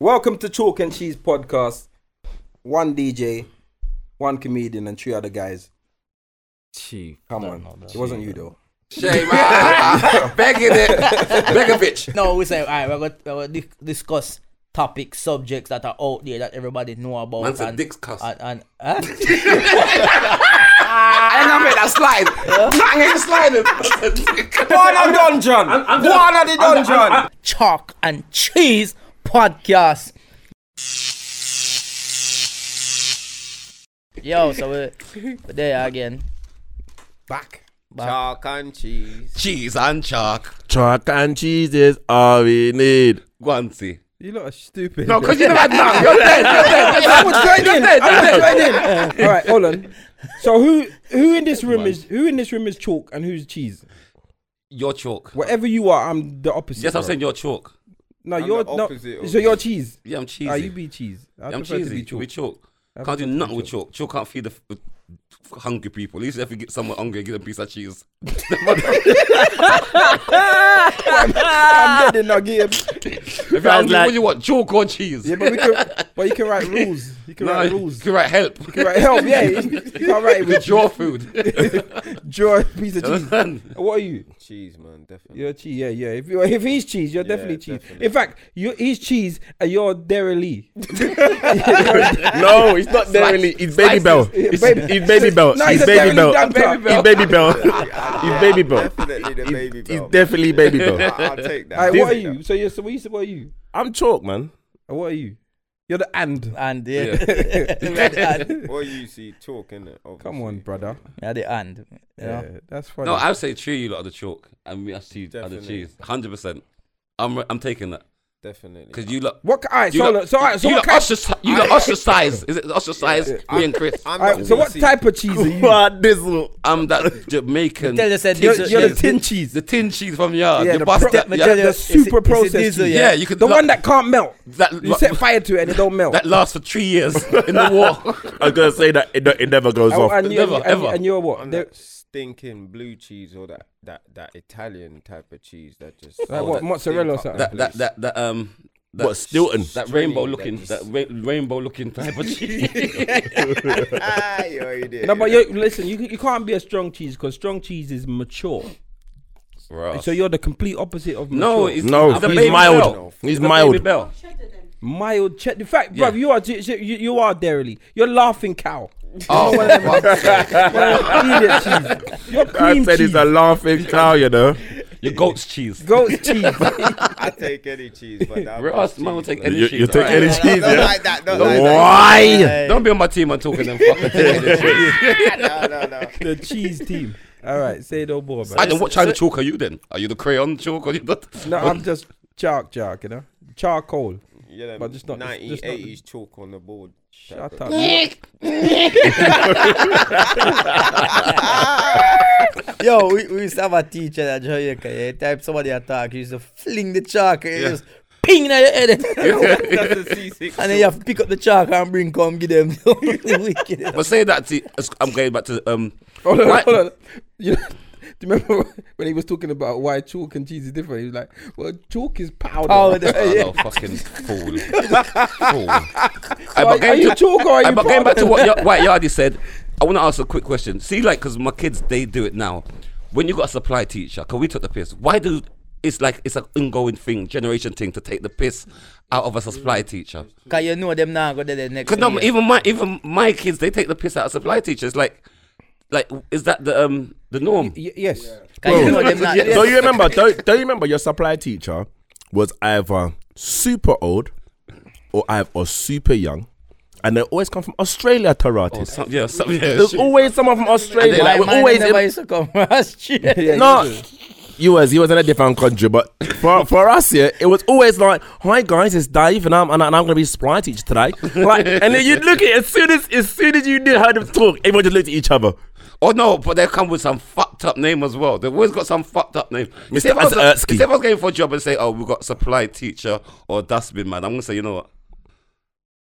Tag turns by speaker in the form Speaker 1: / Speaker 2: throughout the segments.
Speaker 1: Welcome to Chalk and Cheese Podcast. One DJ, one comedian, and three other guys.
Speaker 2: Chief.
Speaker 1: Come on. It wasn't you though.
Speaker 3: Shame. Begging it. Begovic.
Speaker 4: No, we say, all right, we're going we're gonna discuss topics, subjects that are out there that everybody know about.
Speaker 3: Man said
Speaker 4: and,
Speaker 3: dick's cuss.
Speaker 4: and, and, uh, huh?
Speaker 3: I ain't gonna make that slide. I ain't sliding.
Speaker 1: One of dungeon. One of the dungeon.
Speaker 4: Chalk and Cheese Podcast. Yo, so we're, we're there again.
Speaker 3: Back.
Speaker 2: Chalk and cheese.
Speaker 3: Cheese and chalk.
Speaker 5: Chalk and cheese is all we need.
Speaker 3: Guanzi.
Speaker 1: You lot are stupid.
Speaker 3: No, because you know that now. You're dead. You're dead. You're
Speaker 1: I
Speaker 3: dead.
Speaker 1: was going in. I was going in. All right, hold on. So who who in this room is who in this room is chalk and who's cheese?
Speaker 3: You're chalk.
Speaker 1: Whatever you are, I'm the opposite.
Speaker 3: Yes, I'm
Speaker 1: bro.
Speaker 3: saying you're chalk.
Speaker 1: no.
Speaker 2: I'm
Speaker 1: you're
Speaker 2: the opposite
Speaker 1: no.
Speaker 2: of-
Speaker 1: So you're cheese.
Speaker 3: Yeah, I'm cheesy.
Speaker 1: Ah, you be cheese. I
Speaker 3: I'm
Speaker 1: prefer to
Speaker 3: cheesy.
Speaker 1: be chalk.
Speaker 3: We chalk.
Speaker 1: I prefer
Speaker 3: Can't do
Speaker 1: to be
Speaker 3: nothing with chalk. Chalk can't feed the f- f- hungry people. At least if you get someone hungry, give them a piece of cheese.
Speaker 1: Ah,
Speaker 3: Ah!
Speaker 1: I'm dead and I'll get him.
Speaker 3: If you're hungry,
Speaker 5: like-
Speaker 3: what do you want? Chalk or cheese?
Speaker 1: Yeah, but we can. But you can write rules. You can
Speaker 3: No,
Speaker 1: write
Speaker 3: you
Speaker 1: rules.
Speaker 3: can write help.
Speaker 1: You can write help. Yeah, you can't write it
Speaker 3: With
Speaker 1: with
Speaker 3: your food.
Speaker 1: draw a piece of cheese.
Speaker 3: Understand?
Speaker 1: What are you?
Speaker 2: Cheese, man, definitely.
Speaker 1: You're cheese, yeah, yeah. If you if he's cheese, you're
Speaker 2: Yeah,
Speaker 1: definitely cheese.
Speaker 2: definitely.
Speaker 1: In fact, you he's cheese and you're Daryl Lee.
Speaker 5: No, it's not there really. It's baby bell. It's,
Speaker 1: baby-
Speaker 5: it's baby bell.
Speaker 1: No,
Speaker 5: it's
Speaker 1: he's a
Speaker 5: baby
Speaker 1: Derry
Speaker 5: bell.
Speaker 1: Lee Dunker.
Speaker 5: It's baby bell. It's baby bell.
Speaker 2: Definitely the baby bell.
Speaker 5: It's definitely baby bell.
Speaker 2: I- I'll take that.
Speaker 1: Alright, what are
Speaker 2: I'll
Speaker 1: you? So you're so what you so what are you?
Speaker 5: I'm chalk, man.
Speaker 1: Uh, What are you? You're the and.
Speaker 4: And yeah.
Speaker 2: take that. Well, you see, talk, innit? Obviously.
Speaker 1: Come on, brother.
Speaker 4: At the end. You
Speaker 1: Yeah,
Speaker 4: know?
Speaker 1: that's funny.
Speaker 3: No, I would say true. You lot are the chalk, and we actually are the
Speaker 2: Definitely.
Speaker 3: cheese. Hundred percent. I'm I'm taking that
Speaker 2: Definitely.
Speaker 3: because you lot.
Speaker 1: what? ca- Alright,
Speaker 3: You
Speaker 1: so
Speaker 3: lot,
Speaker 1: look, so alright, so
Speaker 3: you
Speaker 1: what
Speaker 3: lot
Speaker 1: kind?
Speaker 3: ostraci- you lot ostracize. Is it ostracize? Me and Chris. I'm,
Speaker 2: I'm
Speaker 1: Alright,
Speaker 2: not
Speaker 1: so what
Speaker 2: see,
Speaker 1: type of cheese are you?
Speaker 5: What this look?
Speaker 3: that Jamaican.
Speaker 4: Tell us that
Speaker 3: tin
Speaker 4: these are-
Speaker 1: You're the
Speaker 3: cheese.
Speaker 1: tin cheese.
Speaker 3: The tin cheese from yard.
Speaker 1: Yeah,
Speaker 3: you
Speaker 1: the
Speaker 3: bust
Speaker 1: pro-
Speaker 3: that,
Speaker 4: the-
Speaker 3: yeah,
Speaker 4: the-
Speaker 1: the
Speaker 4: It's- it's
Speaker 1: super
Speaker 4: a
Speaker 1: processed
Speaker 4: diesel,
Speaker 1: cheese.
Speaker 3: yeah, you could
Speaker 1: The
Speaker 3: la-
Speaker 1: one that can't melt.
Speaker 3: that,
Speaker 1: You set fire to it and it don't melt.
Speaker 3: that lasts for three years in the war.
Speaker 5: I was gonna say that it, don't- it never goes
Speaker 1: Oh,
Speaker 5: off.
Speaker 1: and, you,
Speaker 3: Never,
Speaker 1: and, you- and,
Speaker 3: ever.
Speaker 1: you're what?
Speaker 2: I'm
Speaker 1: They're-
Speaker 2: that stinking blue cheese or that, that, that Italian type of cheese that just.
Speaker 1: Like what, mozzarella or
Speaker 2: stink up
Speaker 1: something?
Speaker 3: that, that
Speaker 2: the place.
Speaker 3: that that um. That,
Speaker 5: What Stilton?
Speaker 3: That rainbow
Speaker 2: That
Speaker 3: looking,
Speaker 2: just-
Speaker 3: that ra- rainbow looking type of cheese.
Speaker 2: Ah, you already did.
Speaker 1: no, but you listen. You you can't be a strong cheese because strong cheese is mature.
Speaker 3: Bruh.
Speaker 1: So you're the complete opposite of mature.
Speaker 3: no, it's,
Speaker 5: No,
Speaker 3: it's a
Speaker 5: he's
Speaker 3: baby
Speaker 5: mild.
Speaker 3: bell.
Speaker 5: He's
Speaker 3: It's a Baby
Speaker 5: mild.
Speaker 3: bell.
Speaker 1: mild check. The fact,
Speaker 3: Yeah.
Speaker 1: bruv, you are you, you are Derrily. You're laughing cow.
Speaker 3: Oh,
Speaker 1: Idiot cheese. You're
Speaker 5: I
Speaker 1: cream
Speaker 5: said
Speaker 1: cheese.
Speaker 5: it's a laughing cow, you know.
Speaker 3: your goat's cheese.
Speaker 1: Goat's cheese.
Speaker 2: I take any cheese, but that.
Speaker 3: We're
Speaker 2: blue
Speaker 3: us, man, we'll
Speaker 2: cheese,
Speaker 3: take
Speaker 2: man.
Speaker 3: any
Speaker 5: You,
Speaker 3: cheese.
Speaker 5: you take
Speaker 3: alright?
Speaker 5: any cheese,
Speaker 2: Don't
Speaker 5: yeah.
Speaker 2: like that. Don't like
Speaker 5: Why?
Speaker 2: that.
Speaker 3: Don't be on my team and talking them fucking things.
Speaker 2: No, no, no.
Speaker 1: the cheese team. All right, say no more, man.
Speaker 3: I don't. What kind of chalk are you then? Are you the crayon chalk or you not?
Speaker 1: no, I'm just chalk, chalk. You know, charcoal.
Speaker 2: Yeah, them
Speaker 1: But just not- just-
Speaker 2: 1980s
Speaker 1: just not the-
Speaker 2: chalk on the board.
Speaker 1: Shut up. Nick.
Speaker 4: Yo, we, we used to have a teacher that Jamaica, yeah. Type somebody attack, he used to fling the chalk, and
Speaker 3: Yeah.
Speaker 4: just ping in your head.
Speaker 2: That's a C6.
Speaker 4: And then you have to pick up the chalk and bring come give them the wicked.
Speaker 3: But say that to, I'm going back to um.
Speaker 1: Hold on,
Speaker 3: Why-
Speaker 1: hold on. You know, do you remember when he was talking about why chalk and cheese is different? He was like, "Well, chalk is powder."
Speaker 4: Powder.
Speaker 3: Oh, no, fucking fool. fool. Aye,
Speaker 1: So
Speaker 3: but
Speaker 1: are, are
Speaker 3: going
Speaker 1: you
Speaker 3: to,
Speaker 1: chalk or are
Speaker 3: aye,
Speaker 1: you
Speaker 3: but going back to
Speaker 1: powder?
Speaker 3: what y- White Yardie said, I want to ask a quick question. See, like, because my kids they do it now. When you got a supply teacher, because we took the piss. Why do it's like it's an ongoing thing, generation thing to take the piss out of a supply teacher?
Speaker 4: Cause you know them now go there the next
Speaker 3: Cause no,
Speaker 4: year.
Speaker 3: even my even my kids they take the piss out of supply teachers. Like, like is that the um the norm?
Speaker 1: Y- yes.
Speaker 4: Cause you know them now.
Speaker 5: Yeah, So you remember? Don't, don't you remember your supply teacher was either super old or either or super young, and they always come from Australia to
Speaker 3: Or
Speaker 5: Ratis.
Speaker 3: some, yeah, some, yeah,
Speaker 5: There's
Speaker 3: shit.
Speaker 5: always someone from Australia.
Speaker 3: And
Speaker 4: My
Speaker 5: Like, we're
Speaker 4: man
Speaker 5: always
Speaker 4: never
Speaker 5: in-
Speaker 4: used to come for us. shit.
Speaker 1: Yeah,
Speaker 5: no. You was you was in a different country, but for, for us here, it was always like, "Hi guys, it's Dave, and I'm and, I'm gonna be supply teacher today." Like, and then you look at it, as soon as as soon as you knew how to talk, everyone just looked at each other.
Speaker 3: Oh no, but they come with some fucked up name as well. They've always got some fucked up name. You see,
Speaker 5: Mr.
Speaker 3: if I was-
Speaker 5: Azarsky.
Speaker 3: you see, if I was going for a job and say, "Oh, we've got supply teacher or dustbin man," I'm gonna say, you know what?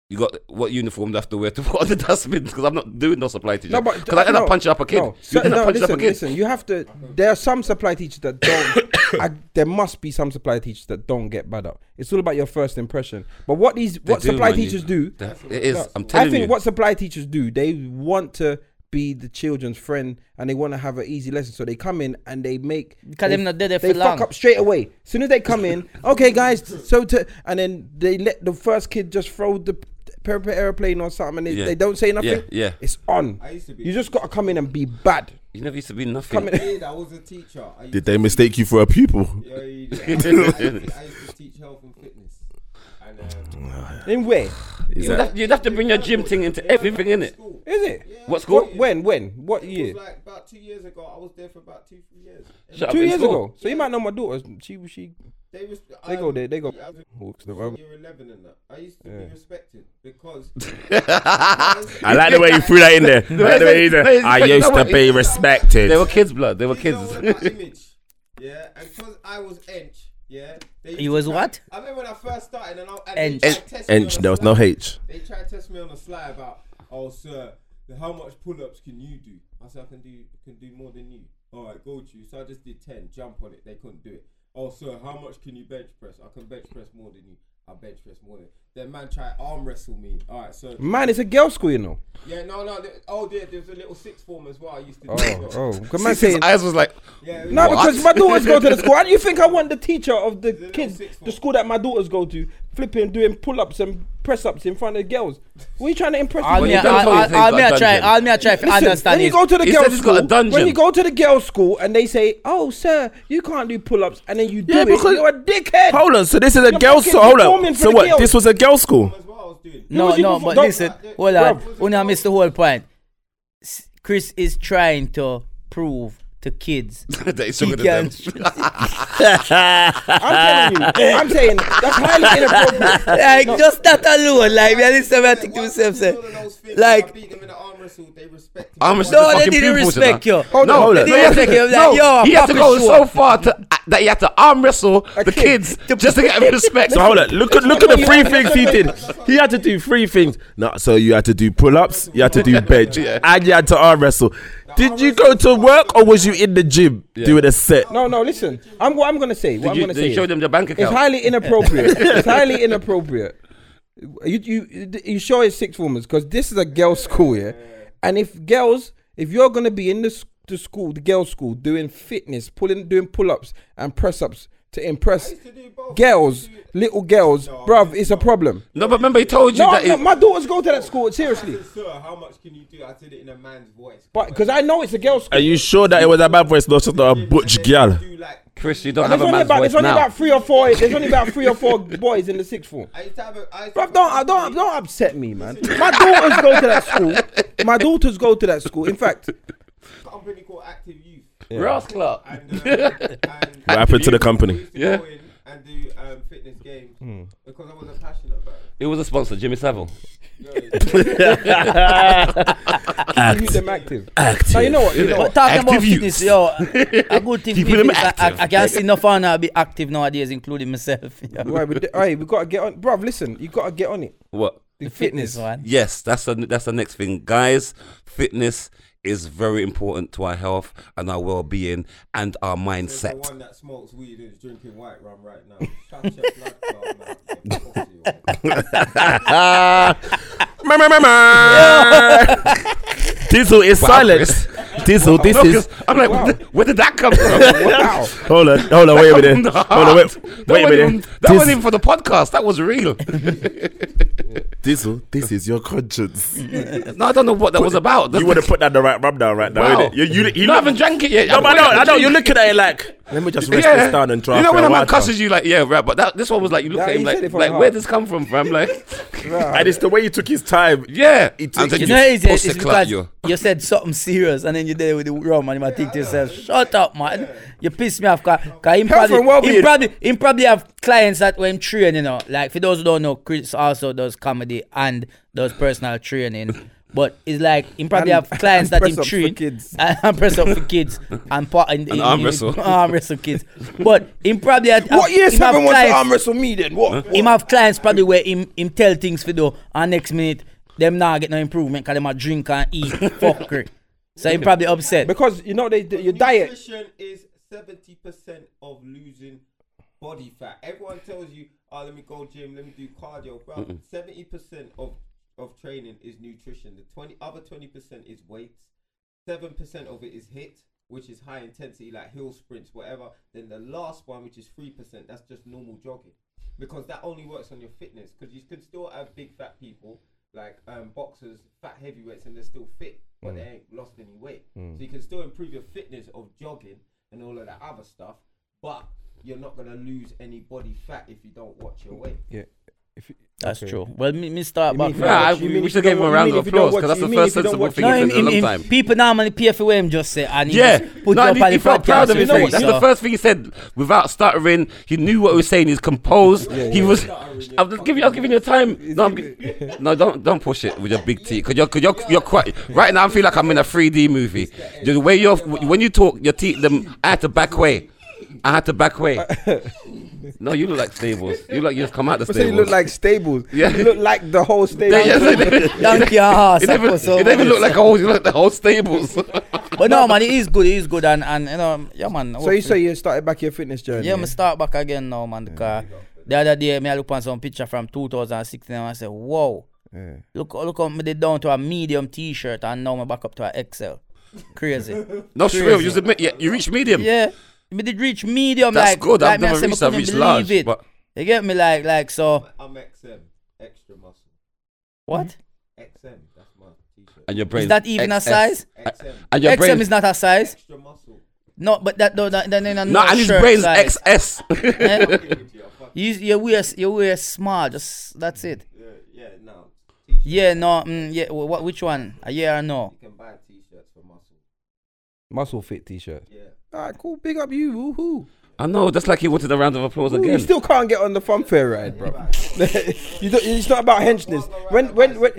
Speaker 3: You got what uniform do I have to wear to put on the dustbin? Because I'm not doing no supply teacher.
Speaker 1: No, but uh,
Speaker 3: because I end
Speaker 1: no,
Speaker 3: up punching up a kid.
Speaker 1: No,
Speaker 3: You end up
Speaker 1: no,
Speaker 3: punching
Speaker 1: listen,
Speaker 3: up a kid.
Speaker 1: listen. You have to. There are some supply teachers that don't. I, there must be some supply teachers that don't get bad up. It's all about your first impression. But what these
Speaker 3: They
Speaker 1: what
Speaker 3: do,
Speaker 1: supply
Speaker 3: man, you-
Speaker 1: teachers do,
Speaker 3: they have- It is.
Speaker 1: No,
Speaker 3: I'm telling
Speaker 1: I think
Speaker 3: you.
Speaker 1: what supply teachers do, they want to be the children's friend and they want to have an easy lesson. So they come in and they make
Speaker 4: Because
Speaker 1: they,
Speaker 4: them not there, they
Speaker 1: they
Speaker 4: for
Speaker 1: fuck
Speaker 4: long.
Speaker 1: up straight away. As soon as they come in, okay, guys. So to and then they let the first kid just throw the paper airplane or something, and they,
Speaker 3: Yeah.
Speaker 1: they don't say nothing.
Speaker 3: yeah.
Speaker 1: It's on.
Speaker 2: I used to be-
Speaker 1: You just gotta come in and be bad.
Speaker 3: you never used to be nothing.
Speaker 1: Come in.
Speaker 2: Kid, I was a teacher. I used
Speaker 5: Did
Speaker 2: to
Speaker 5: they mistake you for a pupil?
Speaker 2: Yeah, you do. I used to- I used to teach health and fitness. And, um,
Speaker 1: In where is
Speaker 5: Is
Speaker 3: You'd
Speaker 5: that,
Speaker 3: have, you'd have to bring your gym thing into everything, innit?
Speaker 2: School.
Speaker 1: it?
Speaker 3: What school?
Speaker 1: What- when? When? What
Speaker 2: It was
Speaker 1: year?
Speaker 2: like about two years ago. I was there for about two, three years. And
Speaker 3: Shut up,
Speaker 1: Two
Speaker 3: in
Speaker 1: years
Speaker 3: school.
Speaker 1: ago. So you might know my daughter. She she
Speaker 2: They, was,
Speaker 1: they go there. They go.
Speaker 2: I was
Speaker 1: Walks the
Speaker 2: in
Speaker 1: road.
Speaker 2: year 11 and that. I used to be respected because
Speaker 5: I like the way you threw that in there. I like the way you did. I used to be respected.
Speaker 3: They were kids, blood. They were
Speaker 2: kids
Speaker 3: kids.
Speaker 2: don't want that image. Yeah, and because I was ench. Yeah. They used
Speaker 4: He
Speaker 2: to
Speaker 4: was
Speaker 2: try-
Speaker 4: what?
Speaker 2: I remember when I first started and I
Speaker 4: Ench.
Speaker 2: and they tried to test me
Speaker 5: Inch,
Speaker 2: on a
Speaker 5: there was no
Speaker 2: slide.
Speaker 5: H.
Speaker 2: They tried to test me on a slide about, oh sir, how much pull-ups can you do? I said I can do can do more than you. All right, go to you. So I just did ten. Jump on it. They couldn't do it. Oh sir, how much can you bench press? I can bench press more than you. I bench press more than. Then man tried arm wrestle me. All right, so
Speaker 1: Man, it's a girl school, you know.
Speaker 2: yeah, no, no. th- Oh, there, there's a little six form as well. I used to do. as
Speaker 1: Oh,
Speaker 2: well.
Speaker 1: oh. Because man
Speaker 3: His his
Speaker 1: saying
Speaker 3: eyes was like,
Speaker 2: Yeah, it was-
Speaker 1: No,
Speaker 3: What?
Speaker 1: because my daughters go to the school. How do you think I want the teacher of the
Speaker 2: little
Speaker 1: kids,
Speaker 2: sixth
Speaker 1: the
Speaker 2: form.
Speaker 1: school that my daughters go to, flipping, doing pull ups and press ups in front of girls? What are you trying to impress
Speaker 4: All
Speaker 1: me?
Speaker 4: me,
Speaker 3: you
Speaker 4: I-
Speaker 3: don't
Speaker 4: all
Speaker 3: know
Speaker 4: all-
Speaker 3: if they've
Speaker 4: all
Speaker 3: got
Speaker 4: me I
Speaker 3: dungeon.
Speaker 4: try, all me I try to
Speaker 1: Listen,
Speaker 4: understand
Speaker 1: when you
Speaker 4: is
Speaker 1: go to the
Speaker 3: He
Speaker 1: girls'
Speaker 3: said he's got a
Speaker 1: school, when
Speaker 3: dungeon.
Speaker 1: you go to the girls' school and they say, "Oh, sir, you can't do pull-ups," and then you do
Speaker 5: Yeah,
Speaker 1: it,
Speaker 5: because-
Speaker 1: you're a dickhead.
Speaker 5: Hold on, so this is a
Speaker 1: You're
Speaker 5: girl
Speaker 1: fucking
Speaker 5: school. Hold
Speaker 1: performing
Speaker 5: on.
Speaker 1: for
Speaker 5: So
Speaker 1: the
Speaker 5: what?
Speaker 1: girls.
Speaker 5: This was a girl school.
Speaker 2: as well I was doing.
Speaker 4: No,
Speaker 1: was you
Speaker 4: no,
Speaker 1: before?
Speaker 4: but
Speaker 1: Don't-
Speaker 4: listen,
Speaker 1: Bruv.
Speaker 4: hold on.
Speaker 1: Bruv.
Speaker 4: Una miss the whole point. S- Chris is trying to prove to kids
Speaker 3: that he's
Speaker 4: he
Speaker 3: stronger than
Speaker 4: can.
Speaker 3: them.
Speaker 1: I'm telling you, I'm saying that's highly inappropriate.
Speaker 4: like just that alone, like me, I listen, I think to
Speaker 2: Once
Speaker 4: myself,
Speaker 2: I
Speaker 4: say,
Speaker 2: did all of those things, I
Speaker 4: like
Speaker 2: beat them in the arm wrestle. They respected.
Speaker 3: Arm
Speaker 2: me.
Speaker 3: wrestle-
Speaker 4: no, they
Speaker 3: fucking
Speaker 4: didn't
Speaker 3: pupils
Speaker 4: respect
Speaker 3: in
Speaker 4: you.
Speaker 1: Hold on,
Speaker 3: No,
Speaker 1: hold
Speaker 3: no,
Speaker 1: on.
Speaker 3: he
Speaker 4: They
Speaker 3: had to,
Speaker 4: take him like,
Speaker 3: no,
Speaker 4: yo,
Speaker 3: he had to
Speaker 4: fucking
Speaker 3: go
Speaker 4: sure.
Speaker 3: so far to, uh, that he had to arm wrestle the kids just to get respect.
Speaker 5: So hold on. Look at look at the three things he did. He had to do three things. No, so you had to do pull-ups, you had to do bench,
Speaker 3: Yeah.
Speaker 5: and you had to arm wrestle. Did you go to work or was you in the gym doing a set?
Speaker 1: No, no, listen. I'm what I'm gonna say. What
Speaker 3: Did you-
Speaker 1: I'm gonna
Speaker 3: did
Speaker 1: say.
Speaker 3: you show
Speaker 1: is-
Speaker 3: them the bank
Speaker 1: It's
Speaker 3: account?
Speaker 1: highly inappropriate. it's highly inappropriate. You you you sure it's six formers because this is a girls' school, yeah. And if girls, if you're gonna be in the, s- the school, the girls' school, doing fitness, pulling, doing pull-ups and press-ups to impress
Speaker 2: to do both.
Speaker 1: girls, little girls, bruv, it's a problem.
Speaker 3: No, but remember he told you
Speaker 1: No,
Speaker 3: that.
Speaker 1: no,
Speaker 3: he-
Speaker 1: my daughters go to that school seriously,
Speaker 2: Sir, how much can you do? I did it in a man's voice.
Speaker 1: but because I know it's a girls' school.
Speaker 5: Are you sure that it was a bad voice, not just a butch girl?
Speaker 2: Do like
Speaker 3: Chris, you don't have
Speaker 1: There's
Speaker 3: a
Speaker 1: only
Speaker 3: man's
Speaker 1: about
Speaker 3: voice
Speaker 1: there's only
Speaker 3: now.
Speaker 1: about three or four. There's only about three or four boys in the sixth form.
Speaker 2: I used to have a. I used to
Speaker 1: Bruv, don't, uh, don't, don't upset me, man. My daughters go to that school. My daughters go to that school. In fact,
Speaker 2: a company called Active Youth.
Speaker 3: Ross Clark.
Speaker 2: And, um, and
Speaker 5: What happened to the
Speaker 2: I
Speaker 5: company?
Speaker 2: used to
Speaker 3: Yeah.
Speaker 2: go in and do um, fitness games because I wasn't passionate about it.
Speaker 3: It was a sponsor, Jimmy Savile.
Speaker 1: you them active. Now you know what? You know
Speaker 4: But
Speaker 1: what?
Speaker 4: talking about
Speaker 3: Active youth.
Speaker 4: fitness, yo, a good thing
Speaker 3: Keep
Speaker 4: for
Speaker 3: them
Speaker 4: me is I, I,
Speaker 3: active.
Speaker 4: I can see no fun I be active nowadays, including myself. you know.
Speaker 1: Right, we, right, we gotta get on, bruv. Listen, you gotta get on it.
Speaker 3: What?
Speaker 1: The fitness,
Speaker 4: one.
Speaker 3: Yes, that's the that's the next thing, guys. Fitness is very important to our health and our well-being and our
Speaker 2: There's The
Speaker 3: mindset.
Speaker 2: one that smokes weed and is drinking white rum right now. Shut your blood clot, man. Yeah, fuck you, man.
Speaker 5: Diesel is
Speaker 3: Wow,
Speaker 5: silent. Diesel, this
Speaker 3: No,
Speaker 5: is.
Speaker 3: 'cause I'm like, where, did, where did that come from?
Speaker 1: Wow.
Speaker 5: Hold on, hold on, wait a minute.
Speaker 3: That
Speaker 5: Hold on,
Speaker 3: wasn't- that
Speaker 5: wait, wait a
Speaker 3: wasn't even-
Speaker 5: minute.
Speaker 3: That wasn't even
Speaker 5: Dis-
Speaker 3: for the podcast. That was real.
Speaker 5: Diesel, this is your conscience.
Speaker 3: no, I don't know what that was about.
Speaker 5: You want to put that the right rub down right now,
Speaker 3: Wow.
Speaker 5: innit? You, you, you
Speaker 3: No, I
Speaker 5: look-
Speaker 3: haven't drank it yet.
Speaker 5: No,
Speaker 3: I'm
Speaker 5: but I know,
Speaker 3: waiting
Speaker 5: I
Speaker 3: for
Speaker 5: know.
Speaker 3: the
Speaker 5: You're
Speaker 3: drink.
Speaker 5: looking at it like, let me just rest this down and try.
Speaker 3: You know
Speaker 5: for
Speaker 3: when a man
Speaker 5: while, fam.
Speaker 3: cusses you like, yeah, right, but that, this one was like you look
Speaker 1: Nah,
Speaker 3: at
Speaker 1: he
Speaker 3: him
Speaker 1: said it
Speaker 3: like,
Speaker 1: from
Speaker 3: like
Speaker 1: the
Speaker 3: where
Speaker 1: heart.
Speaker 3: this come from, fam? Like,
Speaker 5: And it's the way you took his time.
Speaker 3: yeah.
Speaker 5: It
Speaker 3: And then
Speaker 5: takes-
Speaker 4: You
Speaker 5: You
Speaker 4: know, it's,
Speaker 3: pussy
Speaker 4: it's
Speaker 3: clap
Speaker 4: because you. said something serious and then you're there with the rum and you might think to yourself, shut up, man. You piss me off. Cause, 'cause him,
Speaker 1: Health
Speaker 4: probably,
Speaker 1: and well-being.
Speaker 4: him, probably, him probably have clients that when train, you know. Like, for those who don't know, Chris also does comedy and does personal training. But it's like him probably
Speaker 1: And-
Speaker 4: have clients
Speaker 1: and
Speaker 4: that him
Speaker 1: press ups for
Speaker 4: train
Speaker 1: kids.
Speaker 4: and and press up for kids and part in, in,
Speaker 3: arm
Speaker 4: in-
Speaker 3: wrestle.
Speaker 4: arm wrestle kids. But him probably had,
Speaker 1: What year
Speaker 4: him have
Speaker 1: seven wants to
Speaker 4: clients-
Speaker 1: arm wrestle me then? What?
Speaker 4: him have clients probably where him him tell things for do and next minute them not get no improvement because them a drink and eat fuckery. So him probably upset.
Speaker 1: Because you know they, they- your diet.
Speaker 2: Nutrition is seventy percent of losing body fat. Everyone tells you, "Oh, let me go gym, let me do cardio." Bro, seventy percent of of training is nutrition. The twenty other twenty percent is weights. Seven percent of it is hit, which is high intensity, like hill sprints, whatever. Then the last one, which is three percent, that's just normal jogging, because that only works on your fitness. Because you can still have big fat people. Like um, boxers, fat heavyweights, and they're still fit, but they ain't lost any weight. So you can still improve your fitness of jogging and all of that other stuff, but you're not gonna lose any body fat if you don't watch your weight.
Speaker 1: Yeah. If you,
Speaker 4: That's
Speaker 1: okay.
Speaker 4: true. Well, me, me start
Speaker 1: You
Speaker 4: back.
Speaker 1: mean
Speaker 4: from-
Speaker 1: if you don't
Speaker 3: Nah,
Speaker 1: watch- you
Speaker 3: we-
Speaker 1: mean
Speaker 3: we
Speaker 1: if
Speaker 3: should
Speaker 1: you
Speaker 3: give him
Speaker 1: don't
Speaker 3: a
Speaker 1: watch-
Speaker 3: round
Speaker 1: you
Speaker 3: of
Speaker 1: mean if you don't
Speaker 3: applause, 'cause
Speaker 1: watch-
Speaker 3: that's the
Speaker 1: you mean
Speaker 3: first
Speaker 1: if you don't
Speaker 3: sensible
Speaker 1: watch-
Speaker 3: thing
Speaker 4: No,
Speaker 3: he
Speaker 4: him,
Speaker 3: said in
Speaker 4: him,
Speaker 3: a long
Speaker 4: him,
Speaker 3: time.
Speaker 4: people normally pay for him just say and he
Speaker 3: Yeah.
Speaker 4: just put
Speaker 3: No,
Speaker 4: up
Speaker 3: he-
Speaker 4: on
Speaker 3: he
Speaker 4: the
Speaker 3: felt proud
Speaker 4: podcast.
Speaker 3: of
Speaker 4: You
Speaker 3: his
Speaker 4: know
Speaker 3: face.
Speaker 4: what?
Speaker 3: That's the
Speaker 4: So-
Speaker 3: first thing he said without stuttering. He knew what he was saying. He's composed. he was. I'm just giving. I'm giving you time. No, I'm, gi- no, don't don't push it with your big T. Cause you're, cause you're, you're quite right now. I feel like I'm in a 3D movie. The way you're when you talk, your teeth. Them, I had to back away. I had to back away. No, you look like stables. You look like you've come out the
Speaker 1: So you
Speaker 3: stables.
Speaker 1: look like stables.
Speaker 3: Yeah.
Speaker 1: You look like the whole
Speaker 3: Yeah,
Speaker 1: stable.
Speaker 3: yeah, yeah, yeah.
Speaker 4: Donkey and horse,
Speaker 3: It never,
Speaker 4: I suppose,
Speaker 3: it never
Speaker 4: ah, so.
Speaker 3: looked like a whole, you look like the whole stables.
Speaker 4: But no, man, it is good. It is good, and and you know, yeah, man.
Speaker 1: So you
Speaker 4: hopefully-
Speaker 1: say you started back your fitness journey.
Speaker 4: Yeah, me start back again now, man. Because the other day, me I look on some picture from 2016 and I say, "Wow,
Speaker 1: Yeah.
Speaker 4: look, look up me did down to a medium T-shirt and now me back up to a XL. Crazy.
Speaker 3: no, sure, you admit, yeah, you reach medium.
Speaker 4: yeah, me did reach medium.
Speaker 3: That's
Speaker 4: like,
Speaker 3: good.
Speaker 4: Like
Speaker 3: I've
Speaker 4: me I
Speaker 3: never
Speaker 4: say, me
Speaker 3: reached. I've
Speaker 4: couldn't
Speaker 3: reached
Speaker 4: believe
Speaker 3: large.
Speaker 4: It.
Speaker 3: But
Speaker 4: You get me? Like, like so.
Speaker 2: I'm XM, extra muscle.
Speaker 4: What
Speaker 2: XM, that's my t-shirt.
Speaker 3: and your brain
Speaker 4: is that even a size?
Speaker 2: XM,
Speaker 3: And your
Speaker 4: XM
Speaker 3: brain
Speaker 4: is not a size.
Speaker 2: extra muscle.
Speaker 4: No, but that no, that, that, that,
Speaker 3: no, and his
Speaker 4: shirt
Speaker 3: brain's
Speaker 4: size.
Speaker 3: XS.
Speaker 4: Eh?
Speaker 2: Give it to you, I fuck-
Speaker 4: you you wear you wear small. Just that's it.
Speaker 2: yeah, yeah, no. T-shirt.
Speaker 4: Yeah, no, mm, yeah. wh- What? Which one? A yeah or no?
Speaker 2: You can buy t-shirts for muscle.
Speaker 1: Muscle fit t-shirt.
Speaker 2: Yeah.
Speaker 1: Alright, cool. Big up you. Woohoo.
Speaker 3: I know. That's like he wanted a round of applause
Speaker 1: Ooh, You
Speaker 3: again.
Speaker 1: still can't get on the funfair ride, bro. you don't, it's not about henchness. When, when, when,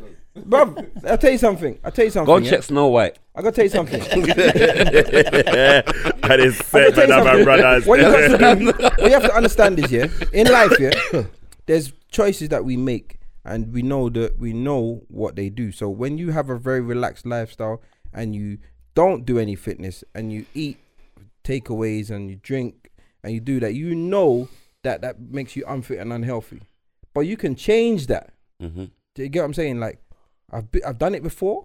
Speaker 1: bro, I'll tell you something. I'll tell you something.
Speaker 3: Go and
Speaker 1: yeah?
Speaker 3: check Snow White.
Speaker 1: I gotta tell you something.
Speaker 4: Mm-hmm,
Speaker 5: that is
Speaker 1: I
Speaker 5: sick,
Speaker 1: tell
Speaker 5: man.
Speaker 1: you
Speaker 5: That's my
Speaker 1: something.
Speaker 5: brothers.
Speaker 1: When it comes to being- what you have to understand is, yeah, in life, yeah, there's choices that we make, and we know that we know what they do. So when you have a very relaxed lifestyle and you don't do any fitness and you eat takeaways and you drink and you do that, you know that that makes you unfit and unhealthy. But you can change that.
Speaker 3: Mm-hmm.
Speaker 1: Do you get what I'm saying? Like, I've be, I've done it before.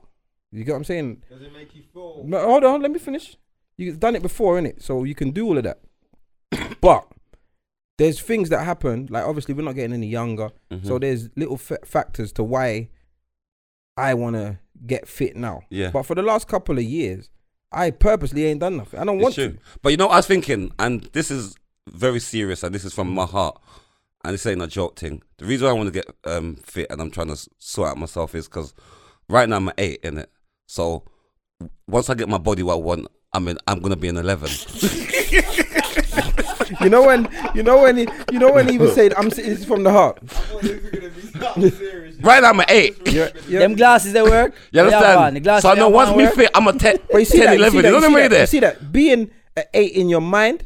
Speaker 1: You get what I'm saying?
Speaker 2: Does it make you full?
Speaker 1: No, hold on, let me finish. You've done it before, innit? So you can do all of that. but there's things that happen. Like obviously, we're not getting any younger,
Speaker 4: mm-hmm.
Speaker 3: Hmm.
Speaker 1: so there's little fa- factors to why I want to get fit now.
Speaker 3: Yeah.
Speaker 1: But for the last couple of years, I purposely ain't done nothing. I don't want
Speaker 3: It's
Speaker 1: to.
Speaker 3: true. But you know, what I was thinking, and this is very serious, and this is from my heart, and this ain't a joke thing. The reason why I want to get um, fit and I'm trying to s- sort out myself is because right now I'm an eight in it. So w- once I get my body what I want, I mean, I'm gonna be an eleven.
Speaker 1: You know when you know when he, you know when he was saying, "I'm s- it's from the heart."
Speaker 2: I thought this was gonna be something serious.
Speaker 3: right now I'm an eight.
Speaker 1: You're, you're,
Speaker 4: Them glasses they work.
Speaker 3: You
Speaker 4: They have one. The
Speaker 3: understand?
Speaker 4: glasses
Speaker 3: So I
Speaker 4: they
Speaker 3: know
Speaker 4: have
Speaker 3: once
Speaker 4: one
Speaker 3: me
Speaker 4: work.
Speaker 3: fit, I'm a 10,
Speaker 1: but you see
Speaker 3: 10
Speaker 1: that, you see that,
Speaker 3: 11. You know
Speaker 1: you
Speaker 3: what I
Speaker 1: see that, you
Speaker 3: mean? There.
Speaker 1: see that being an eight in your mind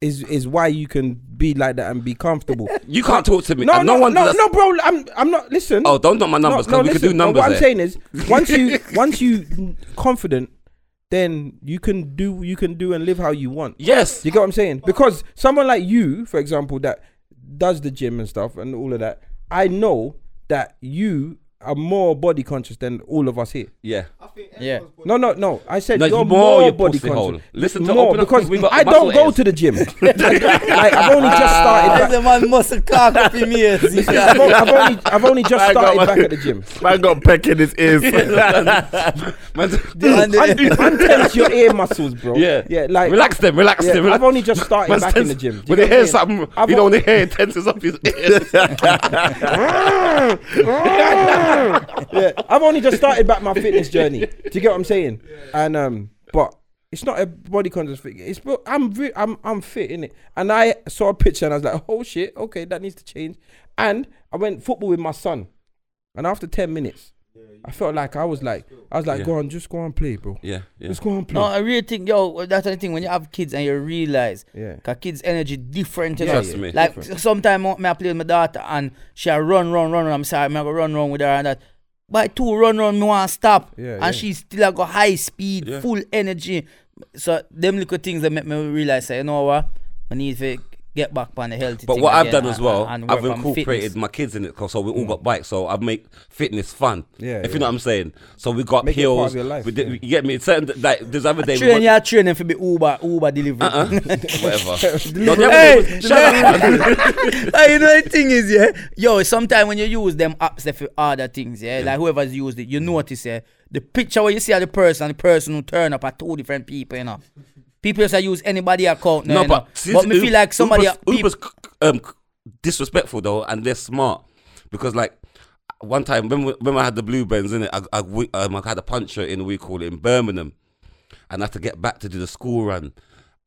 Speaker 1: is is why you can be like that and be comfortable.
Speaker 3: You can't talk to me.
Speaker 1: No,
Speaker 3: and no,
Speaker 1: no,
Speaker 3: one
Speaker 1: no,
Speaker 3: does.
Speaker 1: no, bro. I'm, I'm not. Listen.
Speaker 3: Oh, don't knock my numbers because we could do
Speaker 1: listen, no,
Speaker 3: numbers.
Speaker 1: What
Speaker 3: there.
Speaker 1: I'm saying is, once you, once you confident, then you can do, you can do and live how you want.
Speaker 3: yes.
Speaker 1: You get what I'm saying? Because someone like you, for example, that does the gym and stuff and all of that, I know that you are more body conscious than all of us here.
Speaker 3: Yeah.
Speaker 2: I think
Speaker 4: Yeah.
Speaker 2: everyone's body-
Speaker 1: No, no, no. I said
Speaker 3: No, it's
Speaker 1: you're
Speaker 3: more
Speaker 1: more,
Speaker 3: your
Speaker 1: body
Speaker 3: pussy hole.
Speaker 1: conscious.
Speaker 3: Listen to
Speaker 1: more
Speaker 3: open up,
Speaker 1: because
Speaker 3: we got
Speaker 1: I don't
Speaker 3: muscle
Speaker 1: go
Speaker 3: ears.
Speaker 1: to the gym. like, I've only just started.
Speaker 4: There's
Speaker 1: Back,
Speaker 4: a man muscle cock up in me. eh,
Speaker 1: I've, only, I've only, I've only just
Speaker 5: I got
Speaker 1: started
Speaker 5: my-
Speaker 1: back at the gym.
Speaker 5: Man got peck in his ears.
Speaker 3: Man,
Speaker 4: And the-
Speaker 1: Untense your ear muscles, bro.
Speaker 3: yeah.
Speaker 1: yeah. Like
Speaker 3: relax them, relax
Speaker 1: yeah,
Speaker 3: them. Relax.
Speaker 1: I've only just started
Speaker 3: Man's
Speaker 1: back in
Speaker 3: tense-
Speaker 1: the gym. Do you
Speaker 3: When they
Speaker 1: know
Speaker 3: hear
Speaker 1: what I'm
Speaker 3: something,
Speaker 1: I've
Speaker 3: you
Speaker 1: al-
Speaker 3: know, when they hear it tenses up his ears.
Speaker 1: saying? Yeah, I've only just started back my fitness journey. Do you get what I'm saying? And um, but it's not a body conscious thing. It's but I'm re- I'm I'm fit in it. And I saw a picture and I was like, oh shit, okay, that needs to change. And I went football with my son, and after ten minutes, I felt like I was like, I was like,
Speaker 3: Yeah.
Speaker 1: go on, just go and play, bro.
Speaker 3: Yeah, yeah.
Speaker 1: Just go and play.
Speaker 4: No, I really think, yo, that's the thing. When you have kids and you realize,
Speaker 1: Yeah.
Speaker 4: cause kids' energy different. You know?
Speaker 3: Trust me.
Speaker 4: Like sometimes I play with my daughter and she'll run, run, run, run. I'm sorry, I'm gonna run, run with her and that. By two run, run, me want stop.
Speaker 1: Yeah,
Speaker 4: and
Speaker 1: yeah.
Speaker 4: she still a go high speed,
Speaker 3: Yeah.
Speaker 4: full energy. So them little things that make me realize, say, you know what, I need to get back on the healthy.
Speaker 3: But
Speaker 4: thing
Speaker 3: what I've
Speaker 4: again
Speaker 3: done as
Speaker 4: and-
Speaker 3: well,
Speaker 4: and
Speaker 3: I've
Speaker 4: work on my
Speaker 3: incorporated
Speaker 4: fitness.
Speaker 3: my kids in it, 'cause so we all got bikes. So I make fitness fun.
Speaker 1: Mm. Yeah,
Speaker 3: if
Speaker 1: yeah.
Speaker 3: you know what I'm saying. So we got
Speaker 1: Make it part
Speaker 3: hills.
Speaker 1: of your life,
Speaker 3: we did,
Speaker 1: yeah.
Speaker 3: You get me? Certain like there's other day. we
Speaker 4: Train,
Speaker 3: went-
Speaker 4: yeah, train them for be Uber, Uber delivery.
Speaker 3: Uh-uh. Whatever. no, the other day
Speaker 4: Hey,
Speaker 3: was- shut up.
Speaker 4: Like, you know the thing is, yeah. Yo, sometimes when you use them apps they for other things, yeah, like whoever's used it, you notice, yeah, the picture where you see of the person, the person who turn up are two different people, you know. People just use anybody account, no,
Speaker 3: No,
Speaker 4: you know.
Speaker 3: but
Speaker 4: but me feel like somebody,
Speaker 3: Uber's,
Speaker 4: people,
Speaker 3: Uber's c- um, c- disrespectful though, and they're smart because like one time when we, when I had the blue bends in it, I I, w- um, I had a puncher in we call it in Birmingham, and I had to get back to do the school run,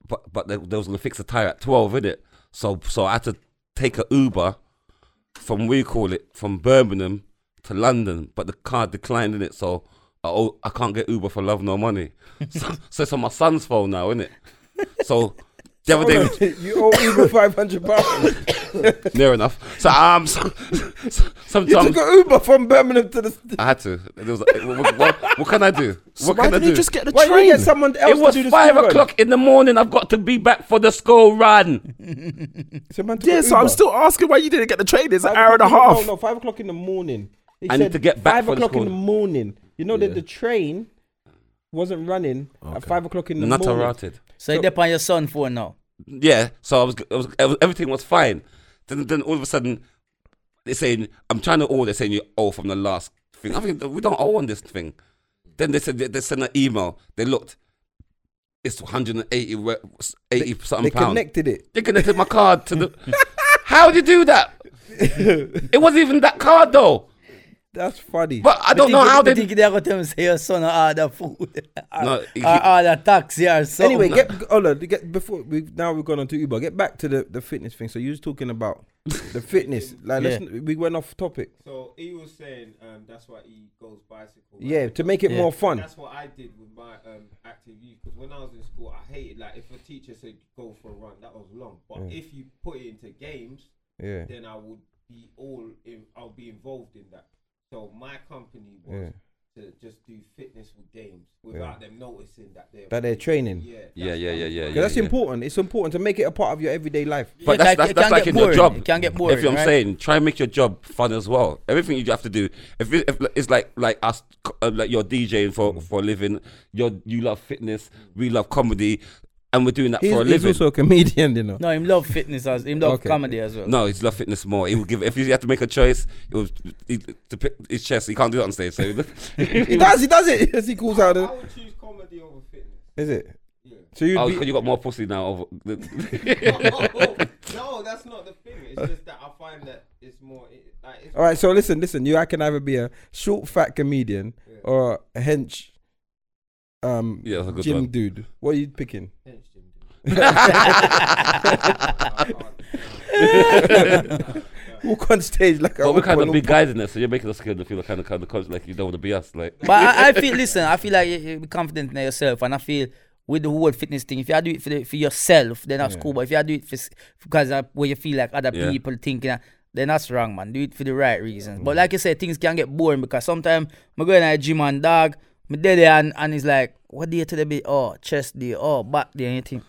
Speaker 3: but but they, they was gonna fix the tire at twelve in it, so so I had to take a Uber from we call it from Birmingham to London, but the car declined in it, so. I o- I can't get Uber for love nor money, so, so it's on my son's phone now, isn't it? So the other day,
Speaker 1: you owe Uber 500 pounds.
Speaker 3: Near enough. So um, so, so-
Speaker 1: You
Speaker 3: sometimes
Speaker 1: took an Uber from Birmingham to the.
Speaker 3: I had to. It was like, what, what, what can I do?
Speaker 5: So
Speaker 3: What
Speaker 5: why
Speaker 3: can I
Speaker 5: didn't
Speaker 3: do?
Speaker 5: you just get the
Speaker 1: Why didn't
Speaker 5: train?
Speaker 1: you get someone else
Speaker 3: it was
Speaker 1: to do the
Speaker 3: five
Speaker 1: school run?
Speaker 3: o'clock in the morning. I've got to be back for the school run.
Speaker 1: So man took
Speaker 5: yeah,
Speaker 1: an
Speaker 5: so I'm
Speaker 1: Uber.
Speaker 5: still asking why you didn't get the train. It's an
Speaker 1: Five
Speaker 5: hour and a
Speaker 1: o'clock-
Speaker 5: half.
Speaker 1: No, no, five o'clock in the morning. They
Speaker 3: I need to get back
Speaker 1: Five
Speaker 3: for the
Speaker 1: o'clock in the
Speaker 3: school.
Speaker 1: morning. You know
Speaker 3: Yeah.
Speaker 1: that the train wasn't running at five o'clock in the
Speaker 3: Not
Speaker 1: morning.
Speaker 3: rotted.
Speaker 4: so you depend on your son phone now.
Speaker 3: Yeah. So I was, I was, I was- everything was fine. Then, then all of a sudden, they're saying I'm trying to order. They're saying you owe from the last thing. I mean, we don't owe on this thing. Then they said they, they sent an email. They looked. It's 180 re- 80
Speaker 1: They
Speaker 3: something pounds.
Speaker 1: connected it.
Speaker 3: They connected my card to the. How'd you do that? it wasn't even that card though.
Speaker 1: That's funny.
Speaker 3: But I don't know how they.
Speaker 4: think they're going to say your son or order food, or,
Speaker 3: No, he-
Speaker 4: or order taxi or something.
Speaker 1: anyway, get hold on, get before we now we've gone on to Uber. Get back to the, the fitness thing. So you was talking about the fitness. Like
Speaker 4: Yeah.
Speaker 1: let's, we went off topic.
Speaker 2: So he was saying um, that's why he goes bicycle. right?
Speaker 1: Yeah, to make it
Speaker 4: Yeah.
Speaker 1: more fun.
Speaker 2: That's what I did with my um, active youth because when I was in school, I hated like if a teacher said go for a run, that was long. But if you put it into games,
Speaker 1: Yeah.
Speaker 2: then I would be all in, I'll be involved in that. So my company was to just do fitness with games without them noticing that they're
Speaker 1: That they're training.
Speaker 2: yeah
Speaker 3: Yeah, yeah, yeah, yeah.
Speaker 1: 'Cause
Speaker 3: yeah,
Speaker 1: that's
Speaker 3: yeah.
Speaker 1: important. It's important to make it a part of your everyday life.
Speaker 3: But
Speaker 4: Yeah,
Speaker 3: that's,
Speaker 4: it can-
Speaker 3: that's,
Speaker 4: it
Speaker 3: that's
Speaker 4: can
Speaker 3: like
Speaker 4: get
Speaker 3: in your
Speaker 4: boring.
Speaker 3: job.
Speaker 4: It can get
Speaker 3: If you know
Speaker 4: boring,
Speaker 3: what I'm
Speaker 4: right?
Speaker 3: saying, try and make your job fun as well. Everything you have to do. If, it- if it's like like us, uh, like you're DJing for for a living. You you love fitness. We love comedy, and we're doing that
Speaker 1: He's,
Speaker 3: for a
Speaker 1: he's
Speaker 3: living.
Speaker 1: also a comedian, you know.
Speaker 4: no, him love fitness, as him love
Speaker 1: Okay.
Speaker 4: comedy as well.
Speaker 3: No, he's love fitness more. He would give if he had to make a choice. It was he, to pick his chest. He can't do it on stage. So
Speaker 1: He does. He does it. As he calls out,
Speaker 2: I
Speaker 1: the-
Speaker 2: would choose comedy over fitness.
Speaker 1: is it?
Speaker 2: Yeah.
Speaker 1: So you'd
Speaker 3: oh,
Speaker 1: be,
Speaker 3: you got more pussy now. Over
Speaker 2: no, that's not the thing. It's just that I find that it's more it, like it's
Speaker 1: All right, so listen, listen. You, I can either be a short, fat comedian or a hench, um,
Speaker 3: Yeah, that's a good
Speaker 1: gym
Speaker 3: one.
Speaker 1: dude. What are you picking?
Speaker 2: Thanks, Jim.
Speaker 1: Walk on stage like a
Speaker 3: But we're kind of
Speaker 1: Oompa
Speaker 3: big
Speaker 1: Loompa.
Speaker 3: guys in there, so you're making us kind of feel kind of kind of conscious, like you don't want to be us. Like
Speaker 4: But I, I feel, listen, I feel like you- you be confident in yourself, and I feel with the whole fitness thing, if you do it for, the, for yourself, then that's cool. But if you do it for s- because of where you feel like other
Speaker 3: Yeah.
Speaker 4: people thinking, uh, then that's wrong, man. Do it for the right reasons.
Speaker 3: Mm.
Speaker 4: But like you said, things can get boring because sometimes I go in a gym and dog, my daddy and and it's like, what day to the be? Oh, chest day, oh, back day, anything.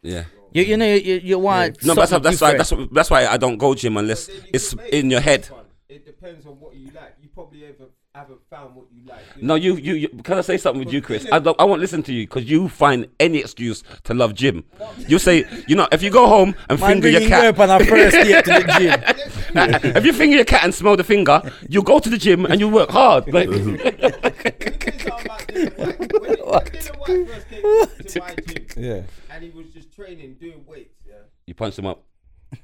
Speaker 3: yeah.
Speaker 4: You you know you you, you want
Speaker 3: No, but that's
Speaker 4: something
Speaker 3: that's why
Speaker 4: different.
Speaker 3: that's why- that's why I don't go gym unless it's in your head.
Speaker 2: It depends on what you like. You probably ever haven't found what you like.
Speaker 3: No, you, you you can I say something with you, Chris? I don't, I won't listen to you because you find any excuse to love gym. You say you know if you go home and
Speaker 4: man
Speaker 3: finger your
Speaker 4: bringing girl
Speaker 3: cat.
Speaker 4: up on her first date to the gym.
Speaker 3: if you finger your cat and smell the finger, you go to the gym and you work hard. Like,
Speaker 2: The thing is about Dylan White, when it- when Dylan White first came to my gym,
Speaker 1: Yeah.
Speaker 2: and he was just training, doing weights. Yeah,
Speaker 3: you punch him up.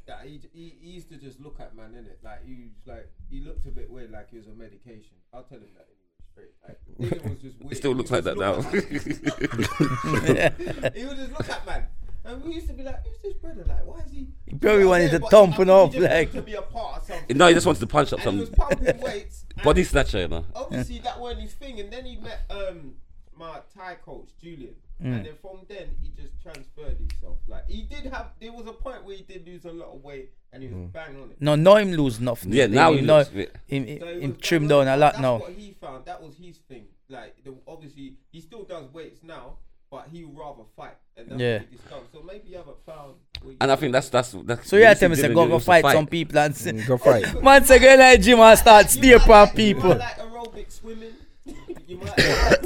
Speaker 2: that he, he, he used to just look at man in it. Like he was like he looked a bit weird, like he was on medication. I'll tell him that. Straight. Like, Dylan was just weird.
Speaker 3: It still looks
Speaker 2: He
Speaker 3: like
Speaker 2: would
Speaker 3: that
Speaker 2: just look
Speaker 3: now.
Speaker 2: at- he would just look at man. And we used to be like, who's this brother? Like, why is he?
Speaker 4: He probably
Speaker 2: Yeah,
Speaker 4: wanted to
Speaker 2: but
Speaker 4: thump
Speaker 2: I think
Speaker 4: and off,
Speaker 2: he just wanted
Speaker 4: like-
Speaker 2: to be a part of something.
Speaker 3: No, he just wanted to punch up
Speaker 2: And he was
Speaker 3: some
Speaker 2: pumping weights. and
Speaker 3: body snatcher, you know.
Speaker 2: obviously that wasn't his thing. And then he met um my Thai coach Julian, and then from then he just transferred himself. Like he did have, there was a point where he did lose a lot of weight, and he was bang on it.
Speaker 4: No, now him lose nothing.
Speaker 3: Yeah, now he
Speaker 4: know-
Speaker 3: lose bit.
Speaker 4: him, him,
Speaker 2: So he
Speaker 4: him
Speaker 2: was
Speaker 4: trim
Speaker 2: bang on
Speaker 4: down
Speaker 2: it.
Speaker 4: a lot
Speaker 2: That's
Speaker 4: now.
Speaker 2: what he found. That was his thing. Like the, obviously he still does weights now, but he would rather fight. And that's
Speaker 4: Yeah.
Speaker 2: what he discovered. So maybe you haven't found. what you-
Speaker 3: And I think that's that's that's.
Speaker 4: So yeah, tell me, say
Speaker 3: Dylan
Speaker 4: go
Speaker 3: Dylan
Speaker 4: go
Speaker 3: wants to
Speaker 4: fight, some people and say,
Speaker 1: Go fight.
Speaker 4: man, say go in the gym and start
Speaker 2: You
Speaker 4: steer
Speaker 2: might
Speaker 4: on
Speaker 2: like- You
Speaker 4: people.
Speaker 2: might like aerobic swimming. you might like,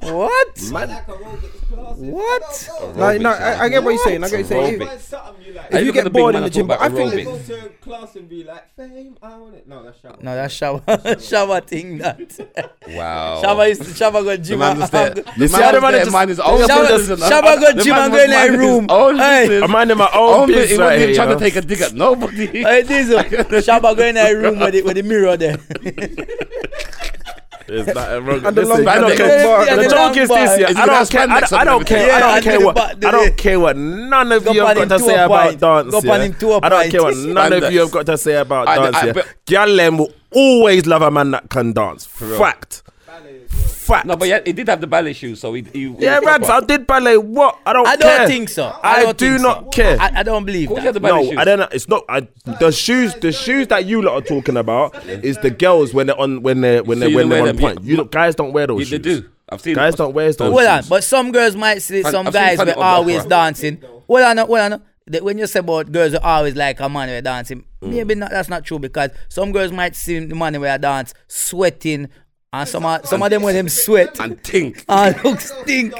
Speaker 4: What?
Speaker 2: you might like aerobics classes.
Speaker 4: What?
Speaker 2: I don't know.
Speaker 1: Like, no, I, I get what you're saying. I get what you're saying.
Speaker 2: Find something you like.
Speaker 3: Are
Speaker 1: If you
Speaker 3: looking at
Speaker 1: get
Speaker 3: big
Speaker 1: bored in
Speaker 3: man
Speaker 1: the
Speaker 3: and talk
Speaker 1: gym, but I
Speaker 3: about
Speaker 1: think
Speaker 2: I
Speaker 3: aerobics?
Speaker 2: go
Speaker 1: it's-
Speaker 2: to class and be like, fame, I want it. No, that's shower.
Speaker 4: No, that's shower, shower thing. That
Speaker 3: Wow.
Speaker 4: shower is shower go
Speaker 3: The
Speaker 4: gym.
Speaker 3: man
Speaker 4: and-
Speaker 3: is there.
Speaker 4: and-
Speaker 3: The
Speaker 5: see
Speaker 3: man
Speaker 5: how the
Speaker 3: is
Speaker 5: man
Speaker 3: there.
Speaker 5: just-
Speaker 3: Mine is
Speaker 5: the
Speaker 3: old.
Speaker 5: man
Speaker 4: Shower,
Speaker 5: business,
Speaker 4: shower go gym and go
Speaker 3: mine
Speaker 4: in the
Speaker 3: is
Speaker 4: room.
Speaker 3: own
Speaker 4: Hey,
Speaker 3: business.
Speaker 5: I'm minding my
Speaker 3: Own
Speaker 5: own
Speaker 3: business. He
Speaker 5: business right
Speaker 3: wasn't
Speaker 5: here.
Speaker 3: even
Speaker 5: you
Speaker 3: trying
Speaker 5: know?
Speaker 3: to take a dig at nobody.
Speaker 4: hey, Diesel, shower go in the room with the, with the mirror there.
Speaker 5: It's not wrong.
Speaker 1: And the
Speaker 5: Listen,
Speaker 1: long-
Speaker 5: I
Speaker 3: and
Speaker 5: don't
Speaker 3: the
Speaker 5: care-
Speaker 3: long
Speaker 4: bar.
Speaker 5: the joke is this, yeah.
Speaker 3: Is it
Speaker 5: I
Speaker 3: gonna
Speaker 5: don't
Speaker 3: have
Speaker 5: care. I don't-
Speaker 3: spandex
Speaker 5: I
Speaker 3: on
Speaker 5: don't
Speaker 3: everything?
Speaker 5: care. I
Speaker 4: Yeah,
Speaker 5: don't
Speaker 4: and
Speaker 5: care
Speaker 4: the
Speaker 5: what.
Speaker 4: back- the-
Speaker 5: I don't care what none of
Speaker 4: Go
Speaker 5: you
Speaker 4: pan
Speaker 5: have
Speaker 4: him
Speaker 5: got to
Speaker 4: to
Speaker 5: say
Speaker 4: a
Speaker 5: about
Speaker 4: pint. Go pan
Speaker 5: dance. yeah.
Speaker 4: him to a
Speaker 5: I don't care what
Speaker 4: pint.
Speaker 5: none of you have got to say about
Speaker 3: I-
Speaker 5: dance.
Speaker 3: I-
Speaker 5: yeah.
Speaker 3: but-
Speaker 5: Gyal them will always love a man that can dance. Fact. Fact.
Speaker 3: No, but yeah, he did have the ballet shoes, so he. he
Speaker 5: Yeah, Rabs, I did ballet. What? I don't.
Speaker 4: I don't
Speaker 5: care.
Speaker 4: think so. I
Speaker 5: I
Speaker 4: don't
Speaker 5: do
Speaker 4: think
Speaker 5: not
Speaker 4: so.
Speaker 5: care.
Speaker 4: I, I don't believe
Speaker 3: Who had the
Speaker 4: that.
Speaker 3: ballet
Speaker 5: No,
Speaker 3: shoes?
Speaker 5: I don't know. It's not. I, the shoes, the shoes that you lot are talking about is the girls when they're on when they are when they
Speaker 3: You
Speaker 5: when they're
Speaker 3: wear
Speaker 5: on
Speaker 3: them,
Speaker 5: point.
Speaker 3: yeah.
Speaker 5: You look, guys don't wear those.
Speaker 3: Yeah,
Speaker 5: shoes.
Speaker 3: they do. I've seen
Speaker 5: Guys
Speaker 3: it.
Speaker 5: don't wear those.
Speaker 4: Hold on,
Speaker 5: shoes.
Speaker 4: but some girls might see
Speaker 3: Fan-
Speaker 4: some
Speaker 3: I've seen
Speaker 4: guys
Speaker 3: fan
Speaker 4: were
Speaker 3: of that,
Speaker 4: always
Speaker 3: right?
Speaker 4: dancing. Hold on, hold on. The- When you say about girls are always like a man who dancing,
Speaker 5: Mm.
Speaker 4: maybe not. That's not true because some girls might see the man who dance sweating, and some of, some of them with him sweat
Speaker 3: And think.
Speaker 4: and look stink.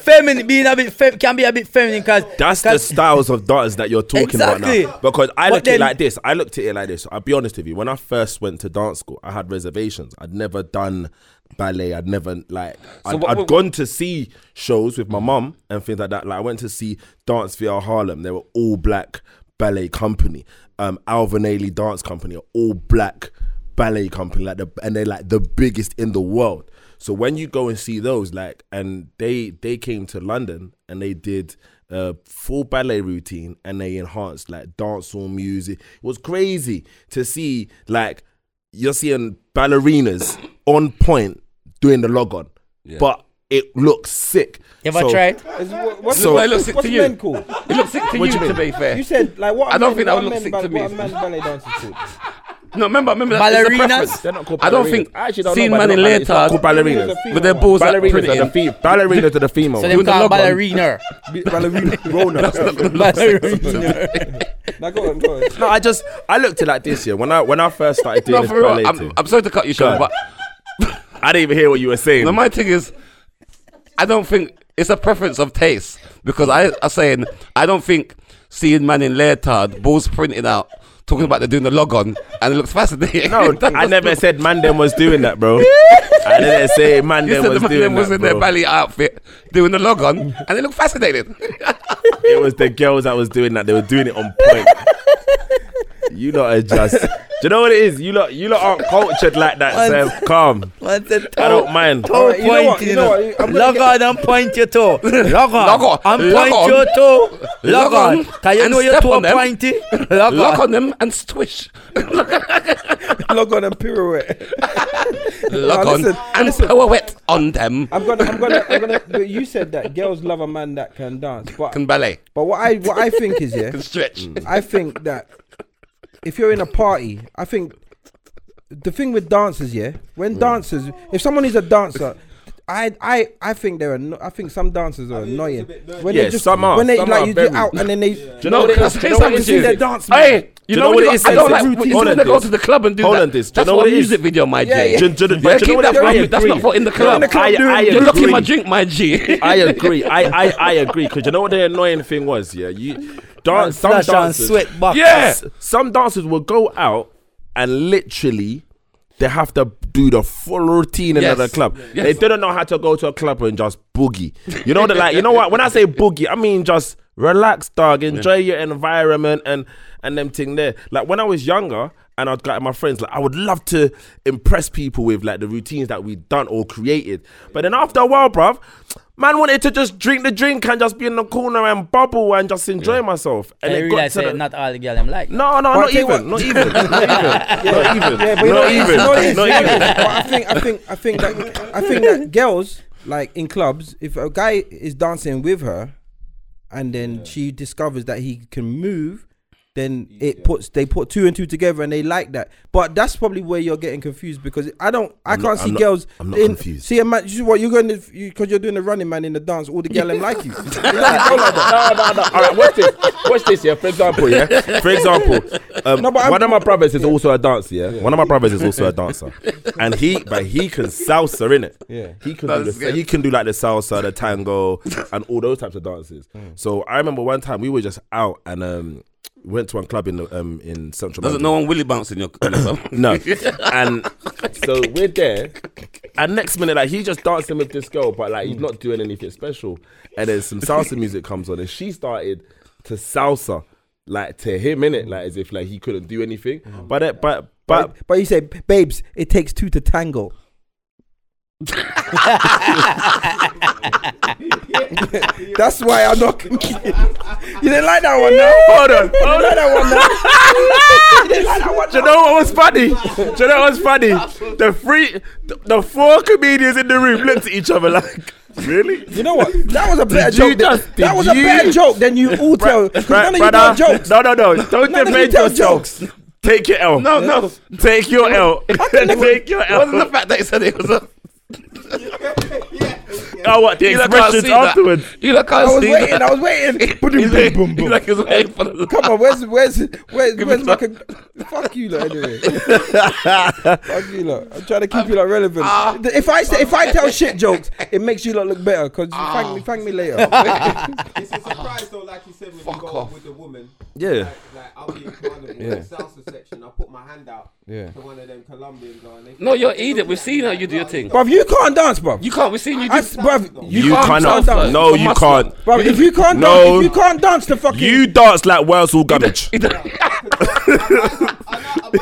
Speaker 4: Feminine, being a bit fem- can be a bit feminine because
Speaker 5: That's the styles of dancers that you're talking
Speaker 4: Exactly.
Speaker 5: about now. Because I
Speaker 4: But
Speaker 5: look at it
Speaker 4: then-
Speaker 5: like this. I looked at it like this. I'll be honest with you. When I first went to dance school, I had reservations. I'd never done ballet. I'd never like. I'd,
Speaker 3: what-
Speaker 5: I'd
Speaker 3: what-
Speaker 5: gone to see shows with my mum and things like that. Like I went to see Dance VR Harlem. They were all black ballet company. Um, Alvin Ailey Dance Company, are all black ballet company. Like the and they're like the biggest in the world. So when you go and see those, like, and they they came to London and they did a full ballet routine and they enhanced like dancehall music. It was crazy to see like you're seeing ballerinas on point doing the log on, but it looks sick.
Speaker 4: Have
Speaker 5: so,
Speaker 4: I tried?
Speaker 1: It's what- What's
Speaker 5: So-
Speaker 1: so,
Speaker 5: Well,
Speaker 3: it looks sick
Speaker 1: what's
Speaker 3: to you.
Speaker 1: men called?
Speaker 3: He looks sick to you, to be fair.
Speaker 1: You said like what?
Speaker 3: I
Speaker 1: are men-
Speaker 3: don't think that
Speaker 1: what
Speaker 3: would
Speaker 1: are
Speaker 3: look
Speaker 1: men
Speaker 3: sick
Speaker 1: ba-
Speaker 3: to me.
Speaker 1: What are men's ballet dancers called?
Speaker 3: No, remember, remember. that- it's a
Speaker 4: Ballerinas?
Speaker 3: preference.
Speaker 5: They're not called
Speaker 3: I don't
Speaker 5: ballerinas.
Speaker 3: think.
Speaker 5: I actually don't know
Speaker 3: seen
Speaker 5: why
Speaker 3: man
Speaker 5: they're
Speaker 3: in
Speaker 5: not ballerinas. It's not
Speaker 3: leotard
Speaker 5: called ballerinas.
Speaker 3: with their balls out
Speaker 5: Ballerinas
Speaker 3: pretty.
Speaker 5: are the fe- ballerinas are the
Speaker 4: So
Speaker 5: female. ones.
Speaker 4: them
Speaker 3: With the
Speaker 4: call
Speaker 3: log on.
Speaker 4: ballerina.
Speaker 1: Ballerina. Rona.
Speaker 4: ballerina.
Speaker 1: Now go on, go on.
Speaker 5: no, I just I looked at it like this year when I when I first started
Speaker 3: No,
Speaker 5: doing this
Speaker 3: for
Speaker 5: ballet
Speaker 3: real. I'm,
Speaker 5: thing,
Speaker 3: I'm sorry to cut you short, but
Speaker 5: I didn't even hear what you were saying.
Speaker 3: no, my thing is, I don't think it's a preference of taste because I am saying I don't think seeing man in leotard, balls printed out, talking about they're doing the log on, and it looks fascinating.
Speaker 5: No,
Speaker 3: That
Speaker 5: I
Speaker 3: was-
Speaker 5: never said Mandem was doing that, bro. I didn't say
Speaker 3: You
Speaker 5: Mandem
Speaker 3: said
Speaker 5: was
Speaker 3: the man
Speaker 5: doing
Speaker 3: was
Speaker 5: that,
Speaker 3: in their
Speaker 5: bro.
Speaker 3: ballet outfit doing the log on, and they look fascinated.
Speaker 5: It was the girls that was doing that. They were doing it on point. You lot are just. Do you know what it is? You lot, you lot aren't cultured like that,
Speaker 4: What?
Speaker 5: Sam. Calm.
Speaker 4: Man said,
Speaker 5: I don't mind.
Speaker 4: toe
Speaker 1: Alright, you know
Speaker 4: point,
Speaker 1: what,
Speaker 4: you
Speaker 1: you
Speaker 4: know.
Speaker 1: know what, I'm gonna
Speaker 4: Log
Speaker 1: get-
Speaker 4: on and point your toe. Log on.
Speaker 3: Log on,
Speaker 4: And
Speaker 3: log
Speaker 4: point
Speaker 3: on.
Speaker 4: your toe.
Speaker 3: Log
Speaker 4: Log on.
Speaker 3: on
Speaker 4: Can you
Speaker 3: and
Speaker 4: know your
Speaker 3: step
Speaker 4: toe
Speaker 3: on them.
Speaker 4: pointy? Log
Speaker 3: log
Speaker 4: on.
Speaker 3: on them and swish.
Speaker 1: Log on and pirouette.
Speaker 3: Log
Speaker 1: Nah,
Speaker 3: on
Speaker 1: listen,
Speaker 3: and pirouette on them.
Speaker 1: I'm gonna, I'm gonna, I'm gonna. But you said that girls love a man that can dance, but
Speaker 3: Can ballet,
Speaker 1: but what I what I think is yeah,
Speaker 3: can stretch.
Speaker 1: I think that if you're in a party, I think the thing with dancers, yeah, when
Speaker 5: Mm.
Speaker 1: dancers, if someone is a dancer, I I I think they're anno- I think some dancers are annoying. When
Speaker 5: Yeah,
Speaker 1: they just
Speaker 5: some are,
Speaker 1: when they
Speaker 5: some
Speaker 1: like
Speaker 5: are
Speaker 1: you
Speaker 5: very.
Speaker 1: get out and then they
Speaker 5: you know what it
Speaker 3: Can I
Speaker 5: is?
Speaker 3: say
Speaker 5: You know what
Speaker 3: something to
Speaker 5: it
Speaker 3: you?
Speaker 1: see
Speaker 5: is?
Speaker 1: their dance. man.
Speaker 3: Hey, you know, what it is? I don't
Speaker 5: It's
Speaker 3: like
Speaker 5: routine.
Speaker 3: when they
Speaker 5: Hold
Speaker 3: go
Speaker 5: on
Speaker 3: to the club and do
Speaker 5: Hold
Speaker 3: that.
Speaker 5: on this. Do you
Speaker 3: That's
Speaker 5: know
Speaker 3: for
Speaker 5: what
Speaker 3: a
Speaker 5: it is?
Speaker 3: music video, my G.
Speaker 1: Yeah, yeah.
Speaker 5: Do- do- do- do you
Speaker 3: yeah,
Speaker 5: know
Speaker 3: keep
Speaker 5: what
Speaker 3: that
Speaker 5: I
Speaker 3: from you. That's
Speaker 5: agree?
Speaker 3: not for in the
Speaker 5: You're in
Speaker 3: club.
Speaker 5: the club
Speaker 3: I-
Speaker 5: doing
Speaker 3: I
Speaker 5: it.
Speaker 3: You're looking
Speaker 5: agree.
Speaker 3: my drink, my G.
Speaker 5: I agree. I, I, I agree. Because you know what the annoying thing was? Yeah, you dance. Some
Speaker 4: Flash and
Speaker 5: dancers,
Speaker 4: sweat back.
Speaker 5: yeah, some dancers will go out and literally they have to do the full routine in
Speaker 3: Yes.
Speaker 5: another club.
Speaker 3: Yes.
Speaker 5: They don't know how to go to a club and just boogie. You know that, like, you know what? When I say boogie, I mean just Relax, dog. Enjoy your environment and and them thing there. Like when I was younger and I'd go out with my friends, like I would love to impress people with like the routines that we done or created. But then after a while, bruv, man wanted to just drink the drink and just be in the corner and bubble and just enjoy myself. And
Speaker 4: I
Speaker 5: it got
Speaker 4: realize
Speaker 5: to
Speaker 4: that
Speaker 5: the,
Speaker 4: eh, not all the girl them like. mm, that.
Speaker 5: no,
Speaker 1: But I
Speaker 5: no, not
Speaker 1: tell you
Speaker 5: even,
Speaker 1: what-
Speaker 5: not even, not even, not even,
Speaker 1: Yeah, but you know
Speaker 5: not
Speaker 1: what it is,
Speaker 5: even,
Speaker 1: you know what it is, you know what it
Speaker 5: not
Speaker 1: is.
Speaker 5: even.
Speaker 1: But I think I think I think that I think that girls like in clubs, if a guy is dancing with her, and then she discovers that he can move, then it puts they put two and two together and they like that. But that's probably where you're getting confused because I don't I
Speaker 5: I'm
Speaker 1: can't
Speaker 5: not-
Speaker 1: see
Speaker 5: I'm not-
Speaker 1: girls.
Speaker 5: I'm not
Speaker 1: in,
Speaker 5: confused.
Speaker 1: See, a man, you see what you're going to because you, 'cause you're doing the running man in the dance. All the girl them like you.
Speaker 5: no, no, no. All right, watch this. Watch this, yeah. For example, yeah. For example, um,
Speaker 1: No, but I'm-
Speaker 5: one of my brothers is also a dancer, yeah? One of my brothers is also a dancer. And he, but he can salsa, innit?
Speaker 1: Yeah.
Speaker 5: He can,
Speaker 3: That's
Speaker 5: do the,
Speaker 3: good.
Speaker 5: he can do like the salsa, the tango, and all those types of dances. So I remember one time we were just out and um, went to one club in the, um, in Central
Speaker 3: Doesn't
Speaker 5: London.
Speaker 3: no one willy bounce in your in your club?
Speaker 5: No. And so we're there. And next minute, like he's just dancing with this girl, but like he's
Speaker 1: Mm.
Speaker 5: not doing anything special. And then some salsa music comes on, and she started to salsa, like to him in it, like as if like he couldn't do anything.
Speaker 1: Mm.
Speaker 5: But it, but but
Speaker 1: But, but you say, babes, it takes two to tango. That's why I'm not. you didn't like that one, no?
Speaker 5: hold on,
Speaker 1: You
Speaker 5: hold
Speaker 1: didn't like
Speaker 5: on.
Speaker 1: that one, no? You didn't like that one,
Speaker 5: Do you know what was funny? Do you know what was funny? The three, the, the four comedians in the room looked at each other like, really?
Speaker 1: You know what? That was a better
Speaker 5: you
Speaker 1: joke. than- that
Speaker 5: just- did
Speaker 1: was a better
Speaker 5: you-
Speaker 1: joke than you all tell. 'cause
Speaker 5: Right,
Speaker 1: none of you tell
Speaker 5: brother,
Speaker 1: jokes.
Speaker 5: No, no, no. Don't
Speaker 1: None of you
Speaker 5: defend
Speaker 1: tell
Speaker 5: your jokes. Take your L. No, no. Take your L. Take your L.
Speaker 3: Wasn't the fact that he said it was a
Speaker 5: Oh, what? The
Speaker 3: You lot can't
Speaker 5: expressions
Speaker 3: see that.
Speaker 5: afterwards.
Speaker 3: You lot can't
Speaker 1: I was
Speaker 3: see
Speaker 1: waiting.
Speaker 3: that.
Speaker 1: I was waiting.
Speaker 3: He's
Speaker 1: Boom,
Speaker 3: like,
Speaker 1: boom,
Speaker 3: he's
Speaker 1: boom.
Speaker 3: like he's waiting for the
Speaker 1: Come on, where's where's where's
Speaker 3: Give
Speaker 1: where's
Speaker 3: me
Speaker 1: my
Speaker 3: some.
Speaker 1: con- fuck you lot anyway. fuck you lot. I'm trying to keep you lot relevant. Th- if I say, if I tell shit jokes, it makes you lot look better because you thank me thank me later.
Speaker 2: It's a surprise though, like you said, when you go
Speaker 3: off.
Speaker 2: with a woman.
Speaker 5: Yeah.
Speaker 2: Like, like I'll be in carnival,
Speaker 1: Yeah.
Speaker 2: salsa section. I put my hand out
Speaker 1: Yeah.
Speaker 2: to one of them Colombians. and they-
Speaker 3: No, you're
Speaker 2: they
Speaker 3: idiot.
Speaker 2: look
Speaker 3: We've
Speaker 2: at
Speaker 3: seen
Speaker 2: me
Speaker 3: how
Speaker 2: like,
Speaker 3: you do your
Speaker 2: "Bruh,
Speaker 3: thing.
Speaker 2: stop."
Speaker 1: Bruv, you can't dance, bruv.
Speaker 3: You can't. We've seen you
Speaker 1: I,
Speaker 3: do.
Speaker 1: bruv, you,
Speaker 5: You
Speaker 1: can't,
Speaker 5: cannot.
Speaker 1: dance.
Speaker 5: No,
Speaker 3: You
Speaker 5: you
Speaker 3: must
Speaker 5: can't.
Speaker 1: Bruv, if you can't
Speaker 5: No.
Speaker 1: dance, if you can't dance, the fucking
Speaker 5: You dance like Wurzel Gummidge.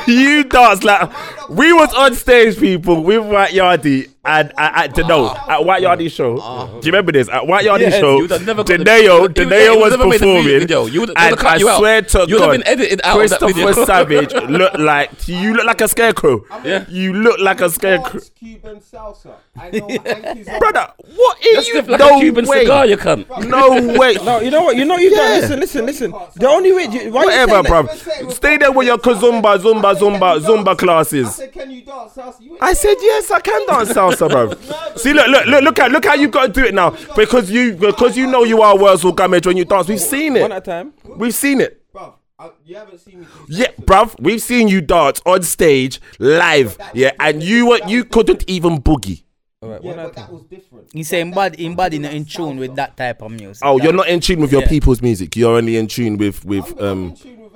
Speaker 5: You dance like we was on stage, people, with White Yardie and at, at the no at White Yardie show. Do you remember this? At White Yardie
Speaker 3: Ah. Yes,
Speaker 5: show,
Speaker 3: you'd have never got the-
Speaker 5: Deneo,
Speaker 3: you'd- you'd- you'd
Speaker 5: Deneo was
Speaker 3: never made the
Speaker 5: performing,
Speaker 3: video. You would- they
Speaker 5: and
Speaker 3: would've cut
Speaker 5: I
Speaker 3: you out.
Speaker 5: swear to
Speaker 3: You'd have
Speaker 5: God,
Speaker 3: been edited out of that
Speaker 5: Christopher
Speaker 3: video.
Speaker 5: Savage looked like you look like a scarecrow.
Speaker 3: Yeah.
Speaker 5: you look like a scarecrow,
Speaker 2: Dance "Oh, Cuban salsa. I know my hankies are-
Speaker 5: brother. What are
Speaker 3: That's
Speaker 5: you?
Speaker 3: stiff like
Speaker 5: no
Speaker 3: a Cuban
Speaker 5: way.
Speaker 3: cigar. You come.
Speaker 5: No way.
Speaker 1: No, you know what? You know you
Speaker 5: Yeah.
Speaker 1: don't listen, listen, listen. The only way you, why
Speaker 5: Whatever,
Speaker 1: you saying that?
Speaker 5: bruv. Stay there with your kazumba, zumba, zumba, zumba
Speaker 2: I
Speaker 5: classes.
Speaker 2: said, can you dance salsa? You ain't
Speaker 5: I said yes, I can dance salsa, bruv. See, look, look, look, look at, look how you got to do it now because you, because you know you are Wurzel Gummidge when you dance. We've seen
Speaker 1: One at a
Speaker 5: it.
Speaker 1: time.
Speaker 5: We've seen it.
Speaker 2: Bruv, I, you haven't seen me. do
Speaker 5: Yeah,
Speaker 2: salsa.
Speaker 5: bruv. We've seen you dance on stage live. Yeah, and you were, you couldn't even boogie.
Speaker 1: All right,
Speaker 2: Yeah,
Speaker 1: one at a
Speaker 2: but
Speaker 1: time.
Speaker 2: that was different.
Speaker 4: He say in body, in body, in tune with that type of music.
Speaker 5: Oh,
Speaker 4: that-
Speaker 5: you're not in tune with your
Speaker 4: Yeah.
Speaker 5: people's music. You're only in tune with, with, um,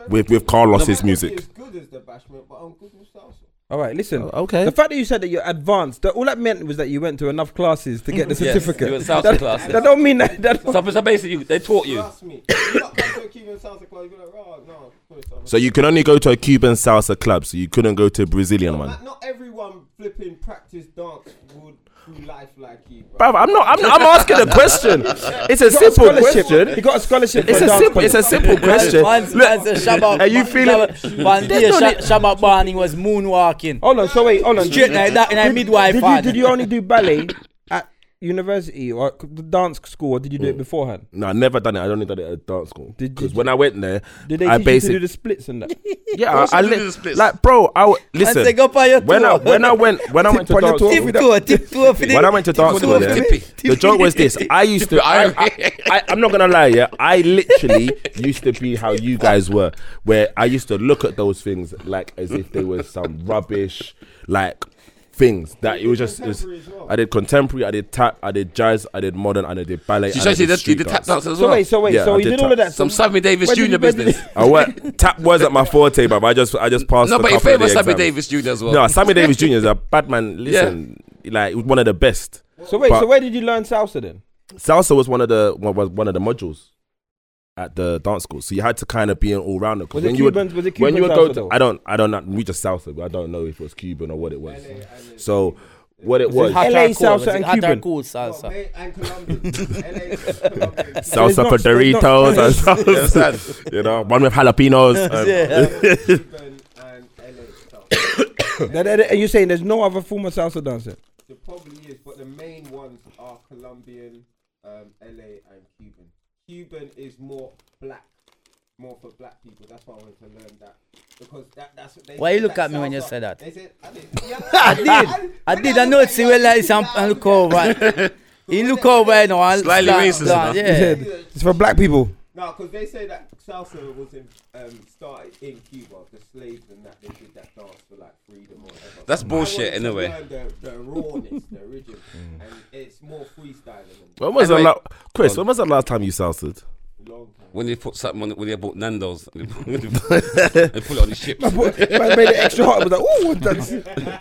Speaker 5: with, with Carlos's music.
Speaker 2: As good as the bashment, but I'm good with salsa.
Speaker 1: All right, listen.
Speaker 5: okay.
Speaker 1: The fact that you said that you're advanced, that all that meant was that you went to enough classes to get the
Speaker 3: Yes,
Speaker 1: certificate.
Speaker 3: you went salsa
Speaker 1: that,
Speaker 3: classes.
Speaker 1: that don't mean that. that don't-
Speaker 3: So, so basically, you, they taught you.
Speaker 2: Trust me. You not come to a Cuban salsa club, you're like, oh no. sorry, sorry."
Speaker 5: So you can only go to a Cuban salsa club. So you couldn't go to a Brazilian one.
Speaker 2: Not, not everyone flipping practice dance would do life like you, bro.
Speaker 5: Bruv, I'm not. I'm, not, I'm asking a question. It's a
Speaker 1: he got a
Speaker 5: simple
Speaker 1: scholarship. He
Speaker 5: question.
Speaker 1: got a scholarship.
Speaker 5: It's
Speaker 1: for
Speaker 5: a
Speaker 1: dance
Speaker 5: simple. It's a
Speaker 1: college.
Speaker 5: simple question.
Speaker 4: Once, once
Speaker 5: Look,
Speaker 4: a Shabba,
Speaker 5: are you feeling-
Speaker 4: Shabba, one day
Speaker 5: There's
Speaker 4: Sha-
Speaker 5: no need- Oh,
Speaker 4: Shabba Barney was moonwalking.
Speaker 1: Hold on. So wait. Hold on.
Speaker 4: Straight like that in a
Speaker 1: Did-
Speaker 4: midwife.
Speaker 1: Did you,
Speaker 4: hand.
Speaker 1: did you only do ballet at university or at the dance school, or did you do it
Speaker 5: Mm.
Speaker 1: beforehand?
Speaker 5: no, I never done it. I only done it at dance school.
Speaker 1: Did-
Speaker 5: Because
Speaker 1: did
Speaker 5: when I went there,
Speaker 1: Did they teach you to
Speaker 5: I
Speaker 1: do
Speaker 5: basically
Speaker 1: the splits and that?
Speaker 5: yeah. I, I
Speaker 3: you do
Speaker 5: li-
Speaker 3: the splits?
Speaker 5: like bro. I w- listen.
Speaker 4: say, "Go for your
Speaker 5: when I
Speaker 4: toe."
Speaker 5: when I went when I went to
Speaker 1: on your
Speaker 5: dance
Speaker 1: toe.
Speaker 5: school,
Speaker 4: Tiptoe, tiptoe for the-
Speaker 5: when I went to dance
Speaker 4: tiptoe
Speaker 5: school,
Speaker 4: for
Speaker 5: yeah,
Speaker 4: the-
Speaker 5: the joke was this. I used to. I, I, I, I'm not gonna lie, yeah. I literally used to be how you guys were, where I used to look at those things like as if they were some rubbish, like things that it was just. It was,
Speaker 2: Contemporary as well.
Speaker 5: I did contemporary, I did tap, I did jazz, I did modern, and I did ballet.
Speaker 3: You
Speaker 5: and I
Speaker 3: should say
Speaker 5: did
Speaker 3: that you
Speaker 5: street
Speaker 3: did tap
Speaker 5: dance.
Speaker 3: dance as
Speaker 1: So
Speaker 3: well.
Speaker 1: wait. So wait.
Speaker 5: Yeah,
Speaker 1: so
Speaker 5: I
Speaker 1: you
Speaker 5: did
Speaker 1: did all
Speaker 5: tap.
Speaker 1: of that.
Speaker 3: Some
Speaker 1: so-
Speaker 3: Sammy Davis
Speaker 1: where did
Speaker 3: Jr.
Speaker 1: you- where did you-
Speaker 3: business.
Speaker 5: I went tap was at my forte, but I just I just passed.
Speaker 3: No,
Speaker 5: a
Speaker 3: but you
Speaker 5: couple of
Speaker 3: favour
Speaker 5: the
Speaker 3: Sammy
Speaker 5: exams.
Speaker 3: Davis Jr. as well.
Speaker 5: No, Sammy Davis Jr. is a bad man. Listen, like one of the best.
Speaker 1: So wait.
Speaker 5: But-
Speaker 1: So where did you learn salsa then?
Speaker 5: Salsa was one of the was one of the modules. at the dance school, so you had to kind of be an all rounder.
Speaker 1: Was it Cubans- was it
Speaker 5: when
Speaker 1: Cubans
Speaker 5: you would go,
Speaker 1: also
Speaker 5: to,
Speaker 1: though?
Speaker 5: I don't, I don't know. We just salsa. but I don't know if it was Cuban or what it was. So what it was,
Speaker 1: hot- LA salsa
Speaker 4: was it
Speaker 1: and
Speaker 4: hot or
Speaker 1: Cuban.
Speaker 4: cool
Speaker 2: Oh,
Speaker 4: salsa.
Speaker 2: mate, and Columbus. LA, Columbus.
Speaker 1: So it's
Speaker 5: salsa
Speaker 1: not-
Speaker 5: for
Speaker 1: it's not-
Speaker 5: Doritos, and salsa, you know, one with jalapenos. um,
Speaker 2: Cuban and LA stuff.
Speaker 1: That- that- and you're saying there's no other form of salsa dancer?
Speaker 2: There probably is, but the main ones are Colombian, um, LA, and Cuban. Cuban is more black, more for black people. That's why I wanted to learn that because that, that's what they.
Speaker 4: Why
Speaker 2: said
Speaker 4: you look
Speaker 2: that
Speaker 4: at me when you
Speaker 2: salsa-
Speaker 4: say that?
Speaker 2: They said I did.
Speaker 4: I did. I did. I know it's well like some and look over. He look over you know and
Speaker 3: Slightly
Speaker 4: start-
Speaker 3: racist,
Speaker 4: start-
Speaker 3: you know.
Speaker 4: Yeah.
Speaker 1: It's for black people.
Speaker 2: No, because they say that salsa was in, um, started in Cuba. The slaves and that they did that dance for like freedom or whatever.
Speaker 3: That's
Speaker 2: I
Speaker 3: bullshit,
Speaker 2: wanted to
Speaker 3: anyway.
Speaker 2: learn The, the rawness, the origin, and it's more freestyling.
Speaker 5: when was the
Speaker 3: Anyway.
Speaker 5: la- Chris? When was the last time you salsa'd?
Speaker 2: And long time.
Speaker 3: When they put something on, it- when they bought Nando's, and they put it on the ship.
Speaker 1: But but it made it extra hot. It was like, ooh, what the-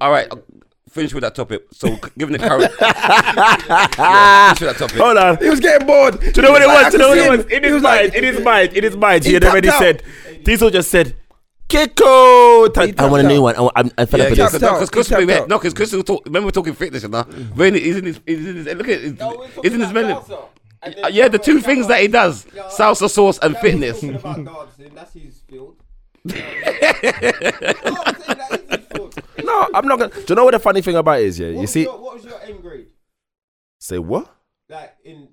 Speaker 3: All right, I'll finish with that topic. So, c- given the current, yeah, finish with that topic.
Speaker 5: Hold on.
Speaker 1: he was getting bored.
Speaker 5: Do you know what it
Speaker 1: Like, I
Speaker 5: was? Do you know
Speaker 1: could
Speaker 5: what
Speaker 1: see
Speaker 5: it
Speaker 1: him.
Speaker 5: was? It is mine. It is mine. It is mine. He
Speaker 1: He
Speaker 5: had already
Speaker 1: tapped
Speaker 5: said. Diesel just said, "Kiko." Ta-
Speaker 1: He
Speaker 5: I want a
Speaker 1: tapped
Speaker 5: new
Speaker 1: out.
Speaker 5: one. I, want- I'm, I fell
Speaker 3: Yeah,
Speaker 5: up for
Speaker 3: yeah,
Speaker 5: this.
Speaker 1: tapped
Speaker 3: no,
Speaker 1: out.
Speaker 3: because Chris,
Speaker 1: He tapped
Speaker 3: remember,
Speaker 1: out.
Speaker 3: no, 'cause Chris was talk, remember we're talking fitness, you know. When he's in his, he's in his look at, his,
Speaker 2: No, we're talking
Speaker 3: he's in his
Speaker 2: about
Speaker 3: melon. Uh,
Speaker 2: salsa. And then
Speaker 3: Yeah, the
Speaker 2: someone-
Speaker 3: two things that he does:
Speaker 2: Yeah.
Speaker 3: salsa sauce and
Speaker 2: Yeah, we're
Speaker 3: fitness.
Speaker 2: talking about dancing, that's his field. Um, no, I'm saying that is his field.
Speaker 5: No, I'm not gonna. Do you know what the funny thing about it is? Yeah,
Speaker 2: What
Speaker 5: you
Speaker 2: was
Speaker 5: see.
Speaker 2: your- what was your end grade?
Speaker 5: Say what?
Speaker 2: Like in.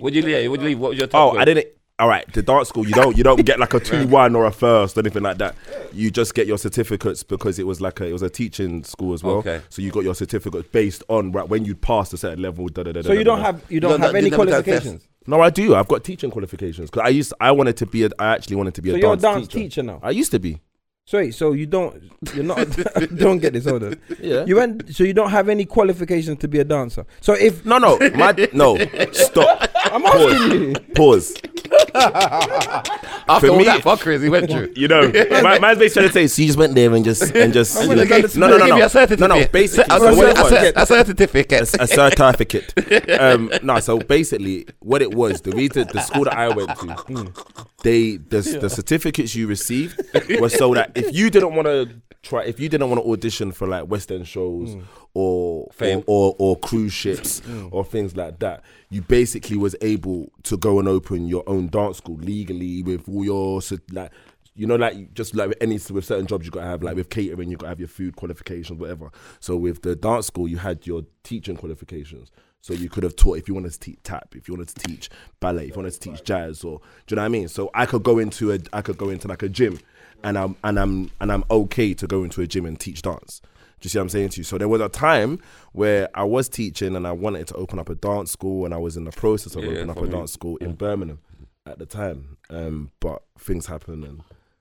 Speaker 3: Would you leave? Would you leave? What was your top?
Speaker 5: Oh, I didn't. All right, the dance school. You don't. You don't get like a two one or a first or anything like that. You just get your certificates because it was like a, it was a teaching school as well.
Speaker 3: Okay.
Speaker 5: So you got your certificates based on right, when you passed a certain level. Da, da, da,
Speaker 1: So you don't have you
Speaker 3: No,
Speaker 1: don't
Speaker 3: no,
Speaker 1: have any
Speaker 3: you never done
Speaker 1: qualifications.
Speaker 5: No, I do. I've got teaching qualifications because I used. I wanted to be. A, I actually wanted to be
Speaker 1: So
Speaker 5: a
Speaker 1: you're a
Speaker 5: dance,
Speaker 1: dance
Speaker 5: teacher.
Speaker 1: teacher now.
Speaker 5: I used to be.
Speaker 1: Sorry, so you don't you're not don't get this order.
Speaker 5: Yeah.
Speaker 1: You went so you don't have any qualifications to be a dancer. So if
Speaker 5: No, no, my, no. Stop.
Speaker 1: I'm asking you
Speaker 5: Pause.
Speaker 3: After
Speaker 5: For
Speaker 3: all
Speaker 5: me-
Speaker 3: that fuckers he went through.
Speaker 5: You know, my man's basically trying to say, so you just went there and just and just.
Speaker 1: I'm gonna get this-
Speaker 5: no, no, no,
Speaker 3: Give you
Speaker 5: no,
Speaker 3: a certificate.
Speaker 5: no, no. Basically,
Speaker 3: I
Speaker 5: so
Speaker 3: said,
Speaker 5: what
Speaker 3: I
Speaker 5: it was-
Speaker 3: said, I said a certificate.
Speaker 5: a certificate. Um, no, so basically, what it was, the reason the school that I went
Speaker 3: Hmm.
Speaker 5: to, they the, the certificates you received were so that if you didn't want to try, if you didn't want to audition for like West End shows or,
Speaker 3: Hmm. Fame. Hmm.
Speaker 5: or or or cruise ships or things like that, you basically was able to go and open your own dance school legally with all your cer- like. You know, like just like with any with certain jobs you gotta have, like with catering, you gotta have your food qualifications, whatever. So with the dance school, you had your teaching qualifications. So you could have taught if you wanted to teach tap, if you wanted to teach ballet, if you wanted to teach jazz, or do you know what I mean? So I could go into a, I could go into like a gym, and I'm and I'm and I'm okay to go into a gym and teach dance. Do you see what I'm saying to you? So there was a time where I was teaching and I wanted to open up a dance school, and I was in the process of
Speaker 3: Yeah,
Speaker 5: opening up
Speaker 3: for
Speaker 5: a
Speaker 3: me.
Speaker 5: dance school in Birmingham at the time. Um, but things happened, and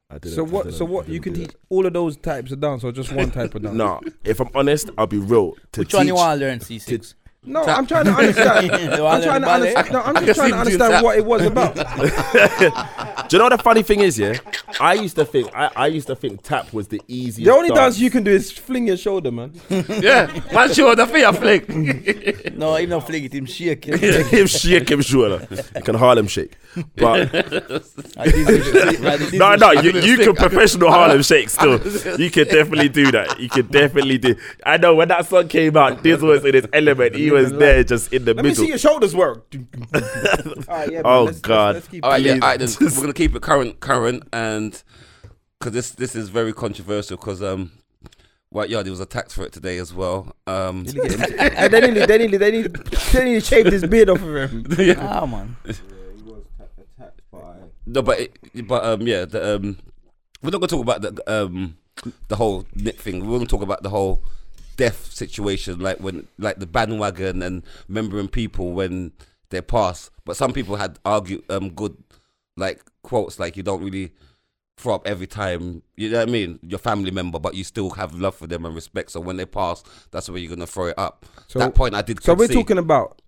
Speaker 5: I didn't.
Speaker 1: So
Speaker 5: I
Speaker 1: what
Speaker 5: didn't-
Speaker 1: so
Speaker 5: I
Speaker 1: what you
Speaker 5: didn't
Speaker 1: can
Speaker 5: do that.
Speaker 1: teach all of those types of dance or just one type of dance?
Speaker 5: No, if I'm honest, I'll be real. To
Speaker 4: Which one you
Speaker 5: teach-
Speaker 4: want to learn C6?
Speaker 1: No, I'm trying to understand.
Speaker 4: The
Speaker 1: I'm
Speaker 4: one in
Speaker 1: trying to
Speaker 4: the ballet?
Speaker 1: understand. No, I'm
Speaker 3: can
Speaker 1: just trying
Speaker 3: see
Speaker 1: to
Speaker 3: him doing
Speaker 1: understand
Speaker 3: that.
Speaker 1: what it was about.
Speaker 5: Do you know what the funny thing is? Yeah, I used to think I, I used to think tap was the easiest.
Speaker 1: The only dance you can do is fling your shoulder, man.
Speaker 3: yeah, man, sure, the thing I flick.
Speaker 4: No, him not fling it, him shake it.
Speaker 5: him shake him shoulder. You can Harlem shake, but
Speaker 4: I did it. I did
Speaker 5: no,
Speaker 4: it.
Speaker 5: no,
Speaker 3: I
Speaker 5: you,
Speaker 3: couldn't
Speaker 5: you
Speaker 3: stick.
Speaker 5: can
Speaker 3: I couldn't-
Speaker 5: professional Harlem shake still. You can definitely do that. You can definitely do. I know when that song came out, this was in his element. He was there, just in the
Speaker 1: Let me
Speaker 5: middle.
Speaker 1: see your shoulders work. All right, yeah, man,
Speaker 5: Oh,
Speaker 1: let's- let's-
Speaker 5: God.
Speaker 1: let's keep
Speaker 3: All right, yeah, all
Speaker 5: Please.
Speaker 3: right, then we're gonna keep it current, current, and because this this is very controversial because um, White Yard he was attacked for it today as well. Um,
Speaker 1: and they need, they need, they need, they need to shave this beard off of him.
Speaker 4: Ah, man.
Speaker 2: Yeah, he was ta- attacked by.
Speaker 3: no, but it, but um, yeah, the, um, we're not gonna talk about the um, the whole Nick thing. We're gonna talk about the whole death situation, like when like the bandwagon and remembering people when they're past. But some people had argued um good like quotes like you don't really throw up every time. You know what I mean? Your family member, but you still have love for them and respect. So when they pass, that's where you're gonna throw it up.
Speaker 1: So-
Speaker 3: that point I did.
Speaker 1: So we're
Speaker 3: concede.
Speaker 1: talking about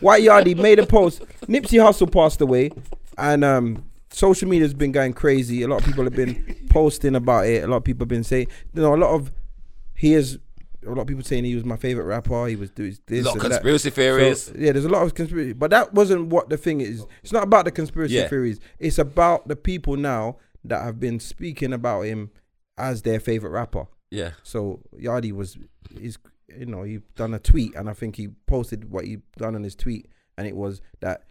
Speaker 1: White Yardie made a post. Nipsey Hussle passed away, and um, social media's been going crazy. A lot of people have been posting about it. A lot of people have been saying, you know, a lot of here's a lot of people saying he was my favorite rapper. He was doing this.
Speaker 3: lot of
Speaker 1: and that.
Speaker 3: conspiracy theories.
Speaker 1: So, yeah, there's a lot of conspiracy, but that wasn't what the thing is. It's not about the conspiracy
Speaker 3: Yeah.
Speaker 1: theories. It's about the people now that have been speaking about him as their favorite rapper.
Speaker 3: yeah.
Speaker 1: So Yardi was is you know he done a tweet and I think he posted what he done on his tweet and it was that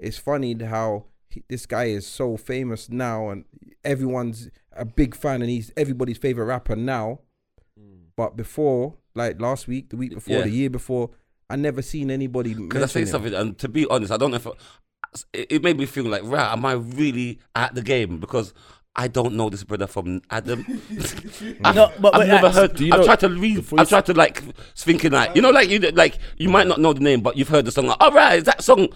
Speaker 1: it's funny how he, this guy is so famous now and everyone's a big fan and he's everybody's favorite rapper now, but before like last week, the week before,
Speaker 3: Hmm. Yeah.
Speaker 1: the year before, I never seen anybody.
Speaker 3: Because I
Speaker 1: mention
Speaker 3: say
Speaker 1: him.
Speaker 3: something, and to be honest, I don't know if it, it made me feel like, right, am I really at the game? Because I don't know this brother from Adam. I've,
Speaker 4: No, but-
Speaker 3: I've
Speaker 4: but,
Speaker 3: never
Speaker 4: uh,
Speaker 3: heard.
Speaker 5: do you
Speaker 3: I've
Speaker 5: know-
Speaker 3: tried to read.
Speaker 5: before you
Speaker 3: I've tried to like thinking like you know, like you like you might not know the name, but you've heard the song. Like, All right, is that song.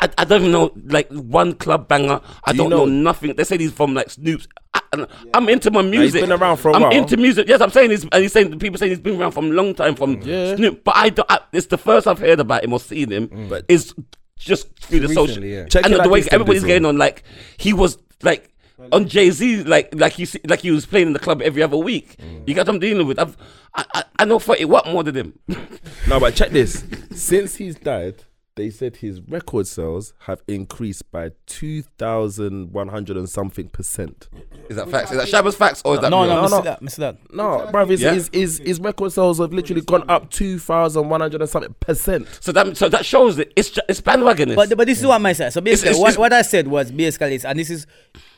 Speaker 3: I, I don't even know like one club banger. I
Speaker 5: Mm. Do you
Speaker 3: don't know,
Speaker 5: know-
Speaker 3: nothing. They say he's from like Snoop's. I, and I'm into my
Speaker 5: he's
Speaker 3: music.
Speaker 5: been around for a
Speaker 3: I'm
Speaker 5: while.
Speaker 3: into music. Yes, I'm saying he's. And he's saying people saying he's been around from a long time from
Speaker 5: Yeah.
Speaker 3: Snoop. But I, don't, I it's the first I've heard about him or seen him. But is just through the social.
Speaker 1: Recently, yeah.
Speaker 5: Check
Speaker 3: and
Speaker 5: it
Speaker 3: the
Speaker 5: out,
Speaker 3: way
Speaker 5: Instagram
Speaker 3: everybody's
Speaker 5: Dizzle.
Speaker 3: getting on, like he was like on Jay Z, like like he see- like he was playing in the club every other week. You got what I'm dealing with. I've, I I, I know for it what more than him.
Speaker 5: No, but check this. Since he's died, they said his record sales have increased by 2,100 and something percent.
Speaker 3: is that facts? Is that Shabbos facts or is that
Speaker 4: No,
Speaker 3: real?
Speaker 4: no,
Speaker 5: No,
Speaker 4: Mr.
Speaker 5: no.
Speaker 4: That, Mr. That.
Speaker 5: No, bruv, his,
Speaker 3: Yeah.
Speaker 5: his, his, his record sales have literally gone up 2,100 and something percent.
Speaker 3: So that so that shows it. It's ju- it's bandwagoners.
Speaker 4: But but this is what my said. So basically,
Speaker 3: it's-
Speaker 4: what,
Speaker 3: it's-
Speaker 4: what I said was basically, this, and this is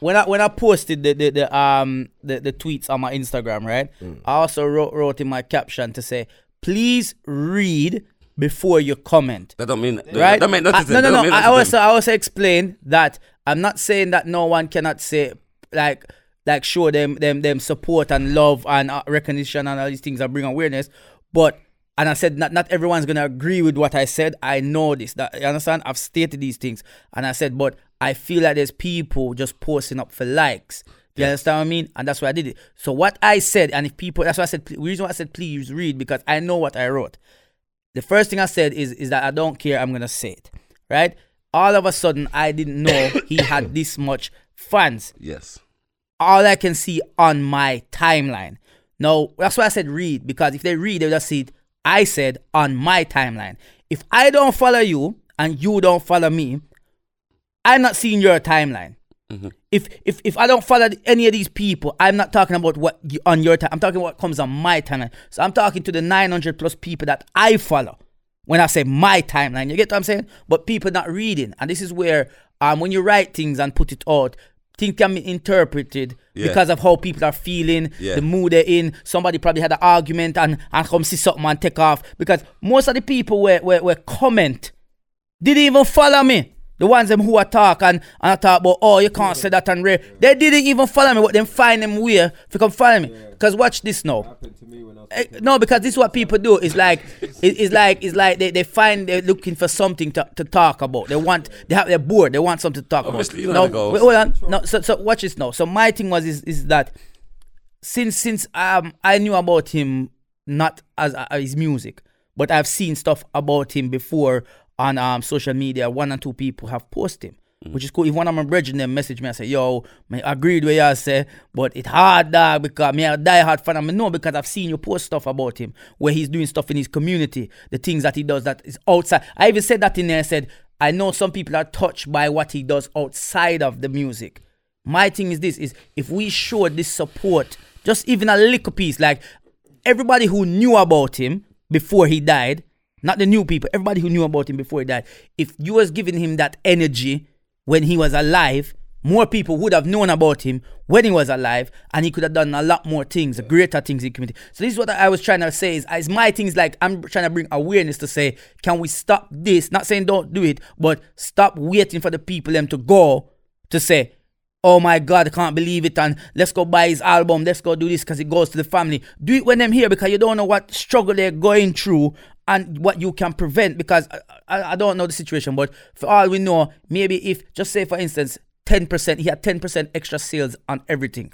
Speaker 4: when I when I posted the the, the um the, the tweets on my Instagram, right?
Speaker 3: Mm.
Speaker 4: I also wrote wrote in my caption to say, please read before you comment.
Speaker 3: that don't mean
Speaker 4: right?
Speaker 3: That mean nothing.
Speaker 4: I,
Speaker 3: to
Speaker 4: no,
Speaker 3: them. That
Speaker 4: no, no.
Speaker 3: mean
Speaker 4: I uh,
Speaker 3: nothing to
Speaker 4: also,
Speaker 3: them.
Speaker 4: I also explain that I'm not saying that no one cannot say like like show them them them support and love and uh, recognition and all these things and bring awareness, but. And I said, not, not everyone's gonna agree with what I said. I know this. That you understand? I've stated these things, and I said, but I feel like there's people just posting up for likes. Do you understand what I mean? And that's why I did it. So what I said, and if people, that's why I said, pl- reason why I said, please read because I know what I wrote the first thing I said is is that I don't care. I'm gonna say it, right? All of a sudden, I didn't know he had this much fans.
Speaker 3: yes.
Speaker 4: All I can see on my timeline. Now that's why I said read because if they read, they'll just see it. I said on my timeline. If I don't follow you and you don't follow me, I'm not seeing your timeline. If if if I don't follow any of these people, I'm not talking about what you, on your time. I'm talking what comes on my timeline. So I'm talking to the 900 plus people that I follow. When I say my timeline, you get what I'm saying? But people not reading, and this is where um when you write things and put it out, things can be interpreted
Speaker 3: Yeah.
Speaker 4: because of how people are feeling,
Speaker 3: Yeah.
Speaker 4: the mood they're in. Somebody probably had an argument and and come see something and take off because most of the people were were, were comment didn't even follow me. The ones them who are talk and, and I talk about, oh, you can't say that and rare. They didn't even follow me. What them find them weird to come follow me. Because watch this now.
Speaker 2: happened to me when I was.
Speaker 4: Eh, No, because this is what people do. It's like, it- it's like, it's like they, they find they're looking for something to, to talk about. They want, they have, they're bored. They want something to talk
Speaker 3: Obviously, you
Speaker 4: about.
Speaker 3: know how
Speaker 4: No,
Speaker 3: it goes.
Speaker 4: wait, hold on. No, so, so watch this now. So my thing was is, is that since since um I knew about him not as uh, his music, but I've seen stuff about him before on um social media. One or two people have posted him, which is cool. If one of my brethren them message me and say, "Yo, me agreed with you," say, but it hard dog because me a die hard fan. I know because I've seen you post stuff about him where he's doing stuff in his community, the things that he does that is outside. I even said that in there. I said. I know some people are touched by what he does outside of the music. My thing is this: is if we show this support, just even a little piece, like everybody who knew about him before he died, not the new people, everybody who knew about him before he died. If you was giving him that energy when he was alive, more people would have known about him when he was alive, and he could have done a lot more things, greater things in community. So this is what I was trying to say: is, is my things like I'm trying to bring awareness to say, can we stop this? Not saying don't do it, but stop waiting for the people them to go to say, Oh my God, I can't believe it. And let's go buy his album. Let's go do this because it goes to the family. Do it when them here because you don't know what struggle they're going through and what you can prevent. Because I, I, I don't know the situation, but for all we know, maybe if, just say for instance, 10%, he had 10% extra sales on everything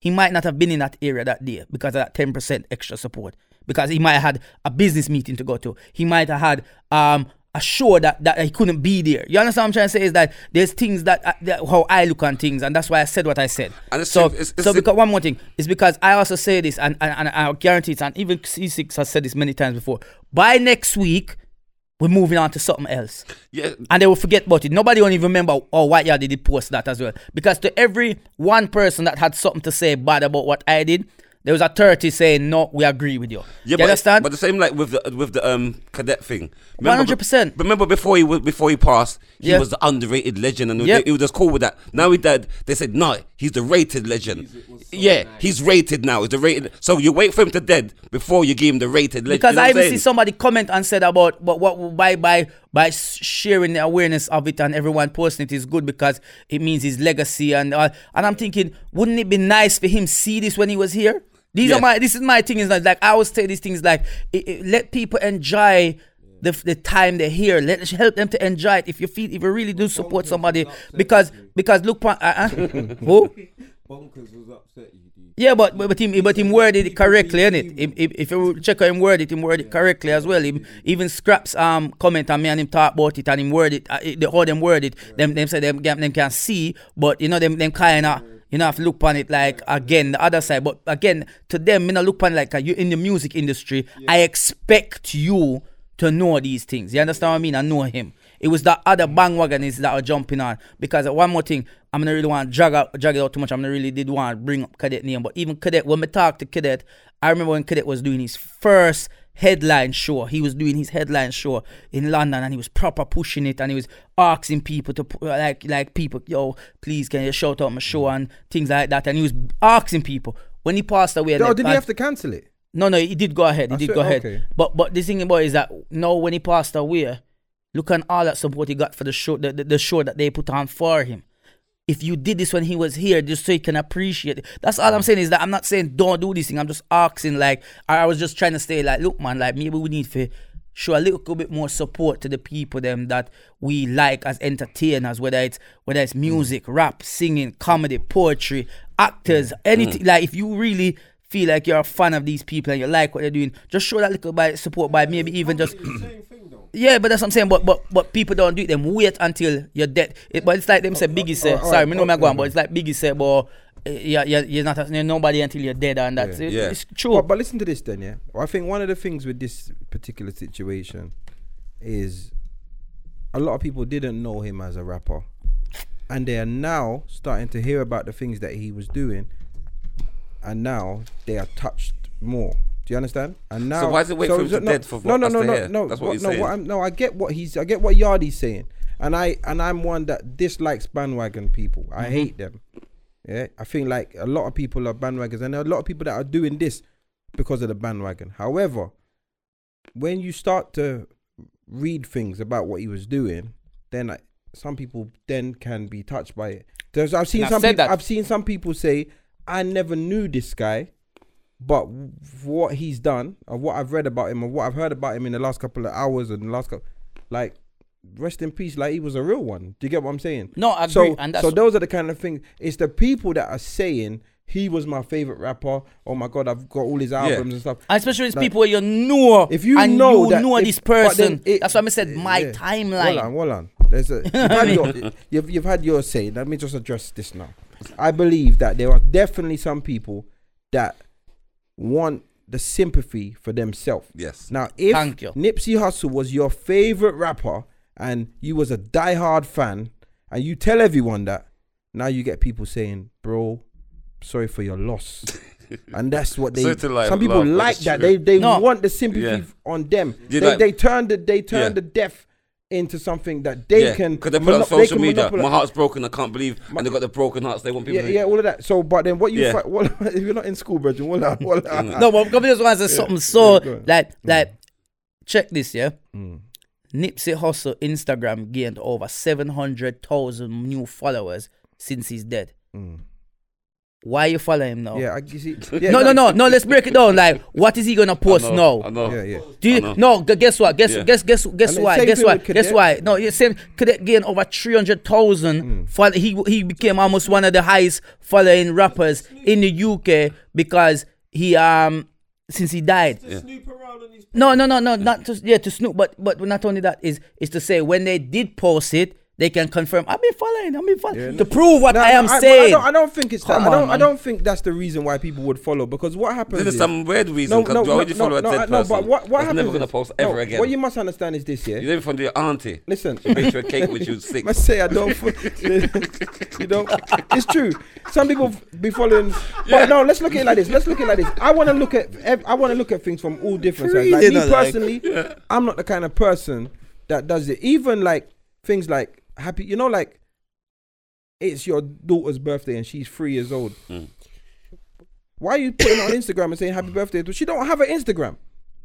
Speaker 4: he might not have been in that area that day because of that 10% extra support. Because he might have had a business meeting to go to. He might have had um, assured that, that he couldn't be there. You understand what I'm trying to say? Is that there's things that, uh, that how I look on things, and that's why I said what I said.
Speaker 3: And it's
Speaker 4: so,
Speaker 3: sim- it's- it's
Speaker 4: so
Speaker 3: sim-
Speaker 4: because one more thing is because I also say this, and, and, and I guarantee it, and even C6 has said this many times before. By next week, we're moving on to something else
Speaker 3: Yeah,
Speaker 4: and they will forget about it. Nobody will even remember oh why yeah they did post that as well. Because to every one person that had something to say bad about what I did, there was a thirty saying no, we agree with you.
Speaker 3: yeah,
Speaker 4: you
Speaker 3: but,
Speaker 4: understand?
Speaker 3: but the same like with the with the um cadet thing. Remember-
Speaker 4: 100%.
Speaker 3: but Remember before he wa- before he passed, he
Speaker 4: Yeah.
Speaker 3: was the underrated legend, and
Speaker 4: Yeah.
Speaker 3: he was just cool with that. Now he died. They said no, he's the rated legend. yeah, he's rated now. He's the rated. So you wait for him to dead before you give him the rated legend.
Speaker 4: because
Speaker 3: you know
Speaker 4: I
Speaker 3: what I'm
Speaker 4: even
Speaker 3: saying?
Speaker 4: see somebody comment and said about but what by by by sharing the awareness of it and everyone posting it is good because it means his legacy and all. and I'm thinking wouldn't it be nice for him see this when he was here? These
Speaker 3: Yeah.
Speaker 4: are my this is my thing is like, like I always say these things like it, it- let people enjoy the, the time they're here let help them to enjoy it if you feel if you really do support somebody because because look pon- uh, uh, who
Speaker 2: Bonkers was upset you, dude.
Speaker 4: yeah, but but but him but him worded it correctly, innit? Him, if, if you check how him worded it, him worded it correctly as well. Him even scraps um comment on me and him talk about it and him word it. Uh, it the, how them word it, them them say them them can see, but you know them them kind of. You know, have to look on it like again the other side, but again to them, you know, look on like uh, you in the music industry. I expect you to know these things. You understand what I mean? I know him. It was the other bandwagonists that are jumping on. Because uh, one more thing, I'm gonna really want to drag out, drag it out too much. I'm gonna really did want to bring up Cadet name, but even Cadet, when we talked to Cadet, I remember when Cadet was doing his first headline show. He was doing his headline show in London, and he was proper pushing it, and he was asking people to pu- like like people, yo, please can you shout out my show and things like that. And he was asking people. When he passed away,
Speaker 1: No,
Speaker 4: like,
Speaker 1: Oh, did he
Speaker 4: and-
Speaker 1: have to cancel it?
Speaker 4: no, no, he did go ahead. He
Speaker 1: I
Speaker 4: did
Speaker 1: said,
Speaker 4: go ahead.
Speaker 1: okay.
Speaker 4: But but the thing about it is that now when he passed away, look at all that support he got for the show, the, the, the show that they put on for him. If you did this when he was here, just so he can appreciate it. That's all I'm saying is that I'm not saying don't do this thing. I'm just asking, like, I I was just trying to say, like, look, man, like maybe we need to show a little bit more support to the people them that we like as entertainers, whether it's whether it's music, rap, singing, comedy, poetry, actors, anything. Like if you really feel like you're a fan of these people and you like what they're doing, just show that little by support by maybe even just
Speaker 2: Same thing though.
Speaker 4: yeah, but that's what I'm saying. But but but people don't do it. Them wait until you're dead. It, but it's like them say Biggie say.
Speaker 1: alright,
Speaker 4: sorry, me know me
Speaker 1: alright,
Speaker 4: go on, but it's like Biggie say, but uh, yeah, yeah, you're not a- you're nobody until you're dead, and that's it.
Speaker 3: Yeah.
Speaker 4: It's true.
Speaker 1: But, but listen to this then, yeah. I think one of the things with this particular situation is a lot of people didn't know him as a rapper. And they are now starting to hear about the things that he was doing. And now they are touched more. Do you understand? And now,
Speaker 3: why is it wait for him to
Speaker 1: no,
Speaker 3: dead for
Speaker 1: no, no,
Speaker 3: us
Speaker 1: no,
Speaker 3: to
Speaker 1: no,
Speaker 3: hear?
Speaker 1: no.
Speaker 3: That's what you're
Speaker 1: no,
Speaker 3: saying.
Speaker 1: I'm, no, I get what he's, I get what Yardi's saying, and I and I'm one that dislikes bandwagon people. I
Speaker 3: Mm-hmm.
Speaker 1: hate them. Yeah, I think like a lot of people are bandwagons, and there are a lot of people that are doing this because of the bandwagon. However, when you start to read things about what he was doing, then I, some people then can be touched by it. There's I've seen
Speaker 4: And I
Speaker 1: some
Speaker 4: said
Speaker 1: peop-
Speaker 4: that.
Speaker 1: I've seen some people say I never knew this guy, but w- for what he's done and what I've read about him and what I've heard about him in the last couple of hours and the last couple, like rest in peace, like he was a real one. Do you get what I'm saying?
Speaker 4: No, I
Speaker 1: so,
Speaker 4: agree, and that's-
Speaker 1: so those are the kind of things. It's the people that are saying he was my favorite rapper. Oh my god, I've got all his albums and stuff.
Speaker 4: And especially with
Speaker 1: Like-
Speaker 4: people where you know,
Speaker 1: if you
Speaker 4: and
Speaker 1: know
Speaker 4: you
Speaker 1: that
Speaker 4: know
Speaker 1: if-
Speaker 4: this
Speaker 1: but then
Speaker 4: person,
Speaker 1: it-
Speaker 4: that's why I said my
Speaker 1: yeah. Hold on,
Speaker 4: timeline.
Speaker 1: hold on. There's a, you've, had your, you've, you've had your say. Let me just address this now. I believe that there are definitely some people that want the sympathy for themselves.
Speaker 3: Yes.
Speaker 1: Now, if
Speaker 4: Thank you.
Speaker 1: Nipsey Hussle was your favorite rapper and you was a diehard fan and you tell everyone that, now you get people saying, "Bro, sorry for your loss." and that's what they.
Speaker 3: Sorry to lie,
Speaker 1: some people
Speaker 3: laugh, but
Speaker 1: like
Speaker 3: it's
Speaker 1: that.
Speaker 3: true.
Speaker 1: They they
Speaker 4: No.
Speaker 1: want the sympathy
Speaker 3: Yeah.
Speaker 1: f- on them.
Speaker 3: You
Speaker 1: they,
Speaker 3: like-
Speaker 1: they turn the they turn
Speaker 3: Yeah.
Speaker 1: the deaf into something that they
Speaker 3: yeah.
Speaker 1: can.
Speaker 3: Because they put
Speaker 1: mono-
Speaker 3: on
Speaker 1: they
Speaker 3: social
Speaker 1: can
Speaker 3: media.
Speaker 1: monopolize-
Speaker 3: My heart's broken. I can't believe. and they got the broken hearts. They want people.
Speaker 1: Yeah,
Speaker 3: to,
Speaker 1: yeah, all of that. So, but then what you
Speaker 3: Yeah.
Speaker 1: fi- what, if you're not in school, brethren? What, what,
Speaker 3: Mm.
Speaker 4: No, but company just wants to say something so
Speaker 1: Ah. go on. Mm.
Speaker 4: like like check this, yeah. Nipsey Hussle Instagram gained over seven hundred thousand new followers since he's dead. Why you follow him now?
Speaker 1: Mm. yeah, I, you see, yeah,
Speaker 4: no, no, no, no. Let's break it down. Like, what is he gonna post
Speaker 3: I know,
Speaker 4: now?
Speaker 3: I know.
Speaker 1: Yeah, yeah.
Speaker 4: Do you
Speaker 3: I know.
Speaker 4: no? gu- Guess what? Guess
Speaker 3: Yeah.
Speaker 4: guess guess guess
Speaker 1: And the
Speaker 4: why?
Speaker 1: same
Speaker 4: Guess
Speaker 1: thing
Speaker 4: why?
Speaker 1: with
Speaker 4: Guess
Speaker 1: Cadet.
Speaker 4: why? No, you same cadet gained over three hundred
Speaker 1: Hmm.
Speaker 4: thousand. He he became almost one of the highest following rappers in the UK because he um since he died.
Speaker 2: Just snoop around on these.
Speaker 4: No, no, no, no, not to yeah to snoop, but but not only that is is to say when they did post it, they can confirm I've been following, I've been following to prove what
Speaker 1: No,
Speaker 4: I am
Speaker 1: I,
Speaker 4: saying.
Speaker 1: don't, I don't think it's that.
Speaker 4: Come
Speaker 1: I don't.
Speaker 4: on,
Speaker 1: I
Speaker 4: man.
Speaker 1: don't think that's the reason why people would follow because what happens
Speaker 3: This is
Speaker 1: is-
Speaker 3: some weird reason because why would you follow a
Speaker 1: no,
Speaker 3: dead
Speaker 1: I- no,
Speaker 3: person?
Speaker 1: but what, what
Speaker 3: that's
Speaker 1: happens?
Speaker 3: never gonna
Speaker 1: is-
Speaker 3: post
Speaker 1: no,
Speaker 3: ever again.
Speaker 1: What you must understand is this, yeah.
Speaker 3: You never found your auntie.
Speaker 1: Listen,
Speaker 3: Baked you a cake when she was six.
Speaker 1: Must say I don't. you know, it's true. Some people f- be following. But no, let's look at it like this. Let's look at it like this. I want to look at. ev- I want to look at things from all different sides. Like
Speaker 4: Crazy,
Speaker 1: me
Speaker 4: no, like-
Speaker 1: personally, I'm not the kind of person that does it. Even like things like happy. You know, like it's your daughter's birthday and she's three years old.
Speaker 4: Mm.
Speaker 1: Why are you putting it on Instagram and saying happy birthday? to She don't have an Instagram.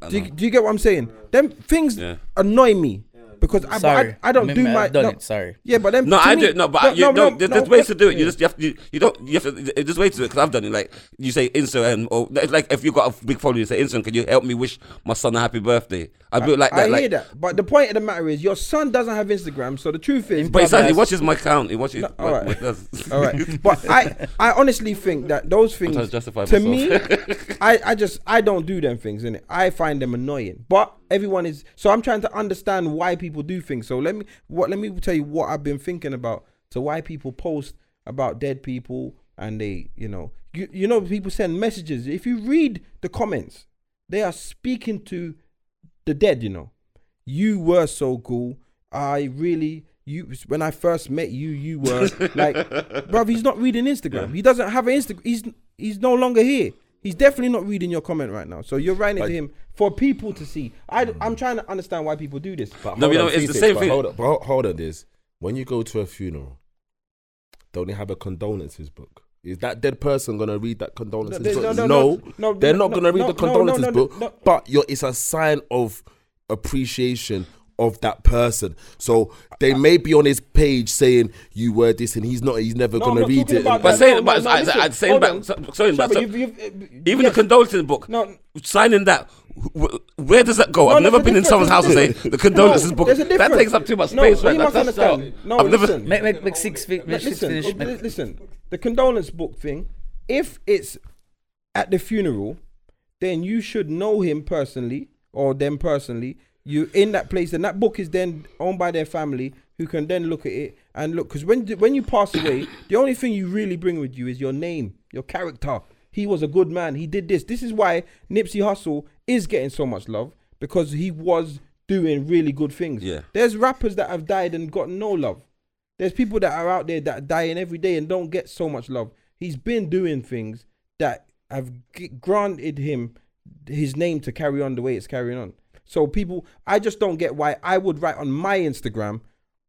Speaker 1: Do you, do you get what I'm saying? Them things
Speaker 3: Yeah.
Speaker 1: annoy me because I,
Speaker 4: sorry,
Speaker 1: I, I don't do
Speaker 4: Remember,
Speaker 1: my.
Speaker 4: I've done
Speaker 1: no.
Speaker 4: it. Sorry.
Speaker 1: Yeah, but then
Speaker 3: No,
Speaker 1: to
Speaker 3: I
Speaker 1: me-
Speaker 3: do. No, but I- you, no, there- there's ways to do it. You
Speaker 1: yeah.
Speaker 3: just you have to. You, you don't. You have to. There's ways to do it because I've done it. Like you say Instagram or it's like if you got a big following, you say Instagram. Can you help me wish my son a happy birthday? I do it like that.
Speaker 1: I
Speaker 3: like,
Speaker 1: hear that, but the point of the matter is, your son doesn't have Instagram, so the truth is,
Speaker 3: But exactly,
Speaker 4: Yes.
Speaker 3: he watches my count. He watches.
Speaker 1: all
Speaker 3: what-
Speaker 1: right.
Speaker 3: what does-
Speaker 1: all right. But I, I honestly think that those things,
Speaker 3: trying to justify
Speaker 1: to me,
Speaker 3: myself.
Speaker 1: I, I just, I don't do them things, innit? I find them annoying. But everyone is, so I'm trying to understand why people do things. So let me, what, let me tell you what I've been thinking about. So why people post about dead people and they, you know, you, you know, people send messages. If you read the comments, they are speaking to the dead, you know. You were so cool. Uh, I really you when I first met you, you were like bruv, he's not reading Instagram. He doesn't have an Instagram. He's he's no longer here. He's definitely not reading your comment right now. So you're writing it to him for people to see. I am trying to understand why people do this.
Speaker 5: But
Speaker 3: No,
Speaker 5: hold
Speaker 3: you know,
Speaker 5: on,
Speaker 3: it's
Speaker 5: three
Speaker 3: the
Speaker 5: six,
Speaker 3: same
Speaker 5: but
Speaker 3: thing.
Speaker 5: Hold up, but hold on, this. When you go to a funeral, don't they have a condolences book? Is that dead person gonna read that condolences
Speaker 1: No, they-
Speaker 5: book?
Speaker 1: no, no, no, no,
Speaker 5: they're not
Speaker 1: no,
Speaker 5: gonna read
Speaker 1: no,
Speaker 5: the
Speaker 1: no, no, no,
Speaker 5: condolences
Speaker 1: no,
Speaker 5: book.
Speaker 1: no.
Speaker 5: But you're, it's a sign of appreciation of that person. So they may be on his page saying you were this, and he's not. He's never
Speaker 1: No, I'm
Speaker 5: gonna
Speaker 1: not
Speaker 5: read
Speaker 1: talking
Speaker 5: it.
Speaker 1: about
Speaker 3: But
Speaker 1: that.
Speaker 3: saying-
Speaker 1: No, no,
Speaker 3: but
Speaker 1: no,
Speaker 3: I- I-
Speaker 1: listen,
Speaker 3: I'd saying
Speaker 1: hold
Speaker 3: back-
Speaker 1: on.
Speaker 3: so- sorry, but
Speaker 1: Shabba,
Speaker 3: so-
Speaker 1: you've- you've-
Speaker 3: Even
Speaker 1: yeah.
Speaker 3: the condolences book.
Speaker 1: No.
Speaker 3: Signing that. wh- Where does that go?
Speaker 1: No,
Speaker 3: I've
Speaker 1: there's
Speaker 3: never
Speaker 1: a
Speaker 3: been in
Speaker 1: difference.
Speaker 3: someone's house and say
Speaker 1: There's a-
Speaker 3: the condolences
Speaker 1: no,
Speaker 3: book.
Speaker 1: there's a
Speaker 3: That
Speaker 1: difference.
Speaker 3: takes up too much
Speaker 1: No,
Speaker 3: space.
Speaker 1: but
Speaker 3: right?
Speaker 1: you
Speaker 3: That-
Speaker 1: must
Speaker 3: that's out.
Speaker 1: understand. No,
Speaker 3: I've never.
Speaker 1: listen.
Speaker 4: Make, make, make six feet. Make
Speaker 1: Li-
Speaker 4: six
Speaker 1: listen,
Speaker 4: finish.
Speaker 1: li-
Speaker 4: Make,
Speaker 1: uh, listen. The condolence book thing. If it's at the funeral, then you should know him personally or them personally. You in that place, and that book is then owned by their family, who can then look at it and look. Because when when you pass away, the only thing you really bring with you is your name, your character. He was a good man. He did this. This is why Nipsey Hussle is getting so much love because he was doing really good things.
Speaker 3: Yeah.
Speaker 1: There's rappers that have died and got no love. There's people that are out there that are dying every day and don't get so much love. He's been doing things that have g- granted him his name to carry on the way it's carrying on. So people, I just don't get why I would write on my Instagram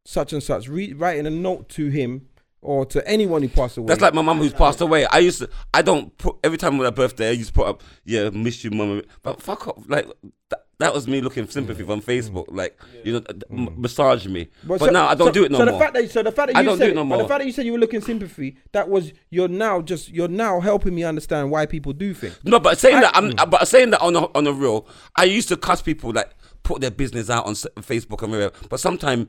Speaker 1: such and such, re- writing a note to him or to anyone who passed away.
Speaker 3: That's like my mum who's passed away. I used to, I don't put, every time on her birthday, I used to put up, yeah, miss you, mum. But fuck off. Like, that, that was me looking for sympathy on Facebook. Like, you know, m-
Speaker 1: Hmm.
Speaker 3: massage me. But,
Speaker 1: so-
Speaker 3: now I don't
Speaker 1: so-
Speaker 3: do it no
Speaker 1: so
Speaker 3: more.
Speaker 1: The fact that, so the fact that
Speaker 3: I
Speaker 1: you
Speaker 3: don't
Speaker 1: said
Speaker 3: do it no
Speaker 1: but the
Speaker 3: more.
Speaker 1: fact that you said you were looking sympathy, that was you're now just you're now helping me understand why people do things.
Speaker 3: No, but saying that, I'm,
Speaker 1: Mm.
Speaker 3: but saying that on a, on a real, I used to cuss people that put their business out on s- Facebook and whatever. But sometimes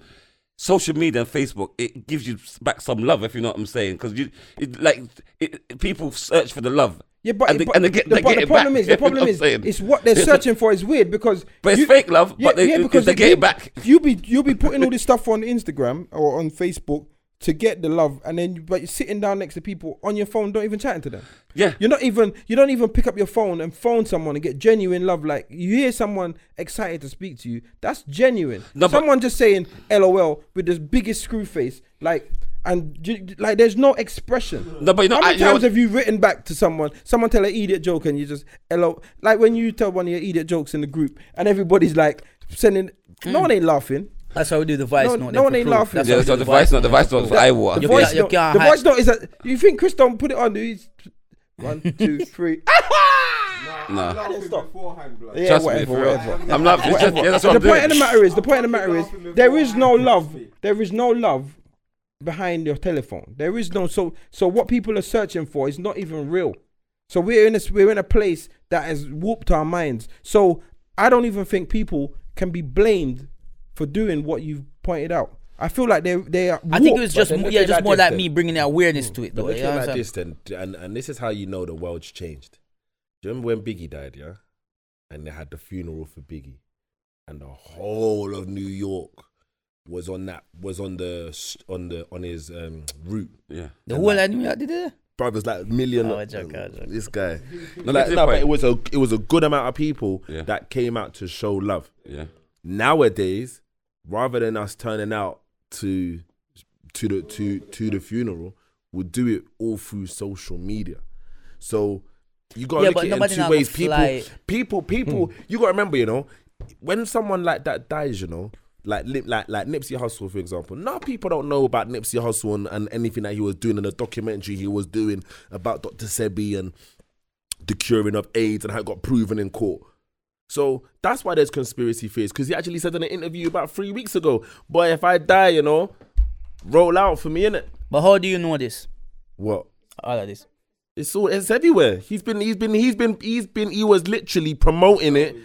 Speaker 3: social media and Facebook it gives you s- back some love, if you know what I'm saying, because you it, like it, it- people search for the love.
Speaker 1: Yeah, but,
Speaker 3: and they,
Speaker 1: but,
Speaker 3: and they get,
Speaker 1: the,
Speaker 3: they
Speaker 1: but
Speaker 3: get
Speaker 1: the
Speaker 3: it back,
Speaker 1: problem is the
Speaker 3: you know
Speaker 1: problem
Speaker 3: what I'm
Speaker 1: is
Speaker 3: saying?
Speaker 1: it's what they're searching for is weird because
Speaker 3: But it's fake love, but they- if they get it
Speaker 1: you-
Speaker 3: back.
Speaker 1: You be you be putting all this stuff on Instagram or on Facebook to get the love, and then you, but you're sitting down next to people on your phone, don't even chatting to them.
Speaker 3: Yeah.
Speaker 1: you're not even you don't even pick up your phone and phone someone and get genuine love. Like you hear someone excited to speak to you, that's genuine.
Speaker 3: No, but-
Speaker 1: someone just saying "lol" with this biggest screw face, like. And ju- like, there's no expression.
Speaker 3: No, but you know,
Speaker 1: how
Speaker 3: I-
Speaker 1: many
Speaker 3: you know
Speaker 1: times
Speaker 3: what-
Speaker 1: have you written back to someone? Someone tell an idiot joke and you just hello, like when you tell one of your idiot jokes in the group and everybody's like sending. No one ain't laughing.
Speaker 3: Mm.
Speaker 4: That's how we do the voice
Speaker 1: No-
Speaker 4: note.
Speaker 1: no
Speaker 4: then
Speaker 1: one
Speaker 4: for
Speaker 1: ain't
Speaker 4: proof.
Speaker 1: laughing.
Speaker 4: That's
Speaker 3: yeah,
Speaker 4: how
Speaker 3: that's
Speaker 4: we do
Speaker 3: not the voice, not the voice, not the eye water.
Speaker 1: The
Speaker 4: You
Speaker 1: voice,
Speaker 4: can't- you
Speaker 1: note,
Speaker 4: can't
Speaker 1: the
Speaker 4: hide.
Speaker 1: voice note is that you think Chris don't put it on? He's one, two, three.
Speaker 3: Nah.
Speaker 1: Stop.
Speaker 2: Beforehand, blood.
Speaker 1: Yeah,
Speaker 3: Trust me,
Speaker 1: whatever,
Speaker 3: for real.
Speaker 1: whatever.
Speaker 3: I'm not. it's just- yeah, that's what
Speaker 1: the
Speaker 3: I'm doing.
Speaker 1: point of the matter is, the point of the matter is, there is no love. There is no love behind your telephone. There is no so so what people are searching for is not even real. So we're in a we're in a place that has warped our minds. So I don't even think people can be blamed for doing what you've pointed out. I feel like they they are.
Speaker 4: I
Speaker 1: warped.
Speaker 4: think it was just
Speaker 5: then
Speaker 4: mo-
Speaker 5: look
Speaker 4: yeah,
Speaker 5: at
Speaker 4: just
Speaker 5: that
Speaker 4: more like
Speaker 5: distance.
Speaker 4: me bringing the awareness to it.
Speaker 5: But
Speaker 4: Though,
Speaker 5: look
Speaker 4: you know
Speaker 5: at
Speaker 4: what
Speaker 5: like
Speaker 4: I'm saying?
Speaker 5: this then, and, and this is how you know the world's changed. Do you remember when Biggie died, yeah? and they had the funeral for Biggie, and the whole of New York was on that was on the s- on the on his um, route.
Speaker 3: Yeah.
Speaker 4: The whole of New York did it.
Speaker 5: Brothers like million.
Speaker 4: Oh, I joke, I joke.
Speaker 5: This guy.
Speaker 3: No,
Speaker 5: Like,
Speaker 3: that's
Speaker 5: no, but
Speaker 3: point.
Speaker 5: it was a it was a good amount of people
Speaker 3: Yeah.
Speaker 5: that came out to show love.
Speaker 3: yeah.
Speaker 5: Nowadays, rather than us turning out to to the to to the funeral, we'll do it all through social media. So you gotta
Speaker 4: Yeah,
Speaker 5: look
Speaker 4: but
Speaker 5: at it in
Speaker 4: nobody
Speaker 5: two
Speaker 4: not
Speaker 5: ways.
Speaker 4: gonna
Speaker 5: People,
Speaker 4: fly.
Speaker 5: people, people. You gotta remember, you know, when someone like that dies, you know. Like, Nip- like like Nipsey Hussle, for example. Now people don't know about Nipsey Hussle and, and anything that he was doing in the documentary he was doing about Dr. Sebi and the curing of AIDS and how it got proven in court. So that's why there's conspiracy theories. Because he actually said in an interview about three weeks ago, "Boy, if I die, you know, roll out for me, innit?"
Speaker 4: But how do you know this?
Speaker 5: What?
Speaker 4: All of this.
Speaker 5: It's all it's everywhere. He's been he's been he's been he's been he was literally promoting it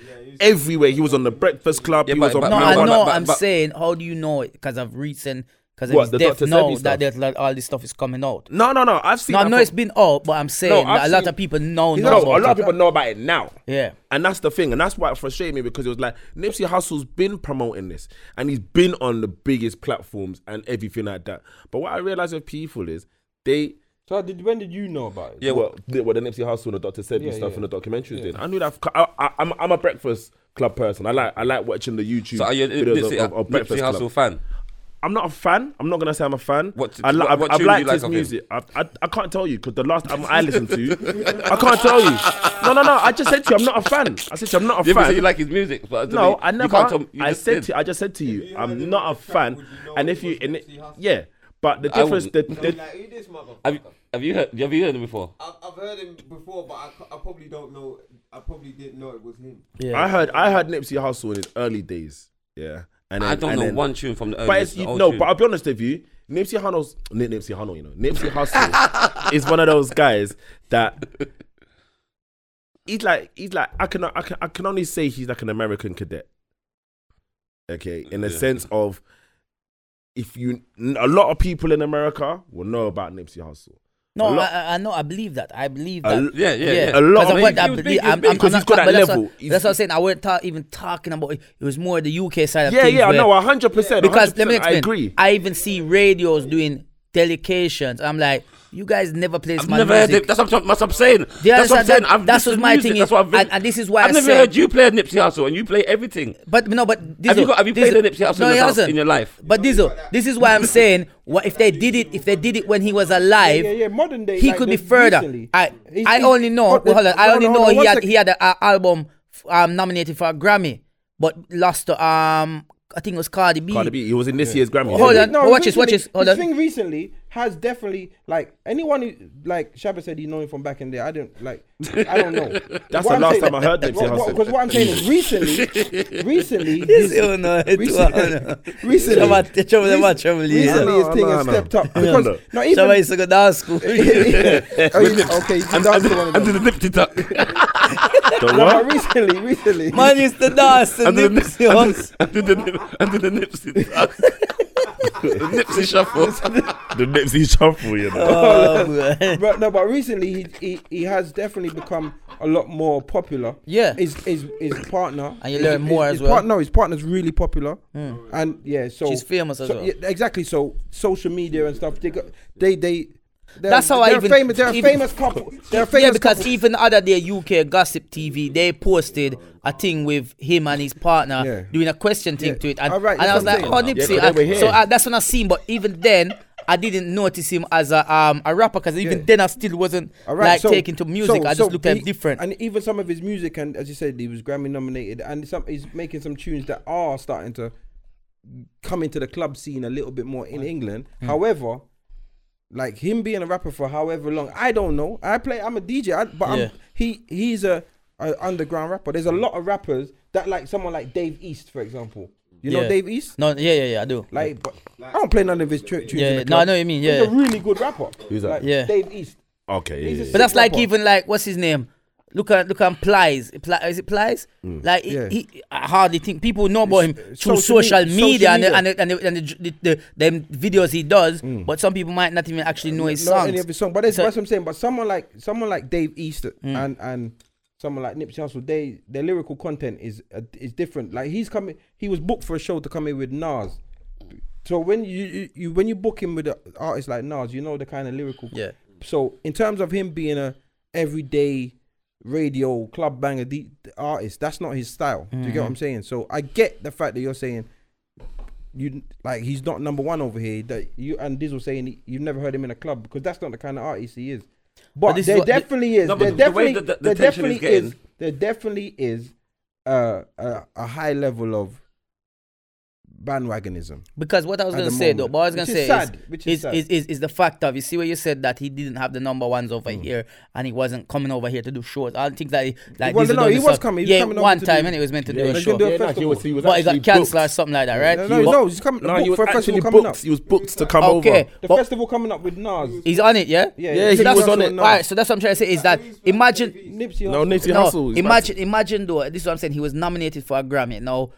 Speaker 5: everywhere. He was on the Breakfast Club.
Speaker 3: Yeah,
Speaker 5: he
Speaker 3: but-
Speaker 5: was on
Speaker 3: but-
Speaker 4: No,
Speaker 3: No,
Speaker 4: I
Speaker 3: but-
Speaker 4: know.
Speaker 3: but-
Speaker 4: I'm
Speaker 3: but-
Speaker 4: saying, how do you know it? Because I've recent, because of
Speaker 5: What,
Speaker 4: his
Speaker 5: the
Speaker 4: death,
Speaker 5: Dr. Sebi
Speaker 4: know
Speaker 5: stuff?
Speaker 4: that there's like, all this stuff is coming out.
Speaker 5: no, no, no. I've seen.
Speaker 4: No, I
Speaker 5: that
Speaker 4: know
Speaker 5: from-
Speaker 4: it's been out, but I'm saying
Speaker 5: I've
Speaker 4: that a lot
Speaker 5: seen-
Speaker 4: of people know. know
Speaker 5: no,
Speaker 4: about
Speaker 5: a lot of
Speaker 4: it.
Speaker 5: people know about it now.
Speaker 4: Yeah.
Speaker 5: And that's the thing, and that's why it frustrated me because it was like Nipsey Hussle's been promoting this, and he's been on the biggest platforms and everything like that. But what I realize with people is they
Speaker 1: So did, when did you know about it?
Speaker 3: Yeah,
Speaker 5: well, the, well, the Nipsey Hussle and the Dr. Sebi
Speaker 1: Yeah,
Speaker 5: stuff
Speaker 1: yeah.
Speaker 5: and the documentaries did. I knew that. I, am I'm a breakfast club person. I like I like watching the YouTube
Speaker 3: So uh, are you a
Speaker 5: videos
Speaker 3: Nipsey,
Speaker 5: of, of, of
Speaker 3: Nipsey
Speaker 5: breakfast
Speaker 3: Hussle
Speaker 5: club.
Speaker 3: fan?
Speaker 5: I'm not a fan. I'm not gonna say I'm a fan.
Speaker 3: What-
Speaker 5: I
Speaker 3: what-
Speaker 5: I've-
Speaker 3: what tune
Speaker 5: I've
Speaker 3: do you
Speaker 5: liked
Speaker 3: like
Speaker 5: his
Speaker 3: of him?
Speaker 5: music. I, I I can't tell you because the last album I listened to, I can't tell you. No no no. I just said to you, I'm not a fan. I said to you, I'm not a
Speaker 3: You
Speaker 5: fan.
Speaker 3: said you like his music, but to
Speaker 5: No,
Speaker 3: me,
Speaker 5: I
Speaker 3: You
Speaker 5: never.
Speaker 3: can't tell, you
Speaker 5: I
Speaker 3: just
Speaker 5: said
Speaker 3: did.
Speaker 5: to, I just said to you,
Speaker 2: you heard
Speaker 5: I'm
Speaker 2: him
Speaker 5: not
Speaker 2: on
Speaker 5: a
Speaker 2: the track,
Speaker 5: fan.
Speaker 2: would you know
Speaker 5: And
Speaker 2: it
Speaker 5: if you,
Speaker 2: was
Speaker 5: and
Speaker 2: Nipsey
Speaker 5: it,
Speaker 2: Hussle?
Speaker 5: yeah, but the
Speaker 3: I
Speaker 5: difference, the,
Speaker 2: They'll be
Speaker 5: the,
Speaker 2: like, who this motherfucker?
Speaker 3: have, you, have you heard? Have you heard him before?
Speaker 2: I've, I've heard him before, but I, c- I probably don't know. I probably didn't know it was him.
Speaker 5: I heard, I heard Nipsey Hussle in his early days. Yeah, and
Speaker 3: I
Speaker 5: then-
Speaker 3: don't
Speaker 5: and
Speaker 3: know
Speaker 5: then-
Speaker 3: one tune from the.
Speaker 5: But
Speaker 3: earliest,
Speaker 5: it's, you,
Speaker 3: the old
Speaker 5: no,
Speaker 3: tune.
Speaker 5: but I'll be honest with you. Nipsey Hussle's Nip- Nipsey Hussle, you know, Nipsey Hussle is one of those guys that he's like he's like I can I can I can only say he's like an American cadet. Okay, in the
Speaker 3: Yeah.
Speaker 5: sense of if you a lot of people in America will know about Nipsey Hussle.
Speaker 4: No,
Speaker 5: A lot-
Speaker 4: I, I- I know. I believe that. I believe
Speaker 5: A
Speaker 4: that.
Speaker 5: l-
Speaker 3: yeah, yeah, yeah.
Speaker 5: A lot
Speaker 4: Because
Speaker 5: of
Speaker 4: of what
Speaker 5: people-
Speaker 4: I
Speaker 5: He was
Speaker 4: believe.
Speaker 5: big, he was
Speaker 4: I'm,
Speaker 5: big.
Speaker 4: I'm,
Speaker 5: 'Cause
Speaker 4: I'm
Speaker 5: he's
Speaker 4: not-
Speaker 5: got that
Speaker 4: but that's
Speaker 5: level.
Speaker 4: What,
Speaker 5: He's-
Speaker 4: that's what I'm saying. I weren't ta- even talking about. it. It was more the UK side of
Speaker 5: Yeah,
Speaker 4: things.
Speaker 5: yeah,
Speaker 4: where-
Speaker 5: no, a hundred percent.
Speaker 4: Because let me explain.
Speaker 5: I agree.
Speaker 4: I even see radios doing delications. I'm like, you guys never play
Speaker 3: I've
Speaker 4: my
Speaker 3: never
Speaker 4: music.
Speaker 3: heard. It. That's what I'm, that's what I'm saying.
Speaker 4: Do you
Speaker 3: That's what I'm
Speaker 4: understand?
Speaker 3: saying.
Speaker 4: That-
Speaker 3: I've
Speaker 4: that's
Speaker 3: listened
Speaker 4: what my
Speaker 3: to
Speaker 4: thing
Speaker 3: music. That's
Speaker 4: is.
Speaker 3: what I've
Speaker 4: And- and this is why
Speaker 3: I've
Speaker 4: I
Speaker 3: never
Speaker 4: said-
Speaker 3: heard you play Nipsey Hussle, and you play everything.
Speaker 4: But no, but this
Speaker 3: Have you got- have you played
Speaker 4: this-
Speaker 3: the Nipsey Hussle
Speaker 4: no,
Speaker 3: in
Speaker 4: he
Speaker 3: your-
Speaker 4: hasn't.
Speaker 3: in your life?
Speaker 4: But Dizzle, this is why I'm saying, what if they did it? If they did it when he was
Speaker 1: Yeah,
Speaker 4: alive,
Speaker 1: yeah, yeah, modern day.
Speaker 4: he
Speaker 1: like
Speaker 4: could be
Speaker 1: this
Speaker 4: further.
Speaker 1: recently.
Speaker 4: I
Speaker 1: He's-
Speaker 4: I
Speaker 1: he's-
Speaker 4: only know.
Speaker 1: but-
Speaker 4: well, hold on, I
Speaker 1: no,
Speaker 4: only
Speaker 1: no,
Speaker 4: know
Speaker 1: hold on,
Speaker 4: he
Speaker 1: one
Speaker 4: had
Speaker 1: sec.
Speaker 4: he had an album f- um, nominated for a Grammy, but lost to um I think it was Cardi B.
Speaker 5: Cardi B, he was in this year's Grammy.
Speaker 4: Hold
Speaker 5: Yeah.
Speaker 4: on. watch this, watch
Speaker 1: recently-
Speaker 4: this, hold
Speaker 1: his
Speaker 4: on.
Speaker 1: thing recently has definitely like anyone who like Shabba said he know him from back in there. I don't like I don't know.
Speaker 5: That's the last time I heard Nipsey Hussle.
Speaker 1: Because what I'm saying is recently, recently,
Speaker 4: This
Speaker 1: his-
Speaker 4: oh no, it was- oh, no.
Speaker 1: recently, recently,
Speaker 4: Shabba, the trouble, the man
Speaker 1: recently,
Speaker 4: trouble,
Speaker 1: recently,
Speaker 4: yeah.
Speaker 1: his thing has
Speaker 5: No, no,
Speaker 1: stepped up
Speaker 5: no.
Speaker 1: because
Speaker 5: No.
Speaker 1: not
Speaker 4: Shabba
Speaker 1: even.
Speaker 4: used to go down school.
Speaker 1: Oh, yeah, okay, that's the one. of
Speaker 3: Under
Speaker 1: them.
Speaker 3: the Nipsey Duck.
Speaker 5: The
Speaker 1: No,
Speaker 5: what?
Speaker 1: but recently, recently,
Speaker 4: Man used to dance to
Speaker 3: Under the
Speaker 4: Nipsey Hussle.
Speaker 3: Nipsey. Under the Nip- under the Nipsey Duck. The Nipsey Shuffle.
Speaker 6: The Nipsey shuffle, you know.
Speaker 4: Oh, boy.
Speaker 1: but no, but recently he, he he has definitely become a lot more popular.
Speaker 4: Yeah.
Speaker 1: his his his partner.
Speaker 4: And you learn more
Speaker 1: his,
Speaker 4: as
Speaker 1: his
Speaker 4: well. Hmm.
Speaker 1: part- no, his partner's really popular, and yeah, so
Speaker 4: She's famous as
Speaker 1: so-
Speaker 4: well.
Speaker 1: yeah, exactly. So social media and stuff. They got they they. They're,
Speaker 4: That's how I
Speaker 1: they're
Speaker 4: even-
Speaker 1: famous. They're a
Speaker 4: even-
Speaker 1: famous couple. They're a famous
Speaker 4: yeah, because
Speaker 1: couple.
Speaker 4: even the other day, UK Gossip TV, they posted a thing with him and his partner
Speaker 1: Yeah.
Speaker 4: doing a question thing
Speaker 1: Yeah.
Speaker 4: to it. And,
Speaker 1: All right,
Speaker 4: and I was
Speaker 1: that's
Speaker 4: like,
Speaker 1: what
Speaker 4: oh,
Speaker 1: I'm
Speaker 4: Nipsey.
Speaker 5: saying. Yeah,
Speaker 4: I-
Speaker 5: 'cause they were
Speaker 4: so
Speaker 5: here.
Speaker 4: I, that's when I seen. But even then, I didn't notice him as a um a rapper because even
Speaker 1: Yeah.
Speaker 4: then I still wasn't
Speaker 1: All right,
Speaker 4: like
Speaker 1: so-
Speaker 4: taken to music.
Speaker 1: so-
Speaker 4: I just
Speaker 1: so
Speaker 4: looked at
Speaker 1: he-
Speaker 4: him different.
Speaker 1: And even some of his music, and as you said, he was Grammy nominated, and some he's making some tunes that are starting to come into the club scene a little bit more in England.
Speaker 4: Hmm.
Speaker 1: However, like him being a rapper for however long, I don't know. I play. I'm a DJ, I, but
Speaker 4: Yeah.
Speaker 1: I'm, he he's a, a underground rapper. There's a lot of rappers that like someone like Dave East, for example. You know
Speaker 4: Yeah.
Speaker 1: Dave East.
Speaker 4: no, yeah, yeah, yeah, I do.
Speaker 1: Like, but I don't play none of his tu- tunes. in
Speaker 4: yeah,
Speaker 1: the
Speaker 4: no, I
Speaker 1: club.
Speaker 4: know what you mean.
Speaker 1: He's a
Speaker 4: Yeah,
Speaker 1: really good rapper.
Speaker 5: Who's that?
Speaker 1: Like,
Speaker 4: Yeah.
Speaker 1: Dave East.
Speaker 5: Okay, yeah,
Speaker 1: He's a
Speaker 5: yeah,
Speaker 4: but that's like
Speaker 1: rapper.
Speaker 4: even like what's his name. Look at look at Plies. Pli- is it Plies? Like he-
Speaker 1: Mm. Yeah.
Speaker 4: he, I hardly think people know about him
Speaker 1: It's, uh,
Speaker 4: through
Speaker 1: social
Speaker 4: social,
Speaker 1: me- social
Speaker 4: media, and the,
Speaker 1: media. Mm.
Speaker 4: and the, and, the, and the, the, the them videos he does. But some people might not even actually know his
Speaker 1: not any
Speaker 4: songs.
Speaker 1: of his song. But that's,
Speaker 4: So- Mm.
Speaker 1: that's what I'm saying. But someone like someone like Dave East and and someone like Nipsey Hussle, they their lyrical content is uh, is different. Like he's coming, he was booked for a show to come in with Nas. So when you, you, you when you book him with an artist like Nas, you know the kind of lyrical.
Speaker 4: Yeah.
Speaker 1: So in terms of him being a everyday radio club banger the, the artist, that's not his style. Do
Speaker 3: Mm-hmm.
Speaker 1: you get what I'm saying? So I get the fact that you're saying you like he's not number one over here. That you and Dizzle saying he- you've never heard him in a club because that's not the kind of artist he is. But,
Speaker 4: this is
Speaker 1: there
Speaker 4: what-
Speaker 1: definitely is.
Speaker 3: No, but
Speaker 1: there
Speaker 3: the
Speaker 1: definitely,
Speaker 3: way that the-
Speaker 1: there
Speaker 3: the tension is
Speaker 1: definitely is,
Speaker 3: getting-
Speaker 1: There definitely is uh, a, a high level of bandwagonism.
Speaker 4: Because what I was
Speaker 1: At
Speaker 4: going to
Speaker 1: the
Speaker 4: say, though,
Speaker 1: moment.
Speaker 4: but I was going to
Speaker 1: Which
Speaker 4: say
Speaker 1: is
Speaker 4: is,
Speaker 1: sad, which is
Speaker 4: is,
Speaker 1: sad.
Speaker 4: is, is, is the fact of, you see where you said that he didn't have the number ones over
Speaker 1: Mm.
Speaker 4: here and he wasn't coming over here to do shows. I think that he, like,
Speaker 1: Well,
Speaker 4: these are
Speaker 1: no,
Speaker 4: doing
Speaker 1: he
Speaker 4: the
Speaker 1: was
Speaker 4: stuff-
Speaker 1: coming- he was
Speaker 4: Yeah,
Speaker 1: coming over
Speaker 4: one
Speaker 1: to
Speaker 4: time,
Speaker 1: do-
Speaker 4: and he was meant to
Speaker 1: Yeah,
Speaker 4: do a
Speaker 1: they can
Speaker 4: show.
Speaker 1: do a
Speaker 7: Yeah, like he
Speaker 1: festival.
Speaker 7: was, he was
Speaker 4: But it
Speaker 7: actually
Speaker 4: got cancelled
Speaker 7: booked.
Speaker 4: or something like that, right?
Speaker 1: No,
Speaker 4: He
Speaker 1: no,
Speaker 4: was-
Speaker 1: no, he's coming.
Speaker 7: No,
Speaker 1: booked
Speaker 7: he was
Speaker 1: for a
Speaker 7: actually
Speaker 1: festival coming
Speaker 7: booked.
Speaker 1: up.
Speaker 7: He was booked to come over.
Speaker 4: Okay,
Speaker 1: The
Speaker 4: but
Speaker 1: festival coming up with Nas.
Speaker 4: he's on it, yeah?
Speaker 1: yeah,
Speaker 7: he
Speaker 1: that's
Speaker 7: was
Speaker 1: what
Speaker 7: on it.
Speaker 1: Nas-
Speaker 4: All right, so that's what I'm trying to say is that imagine
Speaker 1: Nipsey
Speaker 7: No,
Speaker 1: Hussle.
Speaker 7: Nipsey
Speaker 4: no,
Speaker 7: Hussle. is
Speaker 4: imagine, imagine though. This is what I'm saying. He was nominated for a Grammy. Now,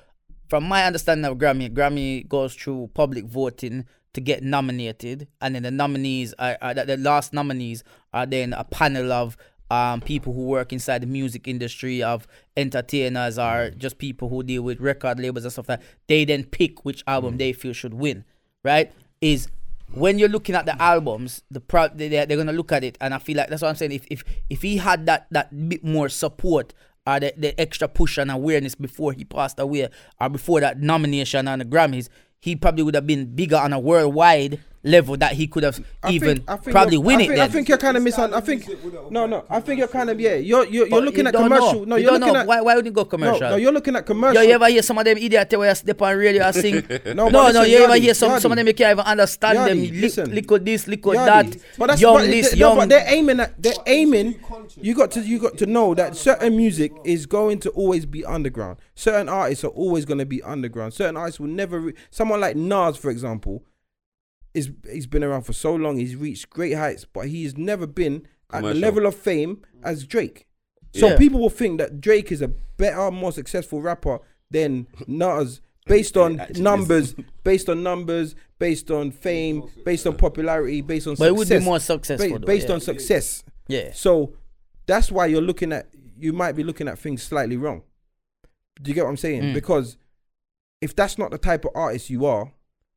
Speaker 4: from my understanding of Grammy, Grammy goes through public voting to get nominated, and then the nominees are, are the- the last nominees are then a panel of. Um, people who work inside the music industry of entertainers or just people who deal with record labels and stuff like that they then pick which
Speaker 7: Mm.
Speaker 4: album they feel should win right is when you're looking at the albums, the pro- they, they're, they're gonna look at it, and I feel like that's what I'm saying. If if if he had that that bit more support or the, the extra push and awareness before he passed away, or before that nomination on the Grammys, he probably would have been bigger on a worldwide level that he could have
Speaker 1: I think-
Speaker 4: even
Speaker 1: I think
Speaker 4: probably
Speaker 1: you're-
Speaker 4: win
Speaker 1: I
Speaker 4: it.
Speaker 1: think, I
Speaker 4: then.
Speaker 1: think you're kind of misunderstanding. I
Speaker 2: Music
Speaker 1: think
Speaker 2: without
Speaker 1: no,
Speaker 2: like
Speaker 1: no. I think you're kind of
Speaker 2: commercial.
Speaker 1: yeah. You're you're, you're
Speaker 4: But
Speaker 1: looking
Speaker 4: you
Speaker 1: at
Speaker 4: don't
Speaker 1: commercial.
Speaker 4: know.
Speaker 1: No,
Speaker 4: You
Speaker 1: you're
Speaker 4: don't
Speaker 1: looking
Speaker 4: know.
Speaker 1: at
Speaker 4: Why- why would you go commercial?
Speaker 1: No, no, you're looking at commercial.
Speaker 4: Yo, you ever hear some of them idiot where you step on radio and sing?
Speaker 1: No,
Speaker 4: no,
Speaker 1: but
Speaker 4: no,
Speaker 1: listen,
Speaker 4: you ever
Speaker 1: Yadi,
Speaker 4: hear some, some of
Speaker 1: Yadi.
Speaker 4: them you can't even understand
Speaker 1: Yadi,
Speaker 4: them. Li-
Speaker 1: listen.
Speaker 4: Little this, little
Speaker 1: Yeah,
Speaker 4: that.
Speaker 1: but that's
Speaker 4: young
Speaker 1: but
Speaker 4: this,
Speaker 1: they,
Speaker 4: young
Speaker 1: No, but they're aiming at they're
Speaker 2: But it's
Speaker 1: aiming.
Speaker 2: too conscious.
Speaker 1: You got to you got to know that certain music is going to always be underground. Certain artists are always going to be underground. Certain artists will never. Re- Someone like Nas, for example, is he's been around for so long. He's reached great heights, but he's never been at the
Speaker 3: Commercial.
Speaker 1: level of fame as Drake. So
Speaker 4: Yeah.
Speaker 1: people will think that Drake is a better, more successful rapper than Nas based on
Speaker 3: actually is.
Speaker 1: numbers, based on numbers, based on fame, based on popularity, based on
Speaker 4: But it would
Speaker 1: success.
Speaker 4: be more successful,
Speaker 1: ba-
Speaker 4: though,
Speaker 1: based
Speaker 4: yeah.
Speaker 1: on success.
Speaker 4: Yeah.
Speaker 1: So that's why you're looking at you might be looking at things slightly wrong. Do you get what I'm
Speaker 4: Mm.
Speaker 1: saying? Because if that's not the type of artist you are,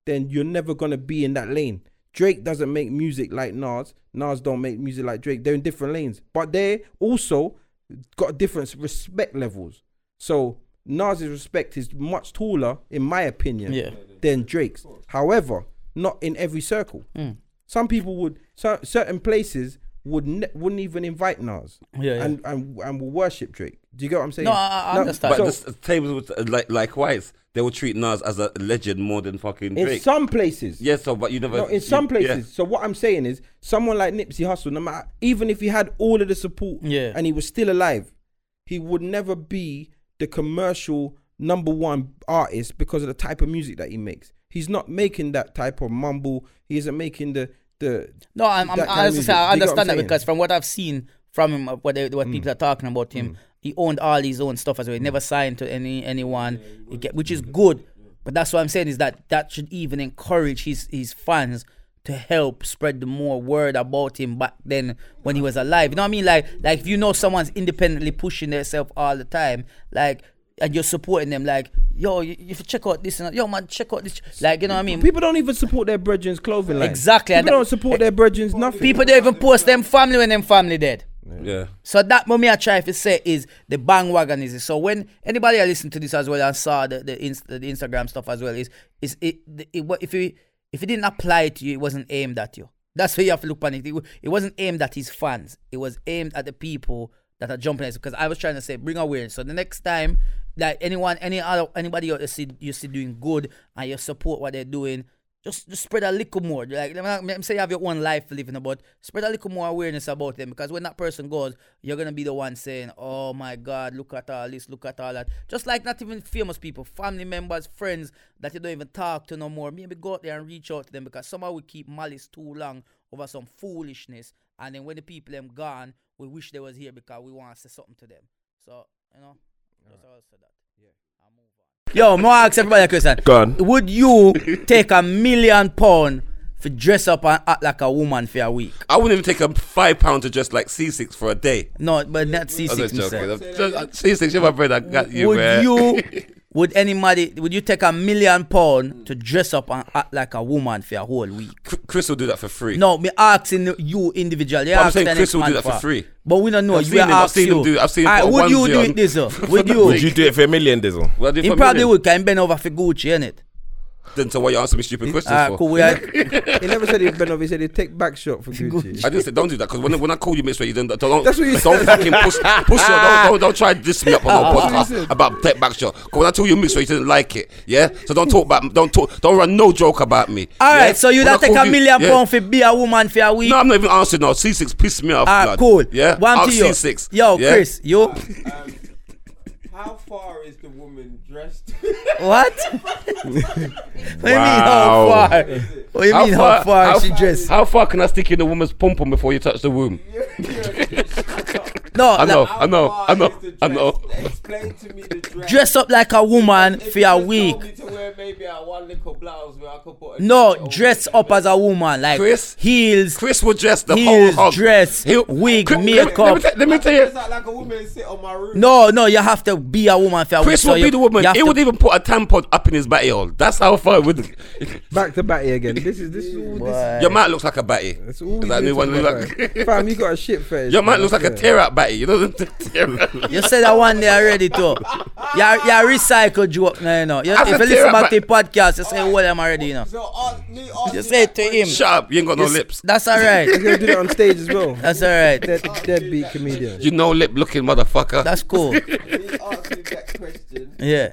Speaker 1: then you're never gonna be in that lane. Drake doesn't make music like Nas. Nas don't make music like Drake. They're in different lanes, but they also got different respect levels. So Nas's respect is much taller, in my opinion,
Speaker 4: Yeah.
Speaker 1: than Drake's. However, not in every circle.
Speaker 4: Mm.
Speaker 1: Some people would, cer- certain places would ne- wouldn't even invite Nas,
Speaker 4: Yeah, yeah.
Speaker 1: and and and will worship Drake. Do you get what I'm saying?
Speaker 4: No, I- I understand.
Speaker 3: But
Speaker 1: so-
Speaker 3: this tables with uh, like likewise, they will treat Nas as a legend more than fucking
Speaker 1: in
Speaker 3: Drake.
Speaker 1: some places,
Speaker 3: yeah, so but you never.
Speaker 1: No, in
Speaker 3: you-
Speaker 1: some
Speaker 3: yeah.
Speaker 1: places. So what I'm saying is, someone like Nipsey Hussle, no matter, even if he had all of the support,
Speaker 4: Yeah.
Speaker 1: and he was still alive, he would never be the commercial number one artist because of the type of music that he makes. He's not making that type of mumble. He isn't making the the.
Speaker 4: No, I'm, I'm,
Speaker 1: that kind
Speaker 4: I,
Speaker 1: of
Speaker 4: was
Speaker 1: music.
Speaker 4: just
Speaker 1: Do you
Speaker 4: saying, I
Speaker 1: get what I'm
Speaker 4: understand that
Speaker 1: saying? Mm.
Speaker 4: because from what I've seen from him, of what, they, what people are talking about him, he owned all his own stuff as well. He never signed to any anyone, he get, which is
Speaker 1: Mm.
Speaker 4: good. But that's what I'm saying is that that should even encourage his his fans to help spread the more word about him back then when he was alive. You know what I mean? Like like if you know someone's independently pushing themselves all the time, like and you're supporting them, like yo, you, you should check out this and that. yo man, check out this, like you know what I mean?
Speaker 1: People don't even support their brethren's clothing line.
Speaker 4: Exactly, and
Speaker 1: People
Speaker 4: that-
Speaker 1: don't support their brethren's nothing.
Speaker 4: People don't even post them family when them family dead.
Speaker 3: Yeah.
Speaker 4: So that what me I try to say is the bandwagon is it. So when anybody I listen to this as well and saw the the, inst- the Instagram stuff as well is is it, the- it wa- if you if it didn't apply to you, it wasn't aimed at you. That's where you have to look on it. It, wa- it wasn't aimed at his fans. It was aimed at the people that are jumping at it. Because I was trying to say bring awareness. So the next time that anyone, any other, anybody you see you see doing good and you support what they're doing, just, just spread a little more. Like let me, not- let me say you have your own life living about. Spread a little more awareness about them because when that person goes, you're gonna be the one saying, "Oh my God, look at all this, look at all that." Just like not even famous people, family members, friends that you don't even talk to no more. Maybe go out there and reach out to them because somehow we keep malice too long over some foolishness, and then when the people them gone, we wish they was here because we want to say something to them. So you know, that's all I said that. Yo, more ask everybody a question.
Speaker 7: Go on.
Speaker 4: Would you take a million pound for dress up and act like a woman for a week.
Speaker 3: I wouldn't even take a five pound to dress like C6 for a day.
Speaker 4: No, but not C6
Speaker 3: I'm just joking.
Speaker 4: himself.
Speaker 3: I'm just- C6, you're my friend. I got you,
Speaker 4: would
Speaker 3: man.
Speaker 4: you would anybody would you take a million pound to dress up and act like a woman for a whole week?
Speaker 3: Chr- Chris will do that for free.
Speaker 4: No, me asking you individually.
Speaker 3: I'm
Speaker 4: ask
Speaker 3: saying
Speaker 4: the
Speaker 3: Chris
Speaker 4: next
Speaker 3: will do
Speaker 4: man
Speaker 3: that for free.
Speaker 4: But we don't know.
Speaker 3: I've
Speaker 4: You
Speaker 3: seen him, I've
Speaker 4: ask
Speaker 3: seen him
Speaker 4: you.
Speaker 3: do- I've seen him
Speaker 4: Alright,
Speaker 3: put a
Speaker 4: would you
Speaker 3: onesie
Speaker 4: do
Speaker 3: on.
Speaker 4: it this uh,
Speaker 3: For
Speaker 4: Would
Speaker 3: the
Speaker 4: you?
Speaker 5: Would you do it for a million, Dizzle?
Speaker 3: Well, if
Speaker 4: He
Speaker 3: I'm
Speaker 4: probably
Speaker 3: winning,
Speaker 4: would can bend over for Gucci, innit?
Speaker 3: Then so why you asking me stupid questions
Speaker 4: Ah,
Speaker 3: for?
Speaker 4: cool. We are,
Speaker 1: He never said he'd been off. He said he'd take back shot for Gucci.
Speaker 3: I didn't say don't do that because when, when I call you, make sure you don't. Don't,
Speaker 1: That's what you
Speaker 3: don't
Speaker 1: said.
Speaker 3: fucking push, push your, don't, don't, don't try to diss me up on our
Speaker 1: what you
Speaker 3: podcast
Speaker 1: said.
Speaker 3: about take back shot. 'Cause when I told you, make sure you didn't like it. Yeah, so don't talk about, don't talk, don't run no joke about me.
Speaker 4: all
Speaker 3: yeah?
Speaker 4: right, so you
Speaker 3: When I
Speaker 4: don't take
Speaker 3: call
Speaker 4: a million
Speaker 3: yeah.
Speaker 4: pound for be a woman for a week.
Speaker 3: No, I'm not even answering. No, C6 pissed me off.
Speaker 4: Ah,
Speaker 3: blood.
Speaker 4: cool.
Speaker 3: Yeah,
Speaker 4: one
Speaker 3: Ask
Speaker 4: to you.
Speaker 3: C6.
Speaker 4: Yo,
Speaker 3: yeah?
Speaker 4: Chris, you
Speaker 2: Um, how far is the woman dressed?
Speaker 4: what? what do you mean how
Speaker 5: Wow.
Speaker 4: far? What do you mean how far she dressed?
Speaker 3: How far can I stick in a woman's pom pom before you touch the womb?
Speaker 4: No,
Speaker 3: I
Speaker 4: like,
Speaker 3: know,
Speaker 2: How
Speaker 3: I know,
Speaker 2: far
Speaker 3: I know,
Speaker 2: is the
Speaker 3: I know.
Speaker 2: dress? Explain to me the dress.
Speaker 4: dress up like a woman
Speaker 2: If
Speaker 4: for
Speaker 2: you
Speaker 4: a
Speaker 2: just told
Speaker 4: week.
Speaker 2: me to wear maybe a one little blouse where I could put a dress
Speaker 4: No,
Speaker 2: over
Speaker 4: dress
Speaker 2: it,
Speaker 4: up
Speaker 2: but
Speaker 4: as a woman, like
Speaker 3: Chris?
Speaker 4: heels.
Speaker 3: Chris will dress the whole
Speaker 4: Heels,
Speaker 3: hog.
Speaker 4: dress, wig,
Speaker 3: Chris-
Speaker 4: makeup.
Speaker 3: Let me, te- let me tell
Speaker 2: I dress
Speaker 3: you.
Speaker 2: up like a woman and sit on my roof.
Speaker 4: No, no, you have to be a woman for a week.
Speaker 3: Chris
Speaker 4: so
Speaker 3: will
Speaker 4: you-
Speaker 3: be the woman.
Speaker 4: you have
Speaker 3: He
Speaker 4: to-
Speaker 3: would even put a tampon up in his batty hole. That's how far it would.
Speaker 1: Back to batty again. This is this is all this.
Speaker 4: Boy.
Speaker 3: Your man looks like a batty.
Speaker 1: That's all we
Speaker 3: Like
Speaker 1: do
Speaker 3: the one
Speaker 1: to
Speaker 3: look
Speaker 1: my
Speaker 3: like-
Speaker 1: guy. Fam, you got a shit fetish.
Speaker 3: Your man
Speaker 1: man,
Speaker 3: looks like a
Speaker 1: I swear.
Speaker 3: tear out batty. You know the tear out.
Speaker 4: You said that one day already too. Yeah, yeah, recycled joke. No, you know. You,
Speaker 3: As
Speaker 4: if
Speaker 3: a
Speaker 4: you listen
Speaker 3: therapist-
Speaker 4: back to the podcast, you say what am already, you know.
Speaker 2: So ask me, ask
Speaker 4: You
Speaker 2: me
Speaker 4: say it
Speaker 2: that
Speaker 4: to
Speaker 2: question.
Speaker 4: him.
Speaker 3: Shut up. You ain't got no
Speaker 4: You s-
Speaker 3: lips.
Speaker 4: That's all right.
Speaker 1: He's gonna do that on stage as well.
Speaker 4: That's all right.
Speaker 1: Dead, deadbeat comedian.
Speaker 3: You no lip looking motherfucker.
Speaker 4: That's cool.
Speaker 2: He asked me that question.
Speaker 4: Yeah.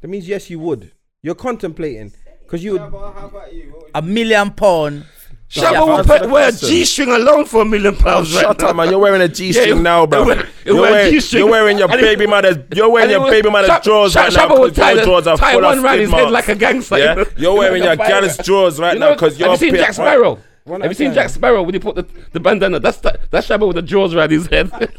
Speaker 1: That means yes, you would. You're contemplating because you
Speaker 2: How
Speaker 1: would.
Speaker 2: about, how about you? What would
Speaker 4: A million pound.
Speaker 3: Shabba
Speaker 4: Yeah,
Speaker 3: will
Speaker 5: answer
Speaker 3: pay,
Speaker 5: the
Speaker 3: wear a
Speaker 5: question.
Speaker 3: G string alone for a million pounds. right
Speaker 5: Shut
Speaker 3: now.
Speaker 5: up, man. You're wearing a G string
Speaker 3: Yeah, you-
Speaker 5: now, bro.
Speaker 3: you wear- you
Speaker 5: You're,
Speaker 3: wear a
Speaker 5: wearing,
Speaker 3: G-string.
Speaker 5: you're wearing your
Speaker 3: And it-
Speaker 5: baby mother's. You're wearing your baby mother's drawers right now
Speaker 3: Shabba will
Speaker 5: because
Speaker 3: tie,
Speaker 5: your
Speaker 3: the-
Speaker 5: drawers are
Speaker 3: tie
Speaker 5: full
Speaker 3: one
Speaker 5: of
Speaker 3: round his
Speaker 5: skid
Speaker 3: head like
Speaker 5: marks.
Speaker 3: a gangster. you
Speaker 5: Yeah,
Speaker 3: know?
Speaker 5: you're wearing your
Speaker 3: pirate.
Speaker 5: gal's drawers right
Speaker 3: You
Speaker 5: now
Speaker 3: know,
Speaker 5: because you're.
Speaker 3: have you seen
Speaker 5: pi-
Speaker 3: Jack Sparrow?
Speaker 1: One
Speaker 3: Have you
Speaker 1: at
Speaker 3: seen
Speaker 1: a
Speaker 3: Jack
Speaker 1: time.
Speaker 3: Sparrow when he put the, the bandana? That's that, that's Shabba with the jaws around his head.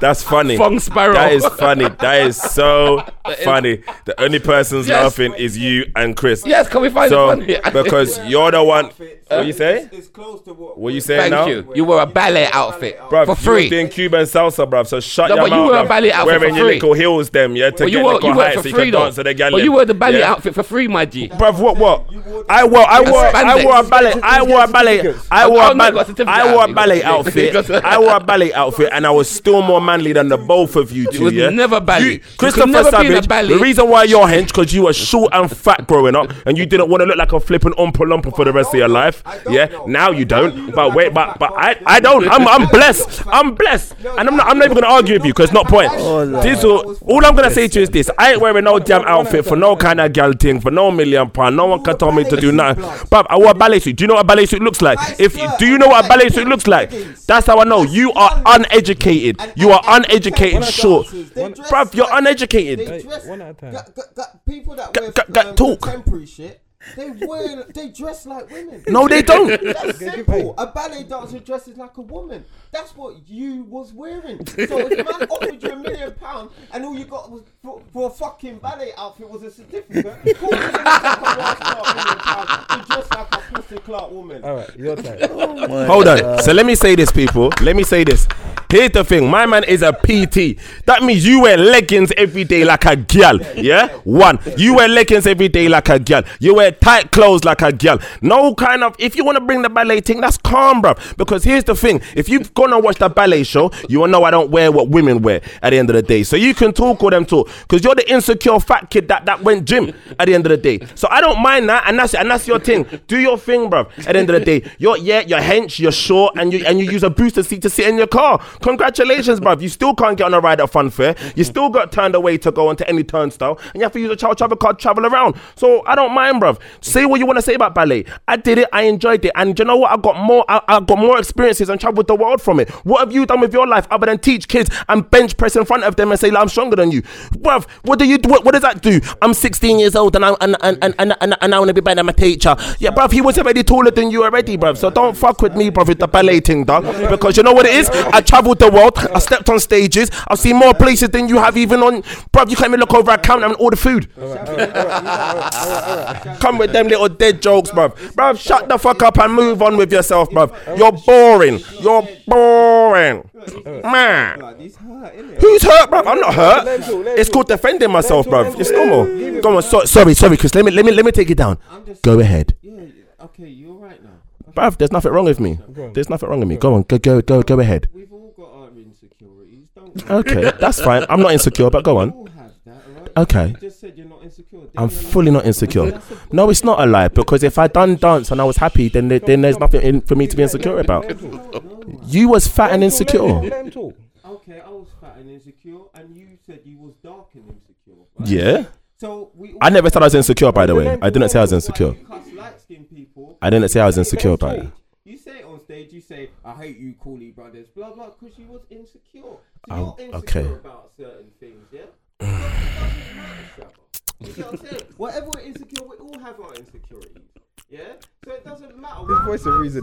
Speaker 5: That's funny.
Speaker 3: Fong Sparrow.
Speaker 5: That is funny. That is so funny. The only person's
Speaker 3: Yes.
Speaker 5: laughing is you and Chris.
Speaker 3: yes, can we find
Speaker 5: So
Speaker 3: it funny?
Speaker 5: because you're the one. What you say?
Speaker 2: It's close to what.
Speaker 5: What you say
Speaker 3: Thank
Speaker 5: now?
Speaker 3: you. You were a ballet outfit
Speaker 5: Bruv,
Speaker 3: for
Speaker 5: You
Speaker 3: free.
Speaker 5: doing Cuban salsa, bruv. So shut
Speaker 3: No,
Speaker 5: your
Speaker 3: but you
Speaker 5: mouth.
Speaker 3: were a
Speaker 5: bruv.
Speaker 3: ballet outfit
Speaker 5: Wearing
Speaker 3: for
Speaker 5: your
Speaker 3: free.
Speaker 5: little heels, them. Yeah, to
Speaker 3: but
Speaker 5: get
Speaker 3: you were
Speaker 5: the
Speaker 3: you were
Speaker 5: height
Speaker 3: for
Speaker 5: so you
Speaker 3: free
Speaker 5: can
Speaker 3: though.
Speaker 5: dance to the gal.
Speaker 3: But you were the ballet
Speaker 5: yeah.
Speaker 3: outfit for free, my G.
Speaker 5: Bruv, what what?
Speaker 2: You wore the-
Speaker 5: I wore I
Speaker 3: It's
Speaker 5: wore I wore a
Speaker 3: spandex.
Speaker 5: ballet I wore a ballet
Speaker 1: certificates.
Speaker 5: I wore
Speaker 3: Oh,
Speaker 5: a
Speaker 3: no, you got
Speaker 5: ballet
Speaker 3: certificate.
Speaker 5: I wore a
Speaker 3: You got
Speaker 5: ballet
Speaker 3: certificate.
Speaker 5: outfit
Speaker 3: You got-
Speaker 5: I wore a ballet outfit and I was still more manly than the both of you two.
Speaker 3: was
Speaker 5: yeah?
Speaker 3: never ballet. You
Speaker 5: You,
Speaker 3: could
Speaker 5: Christopher
Speaker 3: never be in a
Speaker 5: Savage.
Speaker 3: ballet.
Speaker 5: The reason why you're hench because you were short and fat growing up and you didn't want to look like a flipping umpa lumpa for the rest of your life.
Speaker 2: I don't
Speaker 5: Yeah,
Speaker 2: know.
Speaker 5: now you
Speaker 2: Now you
Speaker 5: don't.
Speaker 2: look
Speaker 5: But
Speaker 2: like a
Speaker 5: wait, but
Speaker 2: fat
Speaker 5: but I
Speaker 2: bastard.
Speaker 5: I don't. I'm I'm blessed. I'm blessed, and I'm not I'm not even gonna argue with you because not point. Dizzle, all I'm gonna say to you is this: I ain't wearing no damn outfit for no kind of gal thing for no million pound. No one can tell me to do nothing. But I wore a ballet suit. Do you know what a ballet suit looks like? If you- do you know what a ballet suit looks like? That's how I know you are uneducated. You are uneducated, short, bruv. You're uneducated.
Speaker 2: They dress
Speaker 1: one at a time.
Speaker 2: Got, got, got people that
Speaker 5: Got-
Speaker 2: wear
Speaker 5: got- got
Speaker 2: um,
Speaker 5: talk.
Speaker 2: contemporary shit. They wear, they dress like women.
Speaker 5: No, they don't.
Speaker 2: That's simple. A ballet dancer dresses like a woman. That's what you was wearing. So if a man offered you a million pounds and all you got was for, for a fucking ballet outfit was a certificate, of course you're gonna take a one-star million pounds to dress like a Christy Clark woman.
Speaker 1: All right, your time.
Speaker 5: Hold on. So let me say this, people. Let me say this. Here's the thing. My man is a PT. That means you wear leggings every day like a girl. Yeah? One. You wear leggings every day like a girl. You wear tight clothes like a girl. No kind of. If you want to bring the ballet thing, that's calm, bro. Because here's the thing. If you've gone and watched the ballet show, you will know I don't wear what women wear at the end of the day. So you can talk all them talk. Because you're the insecure fat kid that, that went gym at the end of the day. So I don't mind that. And that's, and that's your thing. Do your thing, bro. At the end of the day, you're, yeah, you're hench, you're short, and you, and you use a booster seat to sit in your car. Congratulations, bruv. You still can't get on a ride at Funfair. You still got turned away to go onto any turnstile, and you have to use a child travel card to travel around. So I don't mind, bruv. Say what you want to say about ballet. I did it. I enjoyed it, and you know what? I got more. I, I got more experiences and traveled the world from it. What have you done with your life other than teach kids and bench press in front of them and say, like, "I'm stronger than you, bruv"? What do you? What, what does that do? I'm 16 years old, and I and and and, and, and, and I want to be better than my teacher. Yeah, bruv. He was already taller than you already, bruv. So don't fuck with me, bruv, with the ballet thing, dog. Because you know what it is? I traveled traveled the world. I stepped on stages. I've seen more places than you have even on. Bruv, you can't even look over a counter and order food. Come with them little dead jokes, bruv. Bruv, shut the fuck up and move on with yourself, bruv. You're boring. You're boring. Man.
Speaker 2: He's hurt, innit?
Speaker 5: Who's hurt, bruv? I'm not hurt.
Speaker 1: Let him talk, let him
Speaker 5: It's
Speaker 1: talk.
Speaker 5: called defending myself,
Speaker 1: Let him
Speaker 5: bruv.
Speaker 1: talk,
Speaker 5: It's
Speaker 1: let him
Speaker 5: normal. Go on. So, sorry, sorry, Chris. Let me, let me, let me take it down.
Speaker 2: I'm just
Speaker 5: Go ahead.
Speaker 2: Yeah, yeah, okay, you're right now. Okay,
Speaker 5: Bruv, there's nothing wrong with me. There's nothing wrong with me. Go on. Go, go, go, go ahead.
Speaker 2: We've all got our insecurities, don't we?
Speaker 5: Okay, that's fine. I'm not insecure, but go
Speaker 2: We
Speaker 5: on.
Speaker 2: all have that, alright?
Speaker 5: Okay.
Speaker 2: You just said you're not insecure. Then
Speaker 5: I'm
Speaker 2: you're not-
Speaker 5: fully not insecure. No, it's not a lie because if I done dance and I was happy, then there- then there's nothing in, for me to be insecure about. You was fat and
Speaker 1: Let him talk,
Speaker 5: insecure.
Speaker 1: let him talk.
Speaker 2: Okay, I was fat and insecure, and you said you was dark and insecure. right?
Speaker 5: Yeah.
Speaker 2: So we. All
Speaker 5: I never said I was insecure, by the way. I didn't say I was insecure.
Speaker 2: You cuss light-skinned people.
Speaker 5: I didn't say I was insecure
Speaker 2: Let
Speaker 5: about
Speaker 2: him
Speaker 5: it.
Speaker 2: talk. You say it on stage. You say, "I hate you, Cooley brothers." Blah blah, because you was insecure. So
Speaker 5: Oh,
Speaker 2: you're insecure
Speaker 5: okay.
Speaker 2: about certain things, yeah. So it doesn't matter, Trevor. You see what I'm saying? Whatever we're insecure, we all have our insecurities. Yeah? So it doesn't matter. What I'm trying to say- What I'm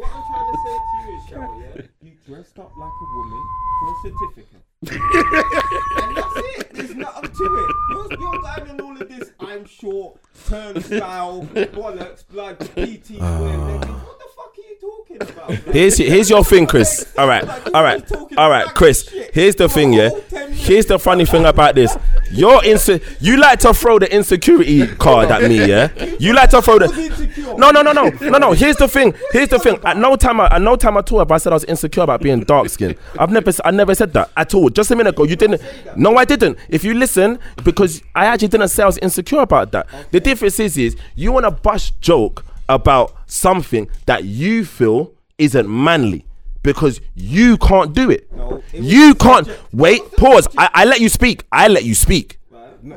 Speaker 2: trying to say to you is, Cheryl, yeah? You dressed up like a woman for a certificate. and that's it. There's nothing to it. You're, you're going on all of this, I'm short, turnstile, bollocks, blood, PT, wear leggings. What the fuck are you talking about? man?
Speaker 5: Ah. Here's your, here's your thing, Chris. All right, all right, all right, Chris. Here's the thing, yeah. Here's the funny thing about this. You're inse- You like to throw the insecurity card at me, yeah. You like to throw the. No, no, no, no, no, no. Here's the thing. Here's the thing. At no time, at no time at all, have I said I was insecure about being dark skinned. I've never, s- I never said that at all. Just a minute ago, you didn't. No, I didn't. If you listen, because I actually didn't say I was insecure about that. The difference is, is you want to bust joke about something that you feel isn't manly because you can't do it.
Speaker 2: No, it was
Speaker 5: you
Speaker 2: a
Speaker 5: can't.
Speaker 2: subject-
Speaker 5: Wait, pause. I, I let you speak. I let you speak.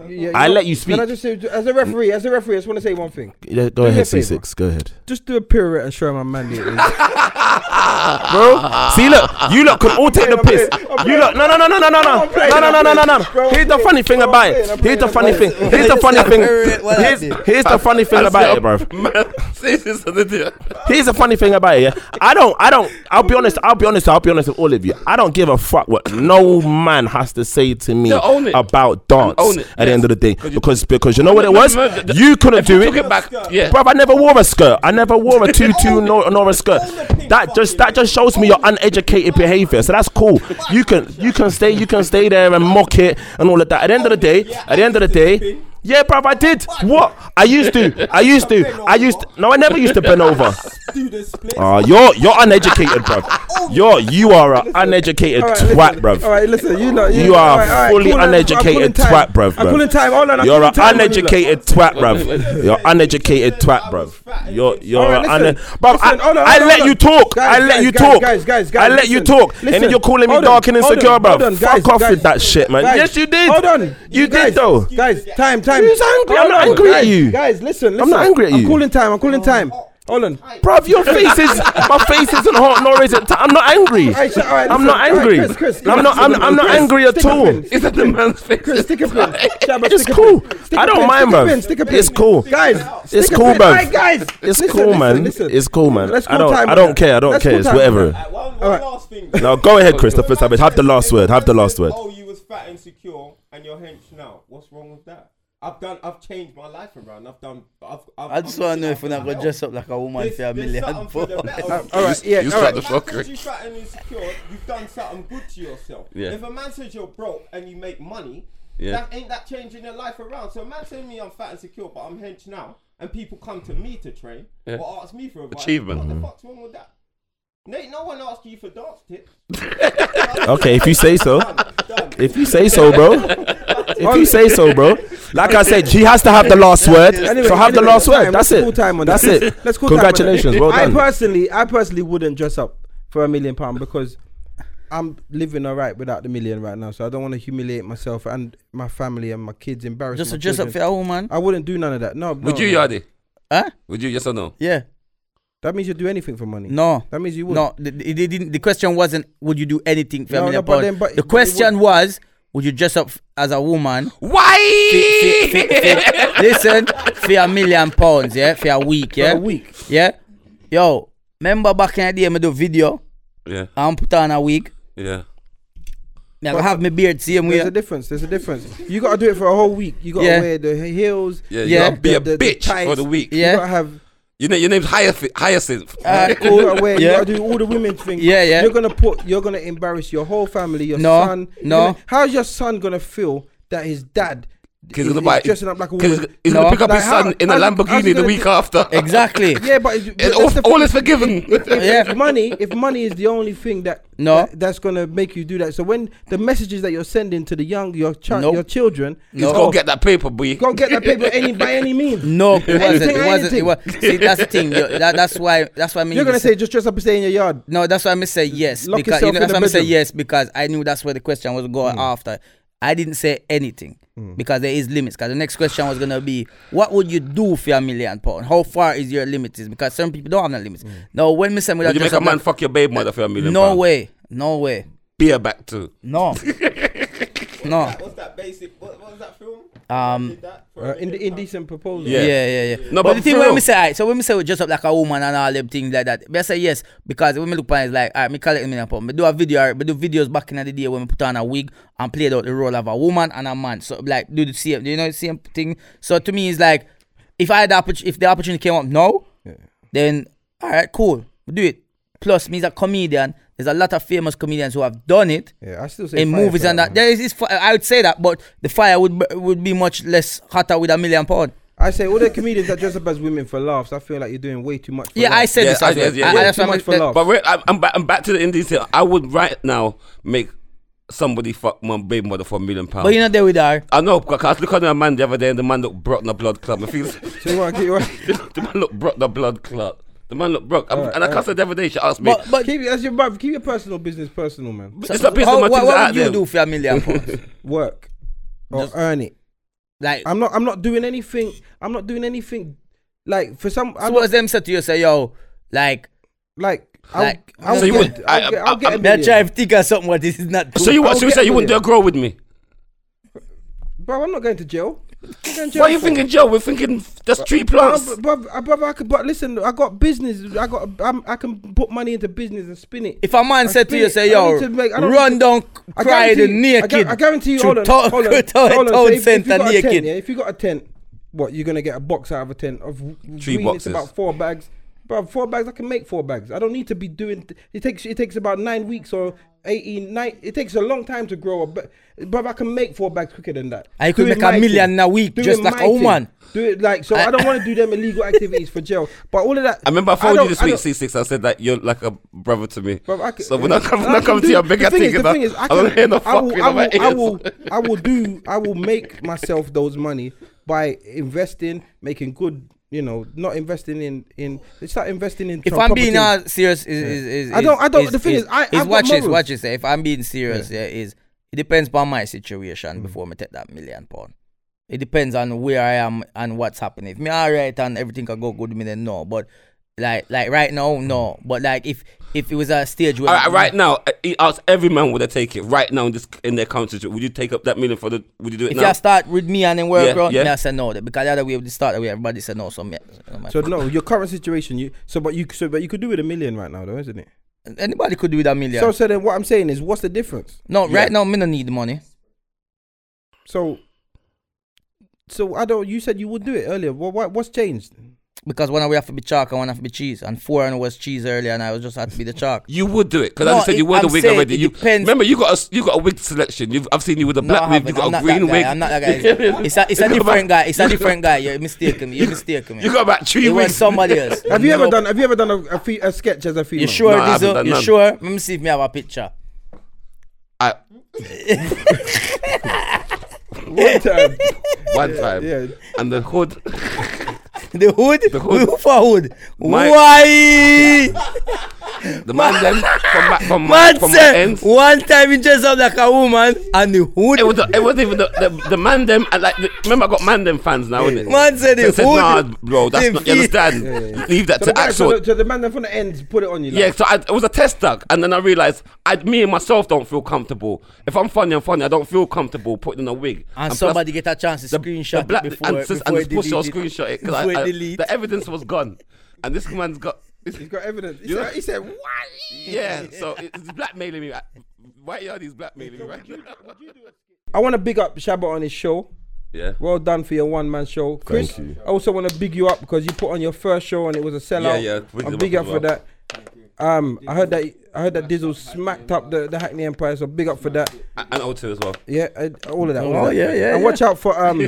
Speaker 1: Yeah,
Speaker 5: I
Speaker 1: know-
Speaker 5: let you speak.
Speaker 1: Can I just say, as a referee, as a referee, I just want to say one thing.
Speaker 5: Yeah, go
Speaker 1: Do me
Speaker 5: ahead,
Speaker 1: a favour.
Speaker 5: C6. Go ahead.
Speaker 1: Just do a pirouette and show my man the
Speaker 5: Bro, see, look, you look can all take the piss. You look, no, no, no, no, no, no, no, no, no, no, no, no, no. Here's the funny thing about it. Here's the funny thing. Here's the funny thing. Here's, here's the funny thing about it, bro.
Speaker 3: this is an idiot.
Speaker 5: Here's the funny thing about it. Yeah? I don't. I don't. I'll be honest. I'll be honest. I'll be honest with all of you. I don't give a fuck what no man has to say to me
Speaker 3: Yeah, own it.
Speaker 5: about dance.
Speaker 3: Own it,
Speaker 5: At the
Speaker 3: yes.
Speaker 5: end of the day,
Speaker 3: Could you-
Speaker 5: because because you know what it
Speaker 3: No,
Speaker 5: was.
Speaker 3: no, no,
Speaker 5: you couldn't
Speaker 3: If you
Speaker 5: do
Speaker 3: took
Speaker 5: it.
Speaker 3: it back, yeah.
Speaker 5: Bruv, I never wore a skirt. I never wore a tutu nor, nor a skirt. That just that just shows me your uneducated behavior. So that's cool. You can you can stay you can stay there and mock it and all of that. At the end of the day, at the end of the day, yeah, bruv, I did. What I used to, I used to, I used to, no, I never used to bend over.
Speaker 2: Do the split.
Speaker 5: Ah, you're you're uneducated, bruv. You're you are an uneducated twat,
Speaker 1: All
Speaker 5: bruv.
Speaker 1: right, listen, you know
Speaker 5: You are fully uneducated twat,
Speaker 1: bro.
Speaker 5: bruv,
Speaker 1: I'm
Speaker 5: bruv.
Speaker 1: calling time. Hold on, I'm
Speaker 5: You're
Speaker 1: calling
Speaker 5: an
Speaker 1: time on you lot.
Speaker 5: uneducated twat, bruv. You're uneducated twat, bruv. You're you're
Speaker 1: Alright,
Speaker 5: an une-
Speaker 1: listen,
Speaker 5: bruv.
Speaker 1: listen, hold on,
Speaker 5: I, I
Speaker 1: hold on,
Speaker 5: let
Speaker 1: hold
Speaker 5: you
Speaker 1: on.
Speaker 5: talk.
Speaker 1: Guys,
Speaker 5: I let
Speaker 1: guys,
Speaker 5: you
Speaker 1: guys,
Speaker 5: talk.
Speaker 1: guys, guys, guys,
Speaker 5: I let you
Speaker 1: listen,
Speaker 5: talk, and
Speaker 1: listen.
Speaker 5: then you're calling me
Speaker 1: Hold on,
Speaker 5: dark and
Speaker 1: hold on,
Speaker 5: insecure, bruv.
Speaker 1: hold on,
Speaker 5: Fuck
Speaker 1: guys,
Speaker 5: off
Speaker 1: guys.
Speaker 5: with that shit, man.
Speaker 1: Guys,
Speaker 5: Yes, you did.
Speaker 1: Hold on.
Speaker 5: You did
Speaker 1: guys-
Speaker 5: though.
Speaker 1: Guys, time, time.
Speaker 5: Who's angry? I'm
Speaker 1: Hold
Speaker 5: not
Speaker 1: on,
Speaker 5: angry at
Speaker 1: guys,
Speaker 5: you.
Speaker 1: Guys, listen, listen.
Speaker 5: I'm not angry at
Speaker 1: I'm
Speaker 5: you.
Speaker 1: calling time. I'm
Speaker 4: Oh.
Speaker 1: calling time. Hold on.
Speaker 5: Bruv, your face is my face isn't hot nor is it. T- I'm not angry.
Speaker 1: All right, so- all right,
Speaker 5: I'm
Speaker 1: listen.
Speaker 5: not
Speaker 1: All right,
Speaker 5: angry.
Speaker 1: Chris, Chris,
Speaker 5: I'm not. I'm, I'm not
Speaker 1: Chris,
Speaker 5: angry at
Speaker 1: stick a
Speaker 5: all.
Speaker 1: pin.
Speaker 3: Is that the man's face?
Speaker 1: Chris, stick a pin. Shabba,
Speaker 5: It's
Speaker 1: stick a
Speaker 5: cool.
Speaker 1: pin. Stick
Speaker 5: I
Speaker 1: a
Speaker 5: don't
Speaker 1: pin,
Speaker 5: mind,
Speaker 1: stick a
Speaker 5: bruv.
Speaker 1: pin, stick a pin.
Speaker 5: It's cool.
Speaker 1: guys.
Speaker 5: It's
Speaker 1: stick a
Speaker 5: cool,
Speaker 1: pin.
Speaker 5: bruv.
Speaker 1: All right, guys,
Speaker 5: It's
Speaker 1: listen,
Speaker 5: cool,
Speaker 1: listen,
Speaker 5: man.
Speaker 1: listen.
Speaker 5: It's cool, man.
Speaker 1: Let's
Speaker 5: I
Speaker 1: call
Speaker 5: don't.
Speaker 1: time
Speaker 5: I
Speaker 1: on
Speaker 5: don't
Speaker 1: that.
Speaker 5: care. I don't
Speaker 1: Let's
Speaker 5: care.
Speaker 1: call
Speaker 5: It's
Speaker 1: time on
Speaker 5: whatever.
Speaker 2: Alright, one, one
Speaker 1: Alright.
Speaker 2: last thing.
Speaker 5: Now go ahead, Christopher Savage. Have the last word. Have the last word.
Speaker 2: Oh, you was fat and secure, and you're hench now. What's wrong with that? I've done. I've changed my life around. I've done. I've. I've
Speaker 4: I just want to know if we're not going to dress up like a woman for a million. pounds.
Speaker 2: All
Speaker 1: All right, yeah. All
Speaker 3: You
Speaker 1: right.
Speaker 3: start the
Speaker 2: If a man says
Speaker 3: fucker.
Speaker 2: you fat and insecure, you've done something good to yourself.
Speaker 3: Yeah.
Speaker 2: If a man says you're broke and you make money,
Speaker 3: Yeah.
Speaker 2: that ain't that changing your life around. So a man saying me I'm fat and secure, but I'm hench now, and people come to me to train
Speaker 3: Yeah.
Speaker 2: or ask me for advice.
Speaker 3: Achievement.
Speaker 2: What the fuck's wrong with that? Nate, no one asked you for dance tips.
Speaker 5: Okay, if you say so.
Speaker 2: Done.
Speaker 5: If you say so, bro. If you say so, bro. Like I said, he has to have the last word.
Speaker 1: Anyway,
Speaker 5: So have the
Speaker 1: anyway, let's
Speaker 5: last word.
Speaker 1: time-
Speaker 5: That's
Speaker 1: let's call
Speaker 5: it.
Speaker 1: time on
Speaker 5: That's
Speaker 1: that.
Speaker 5: it.
Speaker 1: Let's call time on that.
Speaker 5: Congratulations. Well
Speaker 1: I
Speaker 5: done.
Speaker 1: personally, I personally wouldn't dress up for a million pound because I'm living alright without the million right now. So I don't want to humiliate myself and my family and my kids, embarrass.
Speaker 4: Just
Speaker 1: my
Speaker 4: to dress up for
Speaker 1: children.
Speaker 4: a woman.
Speaker 1: I wouldn't do none of that. No.
Speaker 3: Would
Speaker 1: no,
Speaker 3: you,
Speaker 1: no.
Speaker 3: Yardi?
Speaker 4: Huh?
Speaker 3: Would you? Yes or no?
Speaker 4: Yeah.
Speaker 1: That means you'd do anything for money.
Speaker 4: No.
Speaker 1: That means you would.
Speaker 4: No, the, the, the, the question wasn't would you do anything for
Speaker 1: No,
Speaker 4: a
Speaker 1: no,
Speaker 4: million
Speaker 1: but
Speaker 4: pounds.
Speaker 1: then- but- but
Speaker 4: the
Speaker 1: it
Speaker 4: question was would you dress up as a woman?
Speaker 3: Why?
Speaker 4: Listen, for a million pounds, yeah, for a week, yeah,
Speaker 1: a week.
Speaker 4: yeah. Yo, remember back in the day, me do video.
Speaker 3: Yeah,
Speaker 4: and put on a wig.
Speaker 3: yeah.
Speaker 4: Me I go have my beard same
Speaker 1: There's
Speaker 4: way.
Speaker 1: a difference. There's a difference. You gotta do it for a whole week. You gotta
Speaker 4: Yeah.
Speaker 1: wear the he- heels.
Speaker 3: Yeah,
Speaker 4: Yeah.
Speaker 3: you gotta be
Speaker 1: The-
Speaker 3: a
Speaker 1: the- the
Speaker 3: bitch for
Speaker 1: tights.
Speaker 3: the week.
Speaker 1: You
Speaker 4: Yeah.
Speaker 1: gotta have.
Speaker 3: You know, your name's Hyacinth. Hyacinth.
Speaker 4: Uh,
Speaker 1: You gotta wear.
Speaker 4: Yeah.
Speaker 1: You gotta do all the women things.
Speaker 4: Yeah, yeah.
Speaker 1: You're gonna put. You're gonna embarrass your whole family. Your
Speaker 4: No,
Speaker 1: son. you're
Speaker 4: no.
Speaker 1: gonna- how's your son gonna feel that his dad?
Speaker 3: He's
Speaker 1: is-
Speaker 3: gonna
Speaker 1: is
Speaker 3: buy.
Speaker 1: dressing up like a
Speaker 3: he's,
Speaker 1: woman.
Speaker 3: he's
Speaker 4: No.
Speaker 3: gonna pick up his
Speaker 1: Like, how-
Speaker 3: son in a
Speaker 1: how's he- how's he
Speaker 3: Lamborghini the
Speaker 1: gonna
Speaker 3: week
Speaker 1: do-
Speaker 3: after.
Speaker 4: exactly.
Speaker 1: Yeah, but, it-
Speaker 3: And
Speaker 1: but
Speaker 3: all,
Speaker 1: that's the
Speaker 3: all
Speaker 1: thing.
Speaker 3: is forgiven.
Speaker 1: if
Speaker 4: Yeah.
Speaker 1: money if money is the only thing that
Speaker 4: No.
Speaker 1: that- that's gonna make you do that. So when the messages that you're sending to the young your child
Speaker 4: Nope.
Speaker 1: your children,
Speaker 3: He's
Speaker 1: oh,
Speaker 3: gonna get that paper, boy.
Speaker 1: go get that paper any by any means.
Speaker 4: No, it wasn't.
Speaker 1: Anything,
Speaker 4: It wasn't. It was. See, that's the thing. yo, that, that's why. That's why I mean.
Speaker 1: You're gonna
Speaker 4: it's-
Speaker 1: say just dress up and stay in your yard.
Speaker 4: No, that's why I'm say yes
Speaker 1: Lock
Speaker 4: because
Speaker 1: yourself
Speaker 4: you know
Speaker 1: in
Speaker 4: that's
Speaker 1: the
Speaker 4: why I'm say
Speaker 1: bedroom.
Speaker 4: yes because I knew that's where the question was going after. I didn't say anything because there is limits. Because the next question was gonna be, what would you do for a million pound? How far is your limit? Is because some people don't have no limits. No, when me say me that
Speaker 3: Would you make
Speaker 4: just
Speaker 3: a
Speaker 4: have
Speaker 3: man
Speaker 4: that-
Speaker 3: fuck your babe mother for a million
Speaker 4: no
Speaker 3: pound?
Speaker 4: way, no way,
Speaker 3: Beer back too.
Speaker 4: no, no.
Speaker 2: That- What's that basic? What, what was that film?
Speaker 4: Um,
Speaker 2: Did that for
Speaker 1: Uh,
Speaker 2: a
Speaker 1: in
Speaker 2: million
Speaker 1: the
Speaker 2: pounds?
Speaker 1: indecent proposal.
Speaker 3: Yeah.
Speaker 4: Yeah, yeah, yeah.
Speaker 3: No, but
Speaker 4: No, but, the thing
Speaker 3: for
Speaker 4: when
Speaker 3: real.
Speaker 4: we say, alright, so when we say we dress up like a woman and all them things like that, we say yes because when we look at it, it's like, alright, me collect million pound. Me do a video, alright, me do videos back in the day when we put on a wig and played out the role of a woman and a man. So like, do the same, do you know, the same thing. So to me, it's like, if I had the opportunity, if the opportunity came up now, then alright, cool, we do it. Plus, me as a comedian, there's a lot of famous comedians who have done it
Speaker 1: Yeah, I still say
Speaker 4: in
Speaker 1: fire
Speaker 4: movies
Speaker 1: for
Speaker 4: and that.
Speaker 1: one.
Speaker 4: There is, is fi- I would say that, but the fire would b- would be much less hotter with a million pound.
Speaker 1: I say all the comedians that dress up as women for laughs. I feel like you're doing way too much. For
Speaker 4: Yeah, I
Speaker 1: laughs.
Speaker 4: said
Speaker 3: Yeah,
Speaker 4: this.
Speaker 3: I-
Speaker 4: as well.
Speaker 3: yeah, yeah,
Speaker 4: I-
Speaker 3: yeah.
Speaker 4: that's
Speaker 1: Too
Speaker 4: what I
Speaker 1: much
Speaker 4: meant
Speaker 1: for
Speaker 4: that-
Speaker 1: love.
Speaker 3: But wait, I'm, I'm, back, I'm back to the Indian thing. I would right now make somebody fuck my baby mother for a million pounds.
Speaker 4: But you're not there with her.
Speaker 3: I know because I was looking at a man the other day and the man looked broke in the blood club. I feel
Speaker 1: So you want to keep, you wanna-
Speaker 3: the man looked broke in the blood club. The man looked broke. I'm-
Speaker 1: Alright,
Speaker 3: and I
Speaker 1: alright.
Speaker 3: can't say the other day she asked me.
Speaker 4: But but
Speaker 1: keep as your bruv, keep your personal business personal, man.
Speaker 3: it's not business
Speaker 4: how-
Speaker 3: my
Speaker 4: what,
Speaker 3: things
Speaker 4: what
Speaker 3: out
Speaker 4: would you
Speaker 3: there.
Speaker 4: do for a million pounds?
Speaker 1: Work or
Speaker 4: Just-
Speaker 1: earn it.
Speaker 4: like
Speaker 1: I'm not. I'm not doing anything. I'm not doing anything. Like for some, I'm
Speaker 4: suppose them said to you say yo like
Speaker 1: Like, I'll,
Speaker 4: Like-
Speaker 1: I'll,
Speaker 3: So you
Speaker 1: get,
Speaker 3: would-
Speaker 1: I'll,
Speaker 3: I-
Speaker 1: get,
Speaker 3: I-
Speaker 1: I'll get a
Speaker 3: I'm-
Speaker 4: that
Speaker 1: million.
Speaker 4: drive thick or something. What this is not.
Speaker 3: So
Speaker 4: cool.
Speaker 3: you
Speaker 1: I
Speaker 3: what?
Speaker 1: will
Speaker 3: So you
Speaker 1: get
Speaker 3: say you
Speaker 1: a
Speaker 3: wouldn't do a
Speaker 1: million.
Speaker 3: girl with me?
Speaker 1: Bro, I'm not going to jail. I'm going to jail
Speaker 3: Why are you
Speaker 1: for-
Speaker 3: thinking Joe? We're thinking that's tree
Speaker 1: Bro,
Speaker 3: plants.
Speaker 1: but, but, but, I could, but listen, I got business. I got. I'm, I can put money into business and spin it.
Speaker 4: If a
Speaker 1: I
Speaker 4: man said to you
Speaker 1: spin
Speaker 4: say
Speaker 1: it. I
Speaker 4: yo
Speaker 1: need to make- I don't
Speaker 4: run
Speaker 1: need
Speaker 4: down
Speaker 1: I
Speaker 4: cry the
Speaker 1: guarantee- I,
Speaker 4: naked.
Speaker 1: gu- I guarantee you.
Speaker 4: to
Speaker 1: Hold on.
Speaker 4: town-
Speaker 1: hold on.
Speaker 4: to town-
Speaker 1: hold on.
Speaker 4: town
Speaker 1: So if, if you
Speaker 4: centre
Speaker 1: got a
Speaker 4: naked.
Speaker 1: tent, yeah, if you got a tent, what you're gonna get a box out of a tent of w- w-
Speaker 3: Three
Speaker 1: weed,
Speaker 3: boxes.
Speaker 1: It's about four bags. Bro, four bags. I can make four bags. I don't need to be doing. Th- it takes. It takes about nine weeks or. 18, nine, it takes a long time to grow a but but I can make four bags quicker than that.
Speaker 4: I could
Speaker 1: Do it
Speaker 4: make a
Speaker 1: my
Speaker 4: million
Speaker 1: thing.
Speaker 4: in a week,
Speaker 1: Do
Speaker 4: just
Speaker 1: it
Speaker 4: like
Speaker 1: my
Speaker 4: a woman.
Speaker 1: thing. Do it like so. I, don't want to do them illegal activities for jail. But all of that.
Speaker 3: I remember I phoned
Speaker 1: don't-
Speaker 3: you this
Speaker 1: I
Speaker 3: week,
Speaker 1: don't-
Speaker 3: C6. I said that you're like a brother to me.
Speaker 1: Bruv, I c-
Speaker 3: so when I come, when
Speaker 1: I
Speaker 3: I
Speaker 1: can
Speaker 3: come to
Speaker 1: do-
Speaker 3: your bigger
Speaker 1: the thing
Speaker 3: thing,
Speaker 1: is- the thing is, I
Speaker 3: I'm
Speaker 1: can-
Speaker 3: hearing the
Speaker 1: I
Speaker 3: fuck
Speaker 1: will,
Speaker 3: in
Speaker 1: I
Speaker 3: my
Speaker 1: will, I
Speaker 3: ears.
Speaker 1: will, I will do, I will make myself those money by investing, making good, you know, not investing in, in, start investing in.
Speaker 4: If
Speaker 1: some
Speaker 4: I'm being
Speaker 1: property.
Speaker 4: uh, serious, is, is, is
Speaker 1: I don't- I don't-
Speaker 4: Is,
Speaker 1: the thing is, I-
Speaker 4: is
Speaker 1: I've
Speaker 4: watch
Speaker 1: got
Speaker 4: this,
Speaker 1: morals.
Speaker 4: watch this. eh, If I'm being serious, yeah, is it depends on my
Speaker 1: Mm.
Speaker 4: situation before me take that million pound. It depends on where I am and what's happening. If me alright and everything can go good, me then no. But like, like right now, no. But like, if if it was a stage where
Speaker 3: All right, right now, I- he asked every man would they take it right now in this in their country. Would you take up that million for the? Would you do it
Speaker 4: if
Speaker 3: now?
Speaker 4: you start with me and then work
Speaker 3: Yeah,
Speaker 4: around,
Speaker 3: yeah.
Speaker 4: me I say no. Because the other way, we start the way everybody said no. So me, so me-
Speaker 1: So no, your current situation, you so but you so but you could do with a million right now though, isn't it?
Speaker 4: anybody could do with a million.
Speaker 1: So so then what I'm saying is, what's the difference?
Speaker 4: no,
Speaker 3: Yeah.
Speaker 4: right now, me no need the money.
Speaker 1: So, so I don't. You said you would do it earlier. What what what's changed?
Speaker 4: because one we have to be chalk and one have to be cheese. And four and was cheese earlier, and I was just had to be the chalk.
Speaker 3: You would do it because
Speaker 4: No,
Speaker 3: I said
Speaker 4: it-
Speaker 3: you wear the
Speaker 4: I'm
Speaker 3: wig
Speaker 4: saying
Speaker 3: already.
Speaker 4: it
Speaker 3: You
Speaker 4: depends.
Speaker 3: remember you got a s- you got a wig selection. You've, I've seen you with a
Speaker 4: No,
Speaker 3: black
Speaker 4: I
Speaker 3: wig.
Speaker 4: haven't.
Speaker 3: You got
Speaker 4: I'm
Speaker 3: a
Speaker 4: not
Speaker 3: green
Speaker 4: that guy.
Speaker 3: wig.
Speaker 4: I'm not that guy. It's a, it's a
Speaker 3: You got
Speaker 4: different
Speaker 3: back-
Speaker 4: guy. It's a different guy. You're mistaken me. You're mistaken me.
Speaker 3: You got about three
Speaker 4: it was
Speaker 3: wigs.
Speaker 4: somebody else.
Speaker 1: Have you ever
Speaker 4: No.
Speaker 1: done? Have you ever done a a, fe- a sketch as a female?
Speaker 4: You sure,
Speaker 3: No, I haven't
Speaker 4: Dizzo?
Speaker 3: done
Speaker 4: You
Speaker 3: none.
Speaker 4: sure? Let me see if me have a picture.
Speaker 3: I,
Speaker 1: One time.
Speaker 3: one time,
Speaker 1: yeah.
Speaker 3: and the hood.
Speaker 4: The hood? The
Speaker 3: hood.
Speaker 4: Who for hood?
Speaker 3: My-
Speaker 4: Why?
Speaker 3: The man then from back from my
Speaker 4: Man
Speaker 3: from my
Speaker 4: said
Speaker 3: ends.
Speaker 4: one time he dressed up like a woman and the hood.
Speaker 3: It was the, it was even the, the, the man them I like the, remember I got man them fans now isn't it?
Speaker 4: Man said
Speaker 3: they
Speaker 4: it
Speaker 3: said
Speaker 4: would.
Speaker 3: nah bro that's
Speaker 4: They
Speaker 3: not you
Speaker 4: feel-
Speaker 3: understand leave that
Speaker 1: So the,
Speaker 3: to
Speaker 1: guy, so,
Speaker 3: Axel
Speaker 1: the, so the man from the end put it on you. Like,
Speaker 3: yeah so I, it was a test duck and then I realised I me and myself don't feel comfortable if I'm funny I'm funny I don't feel comfortable putting in a wig
Speaker 4: and
Speaker 3: plus
Speaker 4: somebody get a chance to screenshot
Speaker 3: the black,
Speaker 4: it before,
Speaker 3: and, sis-
Speaker 4: before
Speaker 3: and
Speaker 4: it
Speaker 3: this pussy will
Speaker 4: delete it.
Speaker 3: screenshot it 'cause
Speaker 4: Before it
Speaker 3: I, I,
Speaker 4: delete.
Speaker 3: the evidence was gone and this man's got
Speaker 1: He's got evidence. He
Speaker 3: You
Speaker 1: said,
Speaker 3: know-
Speaker 1: he said, "Why?"
Speaker 3: Yeah, so it's blackmailing me. right- White Yard is blackmailing me right now.
Speaker 1: I want to big up Shabba on his show.
Speaker 3: Yeah.
Speaker 1: Well done for your one man show, Chris.
Speaker 7: you.
Speaker 1: I also want to big you up because you put on your first show and it was a sellout.
Speaker 3: Yeah, yeah, big
Speaker 1: I'm
Speaker 3: them
Speaker 1: big
Speaker 3: up
Speaker 1: you up for
Speaker 3: as well.
Speaker 1: that. Um, I heard that I heard that Dizzle smacked up the, the Hackney Empire, so big up for that.
Speaker 3: And and O2 as well.
Speaker 1: Yeah, uh, all of that. all
Speaker 4: Oh,
Speaker 1: of that.
Speaker 4: yeah, yeah,
Speaker 1: And
Speaker 4: yeah.
Speaker 1: watch out for um,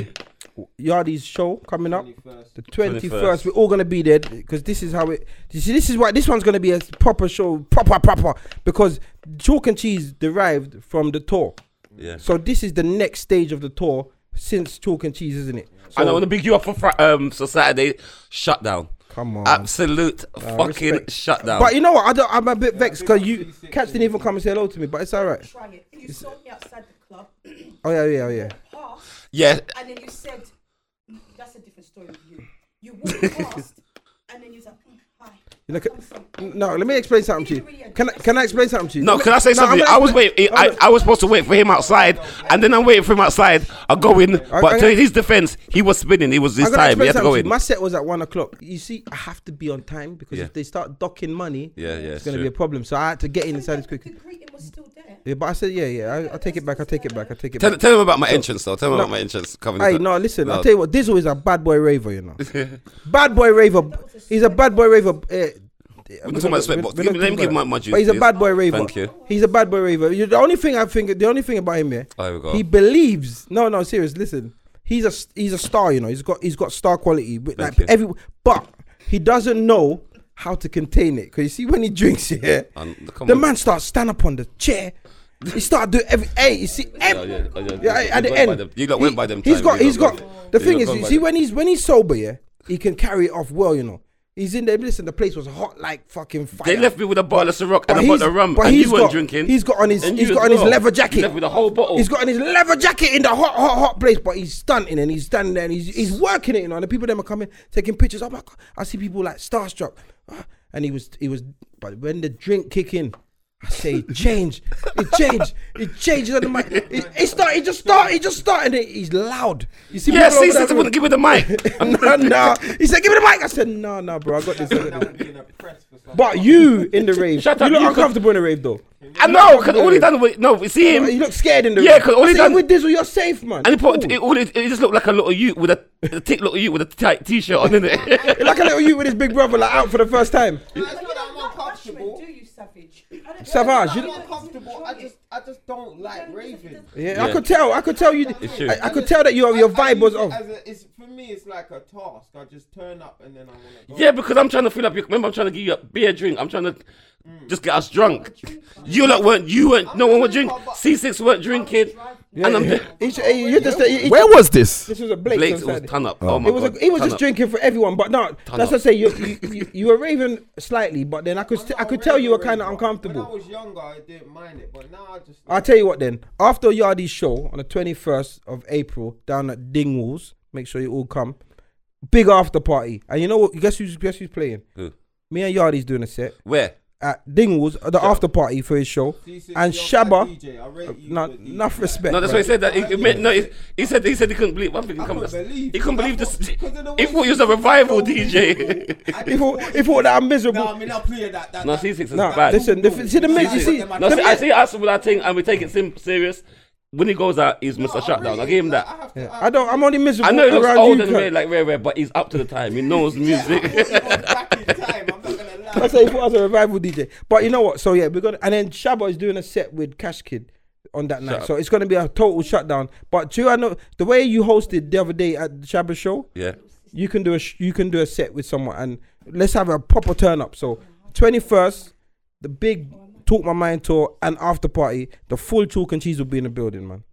Speaker 1: Yardie's show coming up. The 21st.
Speaker 3: 21st.
Speaker 1: We're all going to be there because this is how it. You see, this is why this one's going to be a proper show, proper, proper, because Chalk and Cheese derived from the tour.
Speaker 3: Yeah.
Speaker 1: So this is the next stage of the tour since Chalk and Cheese, isn't it? So,
Speaker 3: and I want to big you up for Fri- um so Saturday shutdown.
Speaker 1: Come on.
Speaker 3: Absolute fucking
Speaker 1: respect.
Speaker 3: shutdown.
Speaker 1: But you know what? I don't, I'm a bit vexed because you cats didn't even come and say hello to me, but it's all right.
Speaker 8: Trying it. You saw me outside the club,
Speaker 1: Oh yeah, yeah, yeah.
Speaker 8: passed,
Speaker 3: yeah.
Speaker 8: and then you said, "Mm, "That's a different story with you." You walked past, and then you said, "Mm, "Hi."
Speaker 1: You know,
Speaker 8: I'm sorry."
Speaker 1: c- no, let me explain something to you. Can I, can I explain something to you?
Speaker 3: No,
Speaker 1: Let me-
Speaker 3: can I say
Speaker 1: No, I'm
Speaker 3: something?
Speaker 1: gonna
Speaker 3: I was
Speaker 1: explain-
Speaker 3: waiting.
Speaker 1: I'm
Speaker 3: I,
Speaker 1: gonna-
Speaker 3: I was supposed to wait for him outside, and then I'm waiting for him outside. I go in, but
Speaker 1: I-
Speaker 3: to his defense, he was spinning. It was his
Speaker 1: I'm gonna
Speaker 3: time. He
Speaker 1: explain
Speaker 3: had to go
Speaker 1: something to
Speaker 3: in.
Speaker 1: you. My set was at one o'clock. You see, I have to be on time because
Speaker 3: Yeah.
Speaker 1: if they start docking money,
Speaker 3: Yeah, yeah,
Speaker 1: it's
Speaker 3: it's
Speaker 1: going to be
Speaker 3: true.
Speaker 1: a problem. So I had to get
Speaker 8: I mean,
Speaker 1: inside as
Speaker 8: the-
Speaker 1: quick.
Speaker 8: The greeting was still there.
Speaker 1: Yeah, but I said, yeah, yeah. I, I take it back. I take it back. I take it
Speaker 3: Tell,
Speaker 1: back.
Speaker 3: tell him about my entrance, though. Tell him about my entrance coming.
Speaker 1: Hey,
Speaker 3: into-
Speaker 1: no, listen. I'll
Speaker 3: No.
Speaker 1: tell you what. Dizzle is a bad boy raver, you know. bad boy raver. He's a bad boy raver. Uh,
Speaker 3: We're not talking about sweat
Speaker 1: we're-
Speaker 3: box.
Speaker 1: we're not
Speaker 3: Give me- Let me
Speaker 1: talking
Speaker 3: give my
Speaker 1: about
Speaker 3: my
Speaker 1: that.
Speaker 3: juice.
Speaker 1: But he's a
Speaker 3: please.
Speaker 1: bad boy raver.
Speaker 3: Thank you.
Speaker 1: He's a bad boy raver. You- The only thing I think, the only thing about him, yeah,
Speaker 3: There we go.
Speaker 1: he believes. No, no, serious. Listen, he's a s- he's a star. You know, he's got he's got star quality. But like
Speaker 3: you.
Speaker 1: every, but he doesn't know how to contain it. Cause you see, when he drinks, yeah,
Speaker 3: And- come
Speaker 1: the
Speaker 3: on.
Speaker 1: man starts stand up on the chair. He started doing every. Hey, you see,
Speaker 3: Oh,
Speaker 1: every,
Speaker 3: yeah, oh, yeah,
Speaker 1: yeah,
Speaker 3: you
Speaker 1: at the
Speaker 3: went by
Speaker 1: end,
Speaker 3: them- You lot went
Speaker 1: he-
Speaker 3: by them.
Speaker 1: He's
Speaker 3: time.
Speaker 1: got,
Speaker 3: You
Speaker 1: he's
Speaker 3: lot
Speaker 1: got.
Speaker 3: went-
Speaker 1: The
Speaker 3: you
Speaker 1: thing
Speaker 3: lot
Speaker 1: is,
Speaker 3: gone
Speaker 1: you
Speaker 3: by
Speaker 1: see,
Speaker 3: them.
Speaker 1: when he's when he's sober, yeah, he can carry it off well. You know, he's in there. Listen, the place was hot like fucking fire.
Speaker 3: they left me with a bottle of Ciroc and a
Speaker 1: he's-
Speaker 3: bottle of rum,
Speaker 1: but
Speaker 3: and
Speaker 1: he's
Speaker 3: you
Speaker 1: got-
Speaker 3: weren't drinking.
Speaker 1: he's got on his-
Speaker 3: And
Speaker 1: he's
Speaker 3: you
Speaker 1: got
Speaker 3: as
Speaker 1: on his
Speaker 3: well.
Speaker 1: leather jacket.
Speaker 3: You Left with a whole bottle.
Speaker 1: He's got on his leather jacket in the hot, hot, hot place, but he's stunting and he's standing there and he's, he's working it, you know. And the people them are coming, taking pictures. Oh my god, I see people like starstruck. Ah, And he was, he was, but when the drink kick in, I say it changed, it changed, it changed on the mic. It, it started, it just started, it just started. And he's loud. You see,
Speaker 3: Yes,
Speaker 1: people
Speaker 3: he
Speaker 1: over
Speaker 3: said
Speaker 1: there-
Speaker 3: he wouldn't give me the mic.
Speaker 1: no, no. He said, "Give me the mic." I said, "No, no, bro, I got this." I got
Speaker 2: That
Speaker 1: this."
Speaker 2: would be in a press for something.
Speaker 1: But you in the rave,
Speaker 3: Shut
Speaker 1: you
Speaker 3: up,
Speaker 1: look
Speaker 3: you could-
Speaker 1: uncomfortable in the rave though.
Speaker 3: I know, because all he done was no. we See
Speaker 1: You
Speaker 3: him.
Speaker 1: look scared in the
Speaker 3: Yeah,
Speaker 1: rave.
Speaker 3: 'cause all he
Speaker 1: See,
Speaker 3: done-
Speaker 1: with Dizzle, you're safe, man.
Speaker 3: And he put
Speaker 1: Cool.
Speaker 3: it, all it, it just looked like a little you with a, a thick little you with a tight t-shirt on, didn't it?
Speaker 1: like a little you with his big brother, like out for the first time.
Speaker 2: That's
Speaker 8: You
Speaker 2: not that
Speaker 8: don't
Speaker 2: I'm
Speaker 8: like
Speaker 2: uncomfortable.
Speaker 8: Ashman, do you, Savage? I don't-
Speaker 1: Savage, you
Speaker 2: I'm
Speaker 1: don't-
Speaker 2: not comfortable. I just, I just don't like raving.
Speaker 1: Yeah, I could tell. I could tell you.
Speaker 3: It's true.
Speaker 1: I, I could tell that your your
Speaker 2: I-
Speaker 1: vibe
Speaker 2: I use
Speaker 1: was
Speaker 2: it
Speaker 1: off.
Speaker 2: as a- it's, for me, it's like a task. I just turn up and then I want to go.
Speaker 3: yeah, because I'm trying to fill up. Your, remember, I'm trying to give you a beer drink. I'm trying to just get us drunk. You lot weren't. You weren't. no one was drinking. C6 weren't drinking. and I'm
Speaker 1: Each, eh, you just, eh, each-
Speaker 5: Where was this?
Speaker 1: this was a Blake.
Speaker 3: Blake's it was ton up. Oh, my
Speaker 1: It was
Speaker 3: god.
Speaker 1: a, he was
Speaker 3: ton
Speaker 1: just
Speaker 3: up.
Speaker 1: drinking for everyone, but no, that's
Speaker 3: up.
Speaker 1: what I say. You, you, you, you were raving slightly, but then I could st- I could tell you were kind of
Speaker 2: When I
Speaker 1: uncomfortable.
Speaker 2: was younger, I didn't mind it, but now I just.
Speaker 1: I'll tell you what then. After Yardie's show on the twenty first of April down at Dingwalls, make sure you all come. Big after party, and you know what? Guess who's guess who's playing?
Speaker 3: Who?
Speaker 1: Me and Yardie's doing a set.
Speaker 3: Where?
Speaker 1: at Dingwalls at the after party for his show,
Speaker 2: D6,
Speaker 1: and
Speaker 2: you're
Speaker 1: Shabba,
Speaker 2: my DJ. I rate you
Speaker 1: no,
Speaker 2: as a DJ.
Speaker 1: enough respect.
Speaker 3: No, that's
Speaker 1: bro.
Speaker 3: why he said that. He, he meant, no, he, he said he said he couldn't believe one thing. He
Speaker 2: I
Speaker 3: couldn't
Speaker 2: couldn't believe.
Speaker 3: He couldn't believe this.
Speaker 2: Because of the
Speaker 3: He
Speaker 2: way
Speaker 3: thought he was
Speaker 2: she
Speaker 3: a revival
Speaker 2: told me.
Speaker 3: DJ.
Speaker 1: He
Speaker 2: I just
Speaker 1: thought,
Speaker 2: thought
Speaker 1: he thought that I'm
Speaker 2: No,
Speaker 1: miserable.
Speaker 2: I mean, I'll play that. that
Speaker 3: No,
Speaker 2: that-
Speaker 3: C6 is
Speaker 1: No,
Speaker 3: bad.
Speaker 1: listen, the, see the mix, you see.
Speaker 2: No,
Speaker 3: No,
Speaker 1: the
Speaker 3: see, I
Speaker 1: mix-
Speaker 3: see us with our thing and we take it sim- serious. When he goes out, he's Mr. Shutdown. I
Speaker 2: really-
Speaker 3: gave him
Speaker 2: no,
Speaker 3: that.
Speaker 2: I have to-
Speaker 1: Yeah, I don't. I'm only miserable
Speaker 3: I know he looks
Speaker 1: around
Speaker 3: old
Speaker 1: you.
Speaker 3: and
Speaker 1: cuz.
Speaker 3: weird like rare, rare, but he's up to the time. He knows
Speaker 2: I
Speaker 3: music.
Speaker 2: thought it was back in time. I'm not gonna
Speaker 1: I
Speaker 2: lie.
Speaker 1: say he thought I was a revival DJ, but you know what? So yeah, we're gonna and then Shabba is doing a set with Cash Kid on that night,
Speaker 3: up.
Speaker 1: so it's gonna be a total shutdown. But do you, I know the way you hosted the other day at the Shabba show?
Speaker 3: yeah.
Speaker 1: you can do a sh- you can do a set with someone and let's have a proper turn up. So 21st, the big Talk My Mind tour and after party, the full Talk and Cheese will be in the building, man.